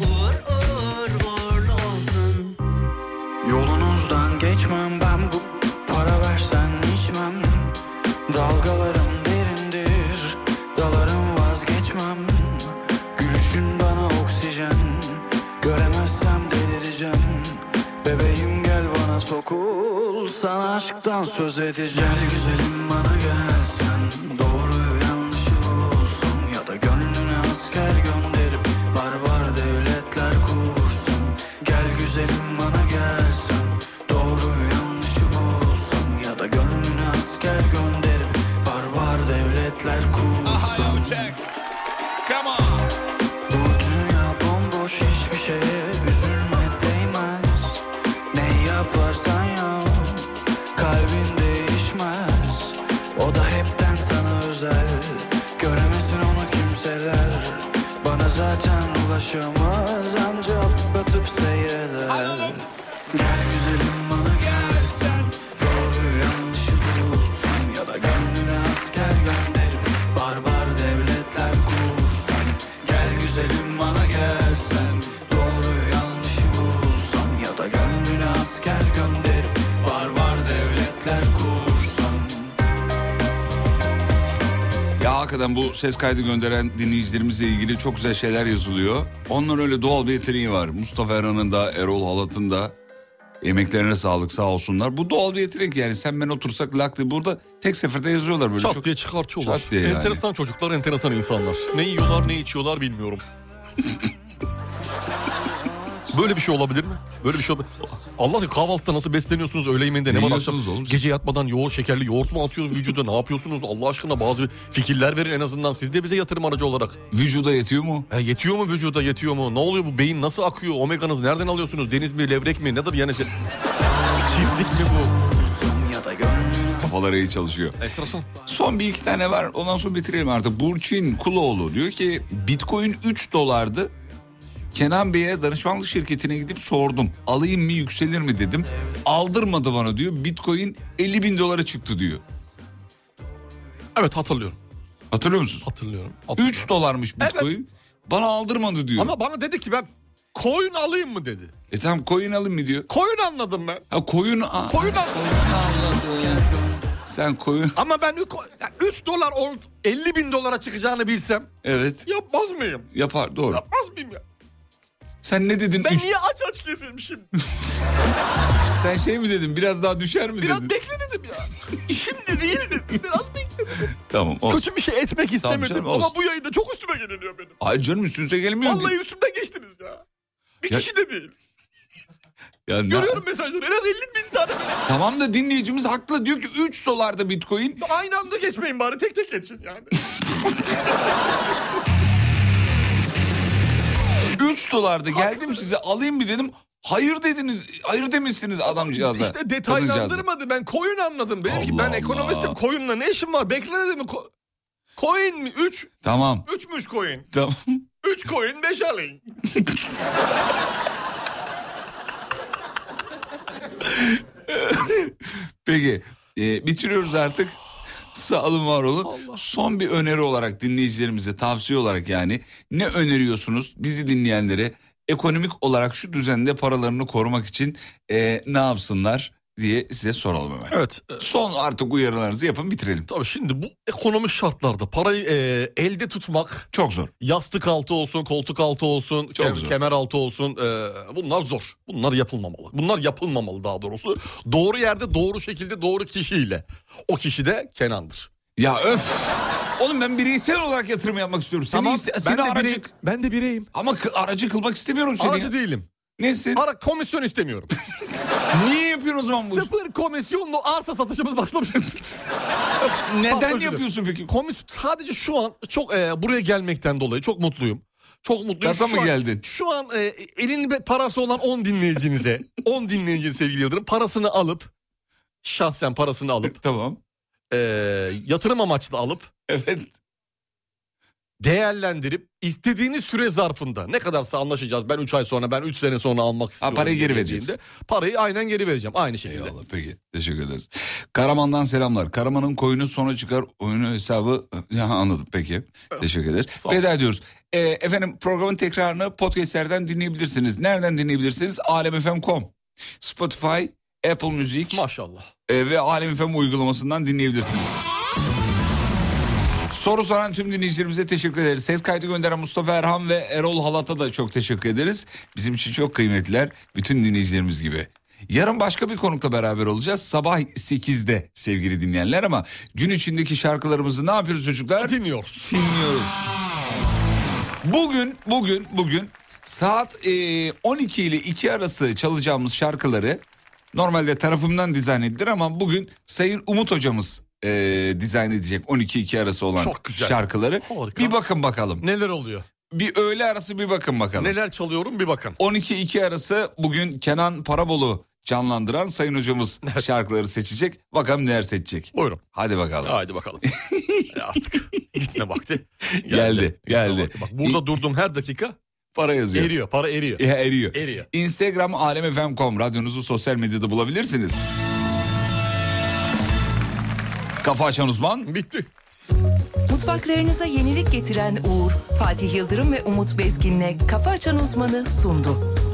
Speaker 1: uğur uğur uğurlu olsun. Yolunuzdan geçmem ben bu para versen içmem. Dalgalarım derindir, dalarım vazgeçmem. Gülüşün bana oksijen, göremezsem delireceğim. Bebeğim gel bana sokul, sana aşktan söz edeceğim. Gel güzelim bana gel sen, doğru yanlışı bulsun. Ya da gönlüne asker gönderip barbar devletler kursun. Gel güzelim bana gel sen, doğru yanlışı bulsun. Ya da gönlüne asker gönderip barbar devletler kursun.
Speaker 3: Come on.
Speaker 1: Bu dünya bomboş hiçbir şeye üzülme değmez. Ne yaparsan yap, kalbin değişmez. O da hepten sana özel, göremesin onu kimseler. Bana zaten ulaşamaz ancak batıp seyreder. Gel güzelim bana gel sen, doğru yanlışı bulsun ya da gönlüne asker gönderip barbar devletler kursan. Gel güzelim bana gel sen, doğru yanlışı bulsan ya da gönlüne asker gönderip barbar devletler kursan.
Speaker 3: Ya hakikaten bu ses kaydı gönderen dinleyicilerimizle ilgili çok güzel şeyler yazılıyor. Onların öyle doğal bir yeteneği var. Mustafa Erhan'ın da Erol Halat'ın da emeklerine sağlık sağ olsunlar. Bu doğal bir yetenek yani sen ben otursak lak diye burada tek seferde yazıyorlar böyle.
Speaker 4: Çat
Speaker 3: çok...
Speaker 4: diye çıkartıyorlar.
Speaker 3: Çat diye yani.
Speaker 4: enteresan çocuklar, enteresan insanlar. Ne yiyorlar, ne içiyorlar bilmiyorum. Böyle bir şey olabilir mi? Böyle bir şey olabilir. Allah aşkına kahvaltıda nasıl besleniyorsunuz? Öğle yemeğinde ne,
Speaker 3: Ne
Speaker 4: var
Speaker 3: yiyorsunuz
Speaker 4: akşam? Gece yatmadan yoğurt, şekerli yoğurt mu atıyorsunuz vücuda? Ne yapıyorsunuz? Allah aşkına bazı fikirler verin en azından. Siz de bize yatırım aracı olarak.
Speaker 3: Vücuda yetiyor mu?
Speaker 4: He, yetiyor mu vücuda yetiyor mu? Ne oluyor bu beyin nasıl akıyor? Omeganız nereden alıyorsunuz? Deniz mi levrek mi? Nedir yani? Çiftlik mi bu?
Speaker 3: Kafaları iyi çalışıyor. Son bir iki tane var ondan sonra bitirelim artık. Burçin Kuloğlu diyor ki bitcoin 3 dolardı. Kenan Bey'e danışmanlık şirketine gidip sordum. Alayım mı yükselir mi dedim. Aldırmadı bana diyor. Bitcoin 50 bin dolara çıktı diyor.
Speaker 4: Evet hatırlıyorum.
Speaker 3: Hatırlıyor musunuz?
Speaker 4: Hatırlıyorum.
Speaker 3: 3 dolarmış bitcoin. Bana aldırmadı diyor.
Speaker 4: Ama bana dedi ki ben coin alayım mı dedi.
Speaker 3: E tamam coin alayım mı diyor.
Speaker 4: Koyun anladım ben.
Speaker 3: Ha koyun a-
Speaker 4: Koyun anladım.
Speaker 3: Sen koyun.
Speaker 4: Ama ben 3 dolar on- 50 bin dolara çıkacağını bilsem
Speaker 3: Evet.
Speaker 4: yapmaz mıyım?
Speaker 3: Yapar doğru.
Speaker 4: Yapmaz mıyım ya?
Speaker 3: Sen ne dedin?
Speaker 4: Ben
Speaker 3: Üç-
Speaker 4: niye aç aç gezilmişim?
Speaker 3: Sen şey mi dedin? Biraz daha düşer mi
Speaker 4: Biraz
Speaker 3: dedin?
Speaker 4: bekle dedim ya. Şimdi değil dedim. Biraz bekledim.
Speaker 3: Tamam olsun.
Speaker 4: Kötü bir şey etmek istemedim.
Speaker 3: canım,
Speaker 4: ama
Speaker 3: olsun.
Speaker 4: bu yayında çok üstüme geliniyor benim.
Speaker 3: Hayır canım üstünüze gelmiyor.
Speaker 4: Vallahi üstümden geçtiniz ya. Bir
Speaker 3: Ya-
Speaker 4: kişi de değil.
Speaker 3: Ya ne-
Speaker 4: Görüyorum mesajları. En az 50 bin tane.
Speaker 3: Tamam da dinleyicimiz haklı diyor ki 3 dolarda bitcoin.
Speaker 4: Aynı anda geçmeyin bari. Tek tek geçin yani.
Speaker 3: 3 dolarda geldim size alayım mı dedim. Hayır dediniz. Hayır demişsiniz adamcağıza.
Speaker 4: İşte
Speaker 3: kadıncağıza.
Speaker 4: detaylandırmadı. Ben koyun anladım. Dedim ki ben ekonomistim. Koyunla ne işim var? Bekle dedim. Ko- coin mi? 3.
Speaker 3: Tamam.
Speaker 4: 3'müş coin.
Speaker 3: Tamam.
Speaker 4: 3 coin 5 alayım.
Speaker 3: Peki e, bitiriyoruz artık. Sağ olun var olun. Son bir öneri olarak dinleyicilerimize tavsiye olarak yani ne öneriyorsunuz bizi dinleyenlere ekonomik olarak şu düzende paralarını korumak için e, ne yapsınlar diye size soralım hemen.
Speaker 4: Evet.
Speaker 3: Son artık uyarılarınızı yapın bitirelim.
Speaker 4: Tabii şimdi bu ekonomik şartlarda parayı e, elde tutmak
Speaker 3: çok zor.
Speaker 4: Yastık altı olsun, koltuk altı olsun, ke-
Speaker 3: zor.
Speaker 4: kemer altı olsun. e, bunlar zor. Bunlar yapılmamalı. Bunlar yapılmamalı daha doğrusu. Doğru yerde, doğru şekilde, doğru kişiyle. O kişi de Kenan'dır.
Speaker 3: Ya öf. Oğlum ben bireysel olarak yatırım yapmak istiyorum. Seni,
Speaker 4: Tamam,
Speaker 3: iste-
Speaker 4: ben
Speaker 3: seni
Speaker 4: de birey-
Speaker 3: aracı...
Speaker 4: ben de bireyim.
Speaker 3: Ama kı- aracı kılmak istemiyorum seni.
Speaker 4: Aracı
Speaker 3: ya.
Speaker 4: değilim.
Speaker 3: Nesin?
Speaker 4: Ara komisyon istemiyorum.
Speaker 3: Niye yapıyorsun o zaman bu işi?
Speaker 4: Sıfır komisyonlu arsa satışımız başlamış.
Speaker 3: Neden
Speaker 4: yapıyorsun peki? Komisyon sadece şu an çok e, buraya gelmekten dolayı çok mutluyum. Çok mutluyum.
Speaker 3: Gaza
Speaker 4: Şu
Speaker 3: mı
Speaker 4: an-
Speaker 3: geldin?
Speaker 4: Şu an e, elinin be- parası olan 10 dinleyicinize, 10 dinleyici sevgili Yıldırım parasını alıp şahsen parasını alıp
Speaker 3: tamam.
Speaker 4: Ee, yatırım amaçlı alıp
Speaker 3: evet
Speaker 4: değerlendirip istediğiniz süre zarfında ne kadarsa anlaşacağız. Ben 3 ay sonra ben 3 sene sonra almak istiyorum.
Speaker 3: parayı geri
Speaker 4: dediğinde
Speaker 3: vereceksin.
Speaker 4: Parayı aynen geri vereceğim. Aynı şekilde.
Speaker 3: Eyvallah peki teşekkür ederiz. Karaman'dan selamlar. Karaman'ın koyunu sona çıkar oyunu hesabı. Ya anladım peki. Teşekkür ederiz. Veda ediyoruz. Ee, efendim programın tekrarını podcastlerden dinleyebilirsiniz. Nereden dinleyebilirsiniz? Alemfm.com, Spotify, Apple Music. e,
Speaker 4: Maşallah.
Speaker 3: ve Alem FM uygulamasından dinleyebilirsiniz. Soru soran tüm dinleyicilerimize teşekkür ederiz. Ses kaydı gönderen Mustafa Erhan ve Erol Halat'a da çok teşekkür ederiz. Bizim için çok kıymetliler. Bütün dinleyicilerimiz gibi. Yarın başka bir konukla beraber olacağız. Sabah 8'de sevgili dinleyenler ama gün içindeki şarkılarımızı ne yapıyoruz çocuklar?
Speaker 4: Dinliyoruz.
Speaker 3: Dinliyoruz. Bugün, bugün, bugün saat e, 12 ile 2 arası çalacağımız şarkıları normalde tarafımdan dizayn edilir ama bugün Sayın Umut hocamız e, dizayn edecek 12-2 arası olan
Speaker 4: Çok güzel.
Speaker 3: şarkıları. Bir bakın bakalım.
Speaker 4: Neler oluyor?
Speaker 3: Bir öğle arası bir bakın bakalım.
Speaker 4: Neler çalıyorum bir bakın.
Speaker 3: 12-2 arası bugün Kenan Parabolu canlandıran Sayın hocamız şarkıları seçecek. Bakalım neler seçecek.
Speaker 4: Buyurun.
Speaker 3: Hadi bakalım.
Speaker 4: Haydi bakalım. E artık gitme vakti.
Speaker 3: Geldi, geldi.
Speaker 4: Bak burada durdum her dakika.
Speaker 3: Para yazıyor.
Speaker 4: Eriyor, para eriyor.
Speaker 3: Ya, eriyor.
Speaker 4: Eriyor.
Speaker 3: Instagram alemfm.com radyonuzu sosyal medyada bulabilirsiniz. Kafa açan uzman.
Speaker 4: Bitti.
Speaker 7: Mutfaklarınıza yenilik getiren Uğur, Fatih Yıldırım ve Umut Bezgin'le Kafa Açan Uzman'ı sundu.